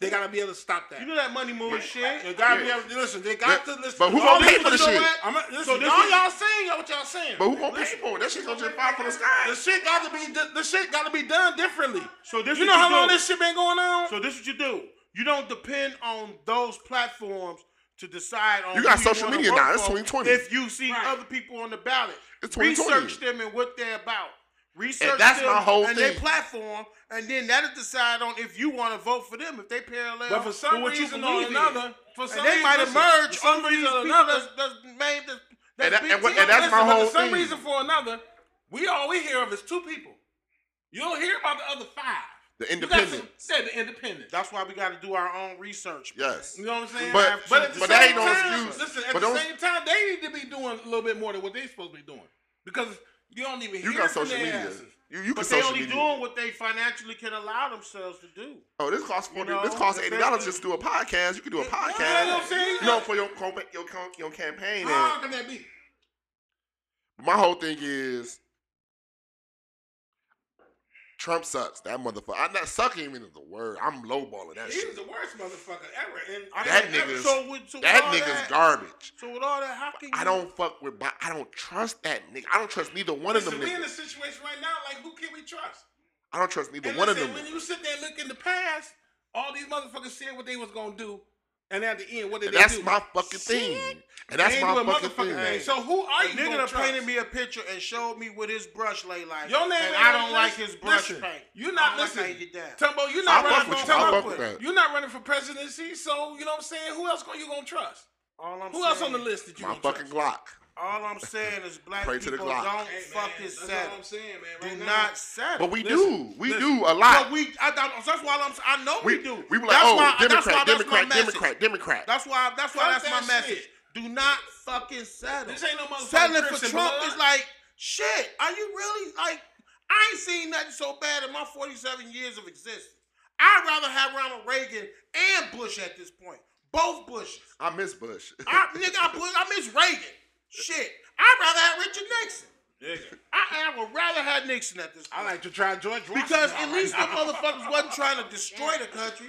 Speaker 4: They gotta be able to stop that.
Speaker 6: You know that money moving shit.
Speaker 4: They gotta be able to listen. They got
Speaker 3: But-
Speaker 4: to listen.
Speaker 3: but who
Speaker 4: All
Speaker 3: gonna pay
Speaker 4: these-
Speaker 3: for the
Speaker 4: you know
Speaker 3: shit?
Speaker 4: what? I'm a, listen,
Speaker 6: So this
Speaker 4: all
Speaker 6: is-
Speaker 4: y'all saying what y'all saying.
Speaker 3: But who gonna pay for it? That shit gonna just fall from the sky.
Speaker 4: the shit gotta be the, the shit gotta be done differently.
Speaker 6: So this
Speaker 4: You
Speaker 6: what
Speaker 4: know how
Speaker 6: do.
Speaker 4: long this shit been going on?
Speaker 6: So this what you do. You don't depend on those platforms to decide on.
Speaker 3: You got
Speaker 6: who
Speaker 3: social
Speaker 6: wanna
Speaker 3: media
Speaker 6: vote
Speaker 3: now. It's
Speaker 6: for
Speaker 3: 2020.
Speaker 6: If you see
Speaker 4: Right.
Speaker 6: other people on the ballot,
Speaker 3: It's 2020.
Speaker 6: research them and what they're about. Research
Speaker 3: that's
Speaker 6: them
Speaker 3: my whole
Speaker 6: and their
Speaker 3: thing.
Speaker 6: platform, and then that'll decide on if you want to vote for them. If they parallel,
Speaker 4: but for
Speaker 6: with
Speaker 4: some
Speaker 6: what you
Speaker 4: reason or
Speaker 6: believe in.
Speaker 4: another, for some
Speaker 6: and they
Speaker 4: reason,
Speaker 6: might
Speaker 4: listen,
Speaker 6: emerge
Speaker 4: for some
Speaker 6: under these
Speaker 4: reason or
Speaker 6: people
Speaker 4: another.
Speaker 6: that's, that's made that's,
Speaker 3: And
Speaker 6: that's
Speaker 3: that-
Speaker 6: big
Speaker 3: and what-
Speaker 6: deal.
Speaker 3: and that's my
Speaker 4: Listen, but
Speaker 3: whole
Speaker 4: for some
Speaker 3: thing.
Speaker 4: reason for another, we all we hear of is two people. You don't hear about the other five.
Speaker 3: The
Speaker 4: You got some-
Speaker 3: independent.
Speaker 4: Said the independent.
Speaker 6: That's why we got to do our own research.
Speaker 3: Yes.
Speaker 4: You know what I'm saying?
Speaker 3: But-
Speaker 4: but at the
Speaker 3: but
Speaker 4: same
Speaker 3: that ain't no
Speaker 4: time,
Speaker 3: excuse.
Speaker 4: Listen, at
Speaker 3: But
Speaker 4: the
Speaker 3: don't-
Speaker 4: same time, they need to be doing a little bit more than what they supposed to be doing because you don't even
Speaker 3: You
Speaker 4: hear
Speaker 3: got
Speaker 4: from
Speaker 3: social
Speaker 4: their
Speaker 3: media.
Speaker 4: asses.
Speaker 3: You you can
Speaker 6: But they
Speaker 3: social
Speaker 6: only
Speaker 3: media.
Speaker 6: doing what they financially can allow themselves to do.
Speaker 3: Oh, this costs forty.
Speaker 6: know,
Speaker 3: this costs
Speaker 6: the
Speaker 3: eighty dollars
Speaker 6: best-
Speaker 3: just to do a podcast. You can do a podcast.
Speaker 4: know what I'm saying?
Speaker 3: You know, for your com- your com- your campaign. ad.
Speaker 4: How can that be?
Speaker 3: My whole thing is Trump sucks. That motherfucker. I'm not sucking even is the word. I'm lowballing that
Speaker 4: He's
Speaker 3: shit.
Speaker 4: the worst motherfucker ever. And
Speaker 3: That
Speaker 4: and-
Speaker 3: nigga's-
Speaker 6: So with, so
Speaker 3: That
Speaker 6: with all
Speaker 3: nigga's
Speaker 6: that,
Speaker 3: garbage.
Speaker 6: So with all that, how can you?
Speaker 3: I don't fuck with. Bi- I don't trust that nigga. I don't trust neither one of them
Speaker 4: Listen, we in a
Speaker 3: niggas.
Speaker 4: situation right now. Like, who can we trust?
Speaker 3: I don't trust neither
Speaker 4: And
Speaker 3: one of
Speaker 4: listen,
Speaker 3: them.
Speaker 4: when
Speaker 3: niggas.
Speaker 4: you sit there and look in the past, all these motherfuckers said what they was gonna do, and at the end, what did
Speaker 3: And
Speaker 4: they
Speaker 3: that's
Speaker 4: do?
Speaker 3: my fucking thing. And that's
Speaker 4: They
Speaker 3: my
Speaker 4: ain't do a
Speaker 3: fucking
Speaker 4: motherfucking
Speaker 3: thing.
Speaker 4: thing. So who are
Speaker 6: A
Speaker 4: you?
Speaker 6: nigga
Speaker 4: gonna
Speaker 6: done
Speaker 4: trust?
Speaker 6: painted me a picture and showed me with his brush lay like.
Speaker 4: Your name
Speaker 6: and
Speaker 4: ain't
Speaker 6: I
Speaker 4: on
Speaker 6: don't
Speaker 4: the
Speaker 6: like
Speaker 4: list.
Speaker 6: his brush
Speaker 4: Listen,
Speaker 6: paint.
Speaker 4: You're
Speaker 6: I
Speaker 4: not
Speaker 6: don't like how
Speaker 4: listening.
Speaker 6: you get down.
Speaker 4: Tumbo, you're
Speaker 3: I
Speaker 4: not
Speaker 3: fuck
Speaker 4: running
Speaker 3: with
Speaker 4: for
Speaker 3: you. I fuck
Speaker 4: Tumbo.
Speaker 3: with that.
Speaker 4: You're not running for presidency, so you know what I'm saying. Who else going you gonna trust?
Speaker 6: All I'm
Speaker 4: Who else on
Speaker 6: saying-
Speaker 4: the list that you
Speaker 3: My
Speaker 4: gonna
Speaker 3: fucking
Speaker 4: trust?
Speaker 3: Glock.
Speaker 6: All I'm saying is black
Speaker 3: Pray to
Speaker 6: people
Speaker 3: the
Speaker 6: don't
Speaker 3: Glock.
Speaker 4: Hey, man,
Speaker 6: fucking
Speaker 4: that's all
Speaker 6: settle.
Speaker 4: I'm saying, man.
Speaker 6: Do
Speaker 4: Right now,
Speaker 6: not settle.
Speaker 3: But we
Speaker 4: Listen,
Speaker 3: do. We
Speaker 4: listen.
Speaker 3: do a
Speaker 6: But
Speaker 3: lot.
Speaker 6: we. I, I, that's why I'm. I know we,
Speaker 3: we,
Speaker 6: do.
Speaker 3: we were like,
Speaker 6: that's
Speaker 3: oh,
Speaker 6: why,
Speaker 3: Democrat,
Speaker 6: that's why, that's my
Speaker 3: Democrat,
Speaker 6: message.
Speaker 3: Democrat, Democrat.
Speaker 6: That's why. That's why.
Speaker 4: Fuck
Speaker 6: That's my
Speaker 4: that
Speaker 6: message.
Speaker 4: shit.
Speaker 6: Do not fucking settle.
Speaker 4: This ain't no motherfucking
Speaker 6: Settling for
Speaker 4: Christian
Speaker 6: Trump
Speaker 4: blood.
Speaker 6: is like shit. Are you really like? I ain't seen nothing so bad in my 47 years of existence. I'd rather have Ronald Reagan and Bush at this point. Both Bushes.
Speaker 3: I miss Bush.
Speaker 6: I, nigga, I, Bush, I miss Reagan. Shit. I'd rather have Richard Nixon.
Speaker 3: oh,
Speaker 6: I, I would rather have Nixon at this point.
Speaker 4: I like to try George Washington.
Speaker 6: Because
Speaker 4: out
Speaker 6: at least the
Speaker 4: right now.
Speaker 6: motherfuckers wasn't trying to destroy the country.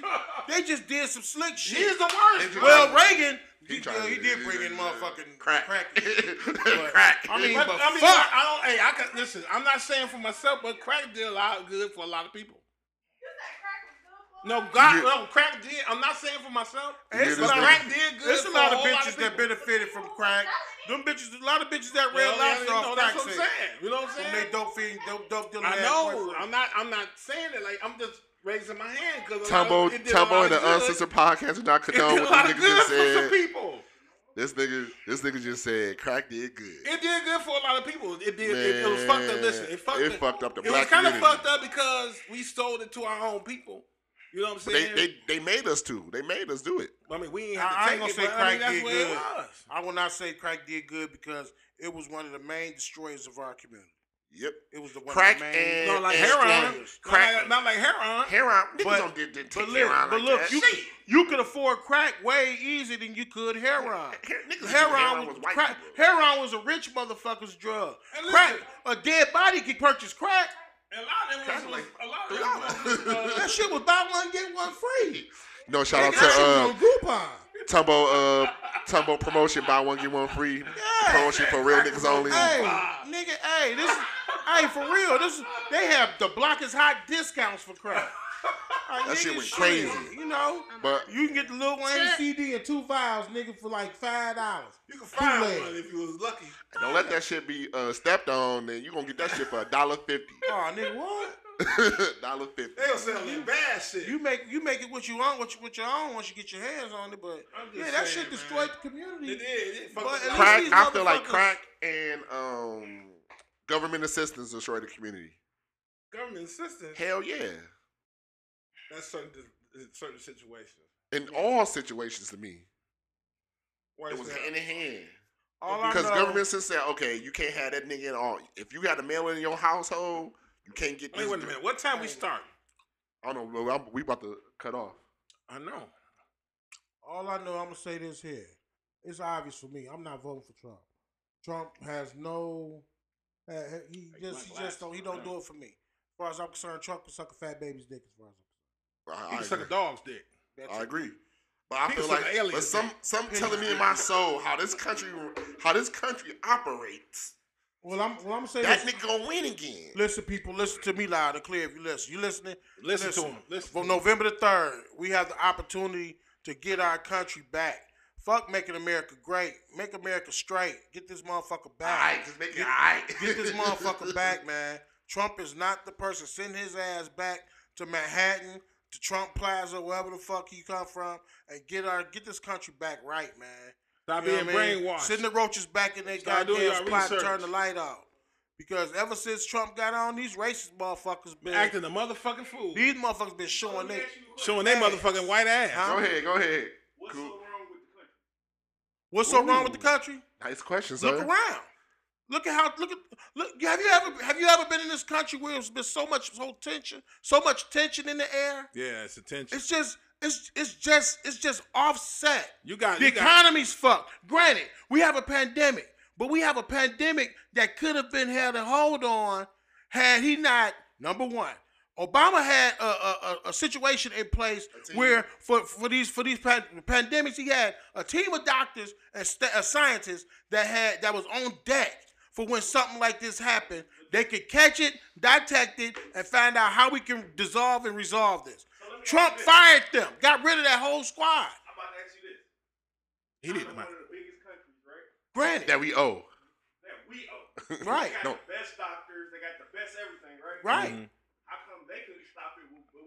Speaker 6: They just did some slick shit.
Speaker 4: He's the worst.
Speaker 3: They
Speaker 6: well,
Speaker 3: tried-
Speaker 6: Reagan,
Speaker 3: he
Speaker 6: he,
Speaker 3: tried
Speaker 6: he
Speaker 3: to-
Speaker 6: did bring in
Speaker 3: yeah,
Speaker 6: motherfucking
Speaker 3: crack.
Speaker 6: crack. But,
Speaker 3: Crack.
Speaker 6: I mean,
Speaker 4: But,
Speaker 6: but
Speaker 4: I mean,
Speaker 6: fuck.
Speaker 4: I don't. Hey, I can listen. I'm not saying for myself, but crack did a lot of good for a lot of people. No, God,
Speaker 3: Yeah.
Speaker 4: no, crack did. I'm not saying for myself.
Speaker 3: Yeah,
Speaker 6: It's
Speaker 3: this
Speaker 6: a
Speaker 4: But
Speaker 6: lot-
Speaker 4: crack did good.
Speaker 6: There's a
Speaker 4: for
Speaker 6: lot of
Speaker 4: whole
Speaker 6: bitches that
Speaker 4: people.
Speaker 6: benefited from crack. Them bitches, a lot of bitches that red
Speaker 4: Well, yeah,
Speaker 6: lobster
Speaker 4: you know,
Speaker 6: off crack
Speaker 4: that's what I'm
Speaker 6: sales.
Speaker 4: saying. You know what I'm
Speaker 6: From
Speaker 4: saying?
Speaker 6: they dope fiend, dope, dope dealing.
Speaker 4: I
Speaker 6: ass
Speaker 4: know.
Speaker 6: boyfriend.
Speaker 4: I'm not. I'm not saying it. Like I'm just raising my hand because
Speaker 3: Tumbo, Tumbo, and the
Speaker 4: unsensor.
Speaker 3: Uncensored podcast do not
Speaker 4: It
Speaker 3: condone
Speaker 4: did a
Speaker 3: what
Speaker 4: lot
Speaker 3: this
Speaker 4: of
Speaker 3: nigga
Speaker 4: good
Speaker 3: just
Speaker 4: for some
Speaker 3: said.
Speaker 4: people.
Speaker 3: This nigga, this nigga just said, crack did good.
Speaker 4: It did good for a lot of people. It did. it, it was fucked up.
Speaker 3: Man,
Speaker 4: Listen, it fucked.
Speaker 3: it
Speaker 4: up.
Speaker 3: fucked up the
Speaker 4: It was
Speaker 3: black
Speaker 4: kind of
Speaker 3: community.
Speaker 4: fucked up because we sold it to our own people. You know what I'm
Speaker 3: But they,
Speaker 4: saying?
Speaker 3: they, they made us to. They made us do it.
Speaker 4: I mean, we ain't
Speaker 6: I- I
Speaker 4: have to
Speaker 6: ain't
Speaker 4: take it,
Speaker 6: gonna say
Speaker 4: but I mean,
Speaker 6: crack
Speaker 4: that's
Speaker 6: did
Speaker 4: what it
Speaker 6: good.
Speaker 4: was.
Speaker 6: I will not say crack did good because it was one of the main destroyers of our community.
Speaker 3: Yep.
Speaker 6: It was the one
Speaker 3: Crack
Speaker 6: of the main.
Speaker 3: and
Speaker 4: No, like
Speaker 3: and
Speaker 4: heroin.
Speaker 3: steroids.
Speaker 4: Not like-
Speaker 3: Crack.
Speaker 4: Not like heroin.
Speaker 3: Heroin. Niggas
Speaker 6: But-
Speaker 3: don't did, did take
Speaker 6: But look,
Speaker 3: heroin
Speaker 6: but
Speaker 3: like
Speaker 6: look,
Speaker 3: that.
Speaker 6: you,
Speaker 3: Shit.
Speaker 6: you could afford crack way easier than you could heroin.
Speaker 3: Niggas did
Speaker 6: Heroin was,
Speaker 3: white
Speaker 6: crack,
Speaker 3: people.
Speaker 6: heroin was a rich motherfucker's drug.
Speaker 4: And listen-
Speaker 6: Crack, a dead body could purchase crack.
Speaker 4: And a lot of them was,
Speaker 3: Kinda
Speaker 4: a lot
Speaker 3: like
Speaker 4: of them was, uh,
Speaker 6: That shit was buy one get one free.
Speaker 3: No, shout out
Speaker 6: Nigga, that shit
Speaker 3: to
Speaker 6: was
Speaker 3: uh,
Speaker 6: on
Speaker 3: Tumbo,
Speaker 6: Groupon.
Speaker 3: uh, Tumbo promotion buy one get one free. Promotion for real niggas only.
Speaker 6: Hey, nigga, hey, this is, hey, for real, this is, they have the block is hot discounts for crack. Like,
Speaker 3: That shit
Speaker 6: nigga,
Speaker 3: went crazy.
Speaker 6: You know,
Speaker 3: But
Speaker 6: you can get the little Wayne
Speaker 11: Shit.
Speaker 6: CD and two vials, nigga, for like five dollars.
Speaker 4: you could find
Speaker 6: Kool-Aid.
Speaker 4: one if you was lucky.
Speaker 3: don't let that shit be uh, stepped on. Then you gonna get that shit for a dollar fifty.
Speaker 6: Oh, nigga, what?
Speaker 3: Dollar fifty.
Speaker 4: They was selling bad shit.
Speaker 6: You make you make it what you want, what you what your own once you get your hands on it. But
Speaker 4: I'm just
Speaker 6: yeah,
Speaker 4: saying,
Speaker 6: that shit
Speaker 4: man.
Speaker 6: destroyed the community.
Speaker 4: It did. It
Speaker 6: But
Speaker 4: fucked us up.
Speaker 6: at least-
Speaker 3: Crack.
Speaker 6: these
Speaker 3: I feel like
Speaker 6: motherfuckers-
Speaker 3: crack and um, government assistance destroy the community.
Speaker 4: government assistance.
Speaker 3: Hell yeah.
Speaker 4: That's certain dis- certain situations.
Speaker 3: In all situations, to me,
Speaker 4: Why
Speaker 3: it
Speaker 4: is
Speaker 3: was
Speaker 4: that?
Speaker 3: hand in hand.
Speaker 6: All I
Speaker 3: Because
Speaker 6: know,
Speaker 3: government assistance said, okay, you can't have that nigga in all. If you got a male in your household, you can't get.
Speaker 4: Wait,
Speaker 3: this
Speaker 4: wait a
Speaker 3: dude.
Speaker 4: minute. What time we start?
Speaker 3: I don't know. but I'm, we about to cut off.
Speaker 4: I know.
Speaker 6: All I know, I'm gonna say this here. It's obvious for me. I'm not voting for Trump. Trump has no. Uh, he just he just don't he don't do it for me. As far as I'm concerned, Trump can suck a fat baby's dick. As far as I'm
Speaker 3: I,
Speaker 4: He
Speaker 3: I
Speaker 4: can suck a
Speaker 3: agree.
Speaker 4: dog's dick.
Speaker 3: I agree. But I
Speaker 4: He can
Speaker 3: feel
Speaker 4: suck
Speaker 3: like,
Speaker 4: an alien
Speaker 3: but some
Speaker 4: dick.
Speaker 3: some telling me in my soul how this country how this country operates.
Speaker 6: well, I'm well, I'm gonna say
Speaker 3: That
Speaker 6: this.
Speaker 3: nigga gonna win again.
Speaker 6: Listen, people, listen to me loud and clear. If you listen, you listening.
Speaker 4: Listen, to him. Listen.
Speaker 6: From November the third, we have the opportunity to get our country back. Fuck making America great. Make America straight. Get this motherfucker back.
Speaker 3: Alright, just make it alright.
Speaker 6: Get this motherfucker back, man. Trump is not the person. Send his ass back to Manhattan, to Trump Plaza, wherever the fuck he come from, and get our get this country back right, man.
Speaker 4: Stop
Speaker 6: You know
Speaker 4: being
Speaker 6: what I mean?
Speaker 4: brainwashed.
Speaker 6: Send the roaches back in their
Speaker 4: Start doing
Speaker 6: goddamn
Speaker 4: your
Speaker 6: spot and
Speaker 4: research.
Speaker 6: turn the light out. Because ever since Trump got on, these racist motherfuckers been
Speaker 4: acting a motherfucking fool.
Speaker 6: These motherfuckers been showing they
Speaker 4: Showing they motherfucking white ass.
Speaker 6: Huh?
Speaker 3: Go ahead, go ahead.
Speaker 10: What's
Speaker 3: Cool.
Speaker 10: so wrong with the country?
Speaker 6: What's so wrong with the country?
Speaker 3: Nice question, sir.
Speaker 6: Look around. Look at how look at look. Have you ever have you ever been in this country where there's been so much so tension, so much tension in the air?
Speaker 4: Yeah, it's attention.
Speaker 6: It's just it's it's just it's just offset.
Speaker 4: you got
Speaker 6: The
Speaker 4: you got,
Speaker 6: economy's fucked. Granted, we have a pandemic, but we have a pandemic that could have been held a hold on had he not number one. Obama had a, a, a, a situation in place where for, for these for these pan- pandemics he had a team of doctors and st- uh, scientists that had that was on deck for when something like this happened. They could catch it, detect it, and find out how we can dissolve and resolve this. Trump fired them, got rid of that whole squad.
Speaker 10: I'm about to ask you this.
Speaker 4: he didn't
Speaker 10: One
Speaker 4: mind.
Speaker 10: of the biggest countries, right?
Speaker 6: Granted,
Speaker 3: That we owe.
Speaker 10: That we own.
Speaker 6: Right.
Speaker 10: They got
Speaker 3: No.
Speaker 10: the best doctors. They got the best everything, right?
Speaker 6: Right.
Speaker 4: Mm-hmm.
Speaker 10: How come they couldn't stop it, but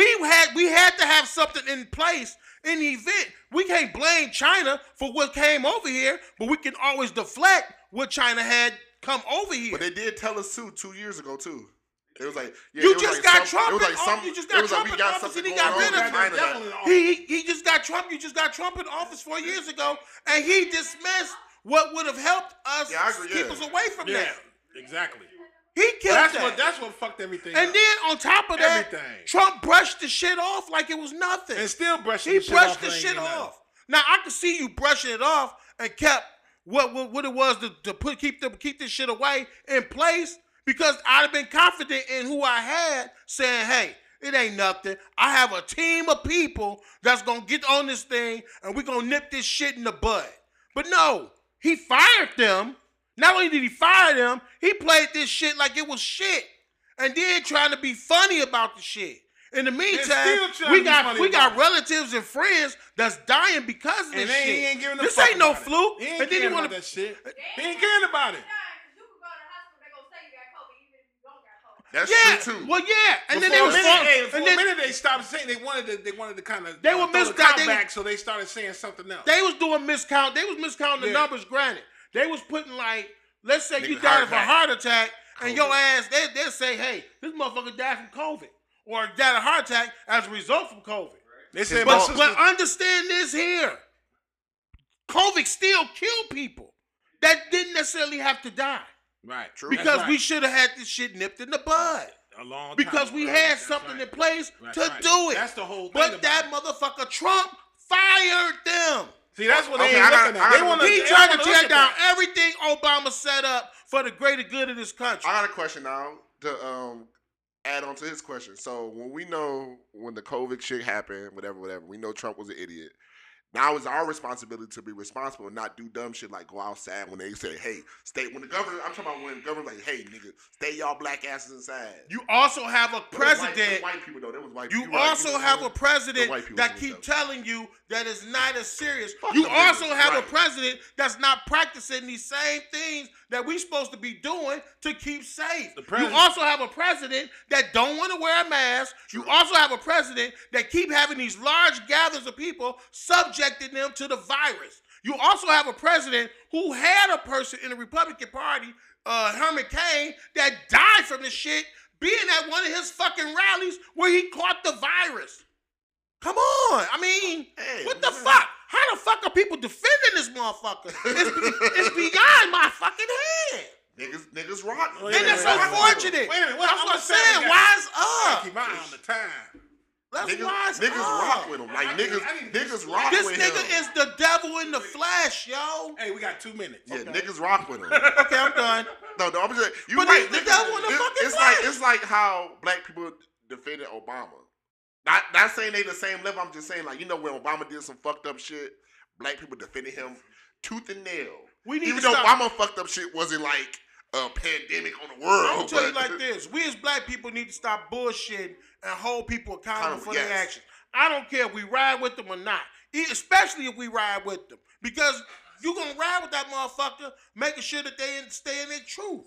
Speaker 10: we can?
Speaker 6: We had we had to have something in place in the event. We can't blame China for what came over here, but we can always deflect what China had come over here.
Speaker 3: But they did tell us too two years ago too. It was like yeah,
Speaker 6: You
Speaker 3: it was like
Speaker 6: just got
Speaker 3: some-
Speaker 6: Trump
Speaker 3: It was
Speaker 6: in
Speaker 3: like
Speaker 6: off-
Speaker 3: some.
Speaker 6: you just
Speaker 3: it
Speaker 6: got
Speaker 3: was
Speaker 6: Trump
Speaker 3: like we
Speaker 6: in
Speaker 3: got
Speaker 6: office
Speaker 3: something
Speaker 6: and he
Speaker 3: going
Speaker 6: got
Speaker 3: on
Speaker 6: rid
Speaker 3: with
Speaker 6: of him.
Speaker 3: China
Speaker 4: Devil
Speaker 3: that-
Speaker 4: in the office.
Speaker 6: he he just got Trump. You just got Trump in office four years ago, and he dismissed what would have helped us
Speaker 3: Yeah, I agree,
Speaker 6: keep
Speaker 3: yeah.
Speaker 6: us away from
Speaker 4: Yeah,
Speaker 6: that.
Speaker 4: exactly.
Speaker 6: He killed
Speaker 4: That's
Speaker 6: that.
Speaker 4: what that's what fucked everything.
Speaker 6: and
Speaker 4: up.
Speaker 6: then on top of that,
Speaker 4: Everything.
Speaker 6: Trump brushed the shit off like it was nothing.
Speaker 4: and still brushing.
Speaker 6: He
Speaker 4: the shit
Speaker 6: brushed
Speaker 4: off
Speaker 6: the
Speaker 4: like
Speaker 6: shit
Speaker 4: ain't nothing.
Speaker 6: off. Now I can see you brushing it off and kept what what, what it was to, to put keep the keep this shit away in place because I'd have been confident in who I had saying, hey, it ain't nothing. I have a team of people that's gonna get on this thing and we're gonna nip this shit in the bud. But no, he fired them. Not only did he fire them, he played this shit like it was shit. And then trying to be funny about the shit. In the meantime,
Speaker 4: still trying
Speaker 6: we
Speaker 4: to be
Speaker 6: got
Speaker 4: funny
Speaker 6: we got
Speaker 4: about it.
Speaker 6: relatives and friends that's dying because of
Speaker 4: And
Speaker 6: this
Speaker 4: they,
Speaker 6: shit.
Speaker 4: he ain't giving a
Speaker 6: this
Speaker 4: fuck
Speaker 6: ain't no
Speaker 4: about it.
Speaker 6: fluke.
Speaker 4: He ain't
Speaker 6: And then
Speaker 4: caring
Speaker 6: he
Speaker 4: about
Speaker 6: want
Speaker 4: that
Speaker 6: to.
Speaker 4: shit. He ain't caring about it.
Speaker 3: That's
Speaker 6: Yeah.
Speaker 3: true too.
Speaker 6: Well, yeah. And then they
Speaker 4: for
Speaker 6: was
Speaker 4: a minute, hey, for
Speaker 6: and
Speaker 4: a
Speaker 6: then
Speaker 4: minute they stopped saying they wanted to, they wanted to kind of uh,
Speaker 6: They were misguided. They-
Speaker 4: back, so they started saying something else.
Speaker 6: they was doing miscount. They was miscounting the
Speaker 4: Yeah.
Speaker 6: numbers. Granted, they was putting like let's say you
Speaker 3: Nigga,
Speaker 6: died
Speaker 3: heart
Speaker 6: of a
Speaker 3: attack.
Speaker 6: heart attack and your
Speaker 3: COVID.
Speaker 6: ass they they say hey this motherfucker died from COVID or died of heart attack as a result from COVID.
Speaker 4: They said,
Speaker 6: But,
Speaker 4: my
Speaker 6: but
Speaker 4: sister-
Speaker 6: understand this here. COVID still killed people that didn't necessarily have to die
Speaker 4: right, true,
Speaker 6: because we should have had this shit nipped in the bud
Speaker 4: a long time
Speaker 6: because we
Speaker 4: ago.
Speaker 6: had
Speaker 4: That's
Speaker 6: something
Speaker 4: right.
Speaker 6: in place
Speaker 4: Right,
Speaker 6: to
Speaker 4: right.
Speaker 6: do it.
Speaker 4: That's the whole thing.
Speaker 6: but
Speaker 4: about
Speaker 6: that
Speaker 4: it.
Speaker 6: motherfucker Trump fired them.
Speaker 4: see, that's what they
Speaker 3: Okay,
Speaker 4: ain't
Speaker 3: I got-
Speaker 4: looking
Speaker 3: I
Speaker 4: at. They
Speaker 3: got-
Speaker 4: want
Speaker 6: he tried to tear down everything Obama set up for the greater good of this country.
Speaker 3: I got a question now to um add on to his question. So when we know when the COVID shit happened, whatever, whatever, we know Trump was an idiot. Now it's our responsibility to be responsible and not do dumb shit like go outside when they say, "Hey, stay." When the governor, I'm talking about when the governor's like, "Hey, nigga, stay y'all black asses inside."
Speaker 6: you also have a
Speaker 3: But it was white- it was
Speaker 6: president.
Speaker 3: white, people though. That was white.
Speaker 6: You
Speaker 3: you're right,
Speaker 6: also
Speaker 3: you was
Speaker 6: have a
Speaker 3: right.
Speaker 6: president
Speaker 3: white people
Speaker 6: that
Speaker 3: do
Speaker 6: keep
Speaker 3: that.
Speaker 6: telling you that it's not as serious.
Speaker 3: Fuck
Speaker 6: you
Speaker 3: them
Speaker 6: also
Speaker 3: niggas,
Speaker 6: have a
Speaker 3: right.
Speaker 6: president that's not practicing these same things that we supposed to be doing to keep safe.
Speaker 4: The
Speaker 6: You
Speaker 4: president-
Speaker 6: also have a president that don't want to wear a mask. You
Speaker 3: True.
Speaker 6: also have a president that keep having these large gatherings of people subjecting them to the virus. You also have a president who had a person in the Republican Party, uh, Herman Cain, that died from this shit being at one of his fucking rallies where he caught the virus. Come on. I mean,
Speaker 3: Hey,
Speaker 6: what the
Speaker 3: man.
Speaker 6: fuck? How the fuck are people defending this motherfucker? It's, it's beyond my fucking head.
Speaker 3: Niggas, niggas rock.
Speaker 4: Oh, yeah,
Speaker 6: And it's
Speaker 4: yeah, yeah.
Speaker 6: unfortunate.
Speaker 12: Wait a minute, what
Speaker 6: That's
Speaker 12: I'm
Speaker 6: what I'm
Speaker 12: saying,
Speaker 6: saying.
Speaker 12: we
Speaker 6: Wise
Speaker 4: Gotta
Speaker 6: up.
Speaker 4: Keep my eye on the time.
Speaker 6: Let's
Speaker 3: Niggas,
Speaker 6: wise Oh.
Speaker 3: niggas
Speaker 6: up.
Speaker 3: rock with him. Like
Speaker 4: I need-
Speaker 3: niggas,
Speaker 4: I need-
Speaker 3: niggas rock
Speaker 6: This
Speaker 3: with him.
Speaker 6: nigga is the devil in the flesh, yo.
Speaker 4: Hey, we got two minutes.
Speaker 3: yeah,
Speaker 4: Okay.
Speaker 3: niggas rock with him.
Speaker 6: Okay, I'm done.
Speaker 3: No, no, I'm just saying. You
Speaker 6: But
Speaker 3: right.
Speaker 6: he's the
Speaker 3: niggas-
Speaker 6: devil in the
Speaker 3: it-
Speaker 6: fucking
Speaker 3: It's
Speaker 6: flesh.
Speaker 3: like it's like how black people defended Obama. Not not saying they the same level. I'm just saying like you know when Obama did some fucked up shit, black people defended him tooth and nail.
Speaker 6: We need
Speaker 3: Even
Speaker 6: to
Speaker 3: though
Speaker 6: stop.
Speaker 3: Obama fucked up shit wasn't like a pandemic on the world.
Speaker 6: I'm gonna tell you
Speaker 3: but-
Speaker 6: like this: we as black people need to stop bullshitting and hold people accountable
Speaker 3: Accountable,
Speaker 6: for their
Speaker 3: yes.
Speaker 6: actions. I don't care if we ride with them or not, e- especially if we ride with them, because you gonna ride with that motherfucker, making sure that they in- stay in their truth,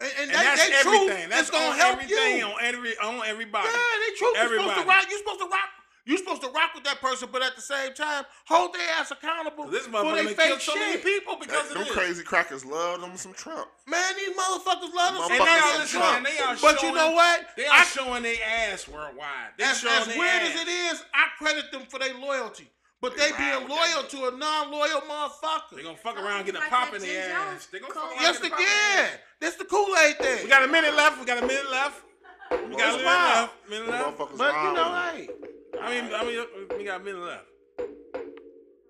Speaker 6: and, and,
Speaker 4: And
Speaker 6: that,
Speaker 4: that's
Speaker 6: that truth
Speaker 4: everything. That's
Speaker 6: is gonna
Speaker 4: on
Speaker 6: help
Speaker 4: everything
Speaker 6: you.
Speaker 4: on every on everybody.
Speaker 6: Yeah, they truth. You're supposed to
Speaker 4: Everybody.
Speaker 6: rock. You're supposed to rock. You're supposed to rock with that person, but at the same time, hold their ass accountable
Speaker 4: This
Speaker 6: for
Speaker 4: motherfucker
Speaker 6: their
Speaker 4: done
Speaker 6: fake
Speaker 4: killed so many
Speaker 6: shit.
Speaker 4: people because
Speaker 3: Them
Speaker 4: of this.
Speaker 3: crazy crackers love them some Trump.
Speaker 6: Man, these motherfuckers love
Speaker 3: Motherfuckers
Speaker 6: us.
Speaker 4: And they
Speaker 3: Fucking
Speaker 4: are
Speaker 3: Trump.
Speaker 4: listening. They are
Speaker 6: But
Speaker 4: showing,
Speaker 6: you know what?
Speaker 4: They are
Speaker 6: I
Speaker 4: showing their ass worldwide. They
Speaker 6: as,
Speaker 4: showing
Speaker 6: as
Speaker 4: they
Speaker 6: weird
Speaker 4: ass.
Speaker 6: as it is, I credit them for their loyalty. But they,
Speaker 3: They ride
Speaker 6: being
Speaker 3: with
Speaker 6: loyal
Speaker 3: that
Speaker 6: to a non-loyal
Speaker 4: They
Speaker 6: motherfucker.
Speaker 4: gonna fuck around, and get a
Speaker 5: Like
Speaker 4: pop
Speaker 5: that
Speaker 4: in
Speaker 5: Jim
Speaker 4: their ass.
Speaker 5: Jones
Speaker 4: They gonna
Speaker 5: call.
Speaker 4: fuck around.
Speaker 6: Yes,
Speaker 4: and get a pop in their
Speaker 6: again,
Speaker 4: ass.
Speaker 6: that's the Kool-Aid thing.
Speaker 4: We got a minute left. We got a minute left. We got a minute
Speaker 6: wild.
Speaker 4: left. Minute left.
Speaker 3: Motherfuckers
Speaker 6: but
Speaker 3: wild
Speaker 6: you know,
Speaker 3: with 'em.
Speaker 6: hey,
Speaker 4: I mean, I mean, we got a minute left.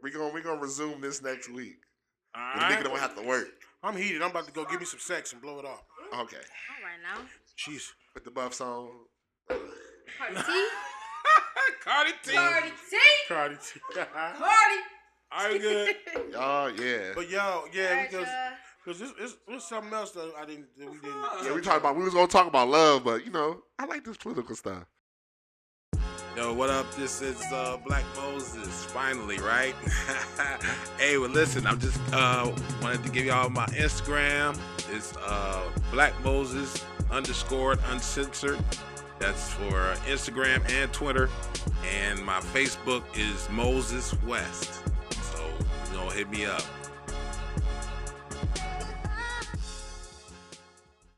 Speaker 3: we gonna we gonna resume this next week.
Speaker 4: All
Speaker 3: The
Speaker 4: right.
Speaker 3: nigga don't have to work.
Speaker 6: I'm heated. I'm about to go give me some sex and blow it off.
Speaker 3: Okay,
Speaker 5: All right now.
Speaker 6: Jeez.
Speaker 3: put the buffs on.
Speaker 5: Cardi T.
Speaker 4: Cardi T.
Speaker 5: Cardi T.
Speaker 6: Cardi T. but
Speaker 5: Cardi.
Speaker 4: All right, good.
Speaker 3: Oh yeah.
Speaker 6: yo, yeah,
Speaker 5: Alright,
Speaker 6: because
Speaker 5: y'all.
Speaker 6: because this this was something else that I didn't that we didn't.
Speaker 3: Yeah, we talked about we was gonna talk about love, but you know, I like this political stuff.
Speaker 4: Yo, what up? This is uh, Black Moses. Finally, right? hey, well, listen, I'm just uh, wanted to give y'all my Instagram. It's uh, Black Moses underscore uncensored. That's for uh, Instagram and Twitter. And my Facebook is Moses West. So, you know, hit me up.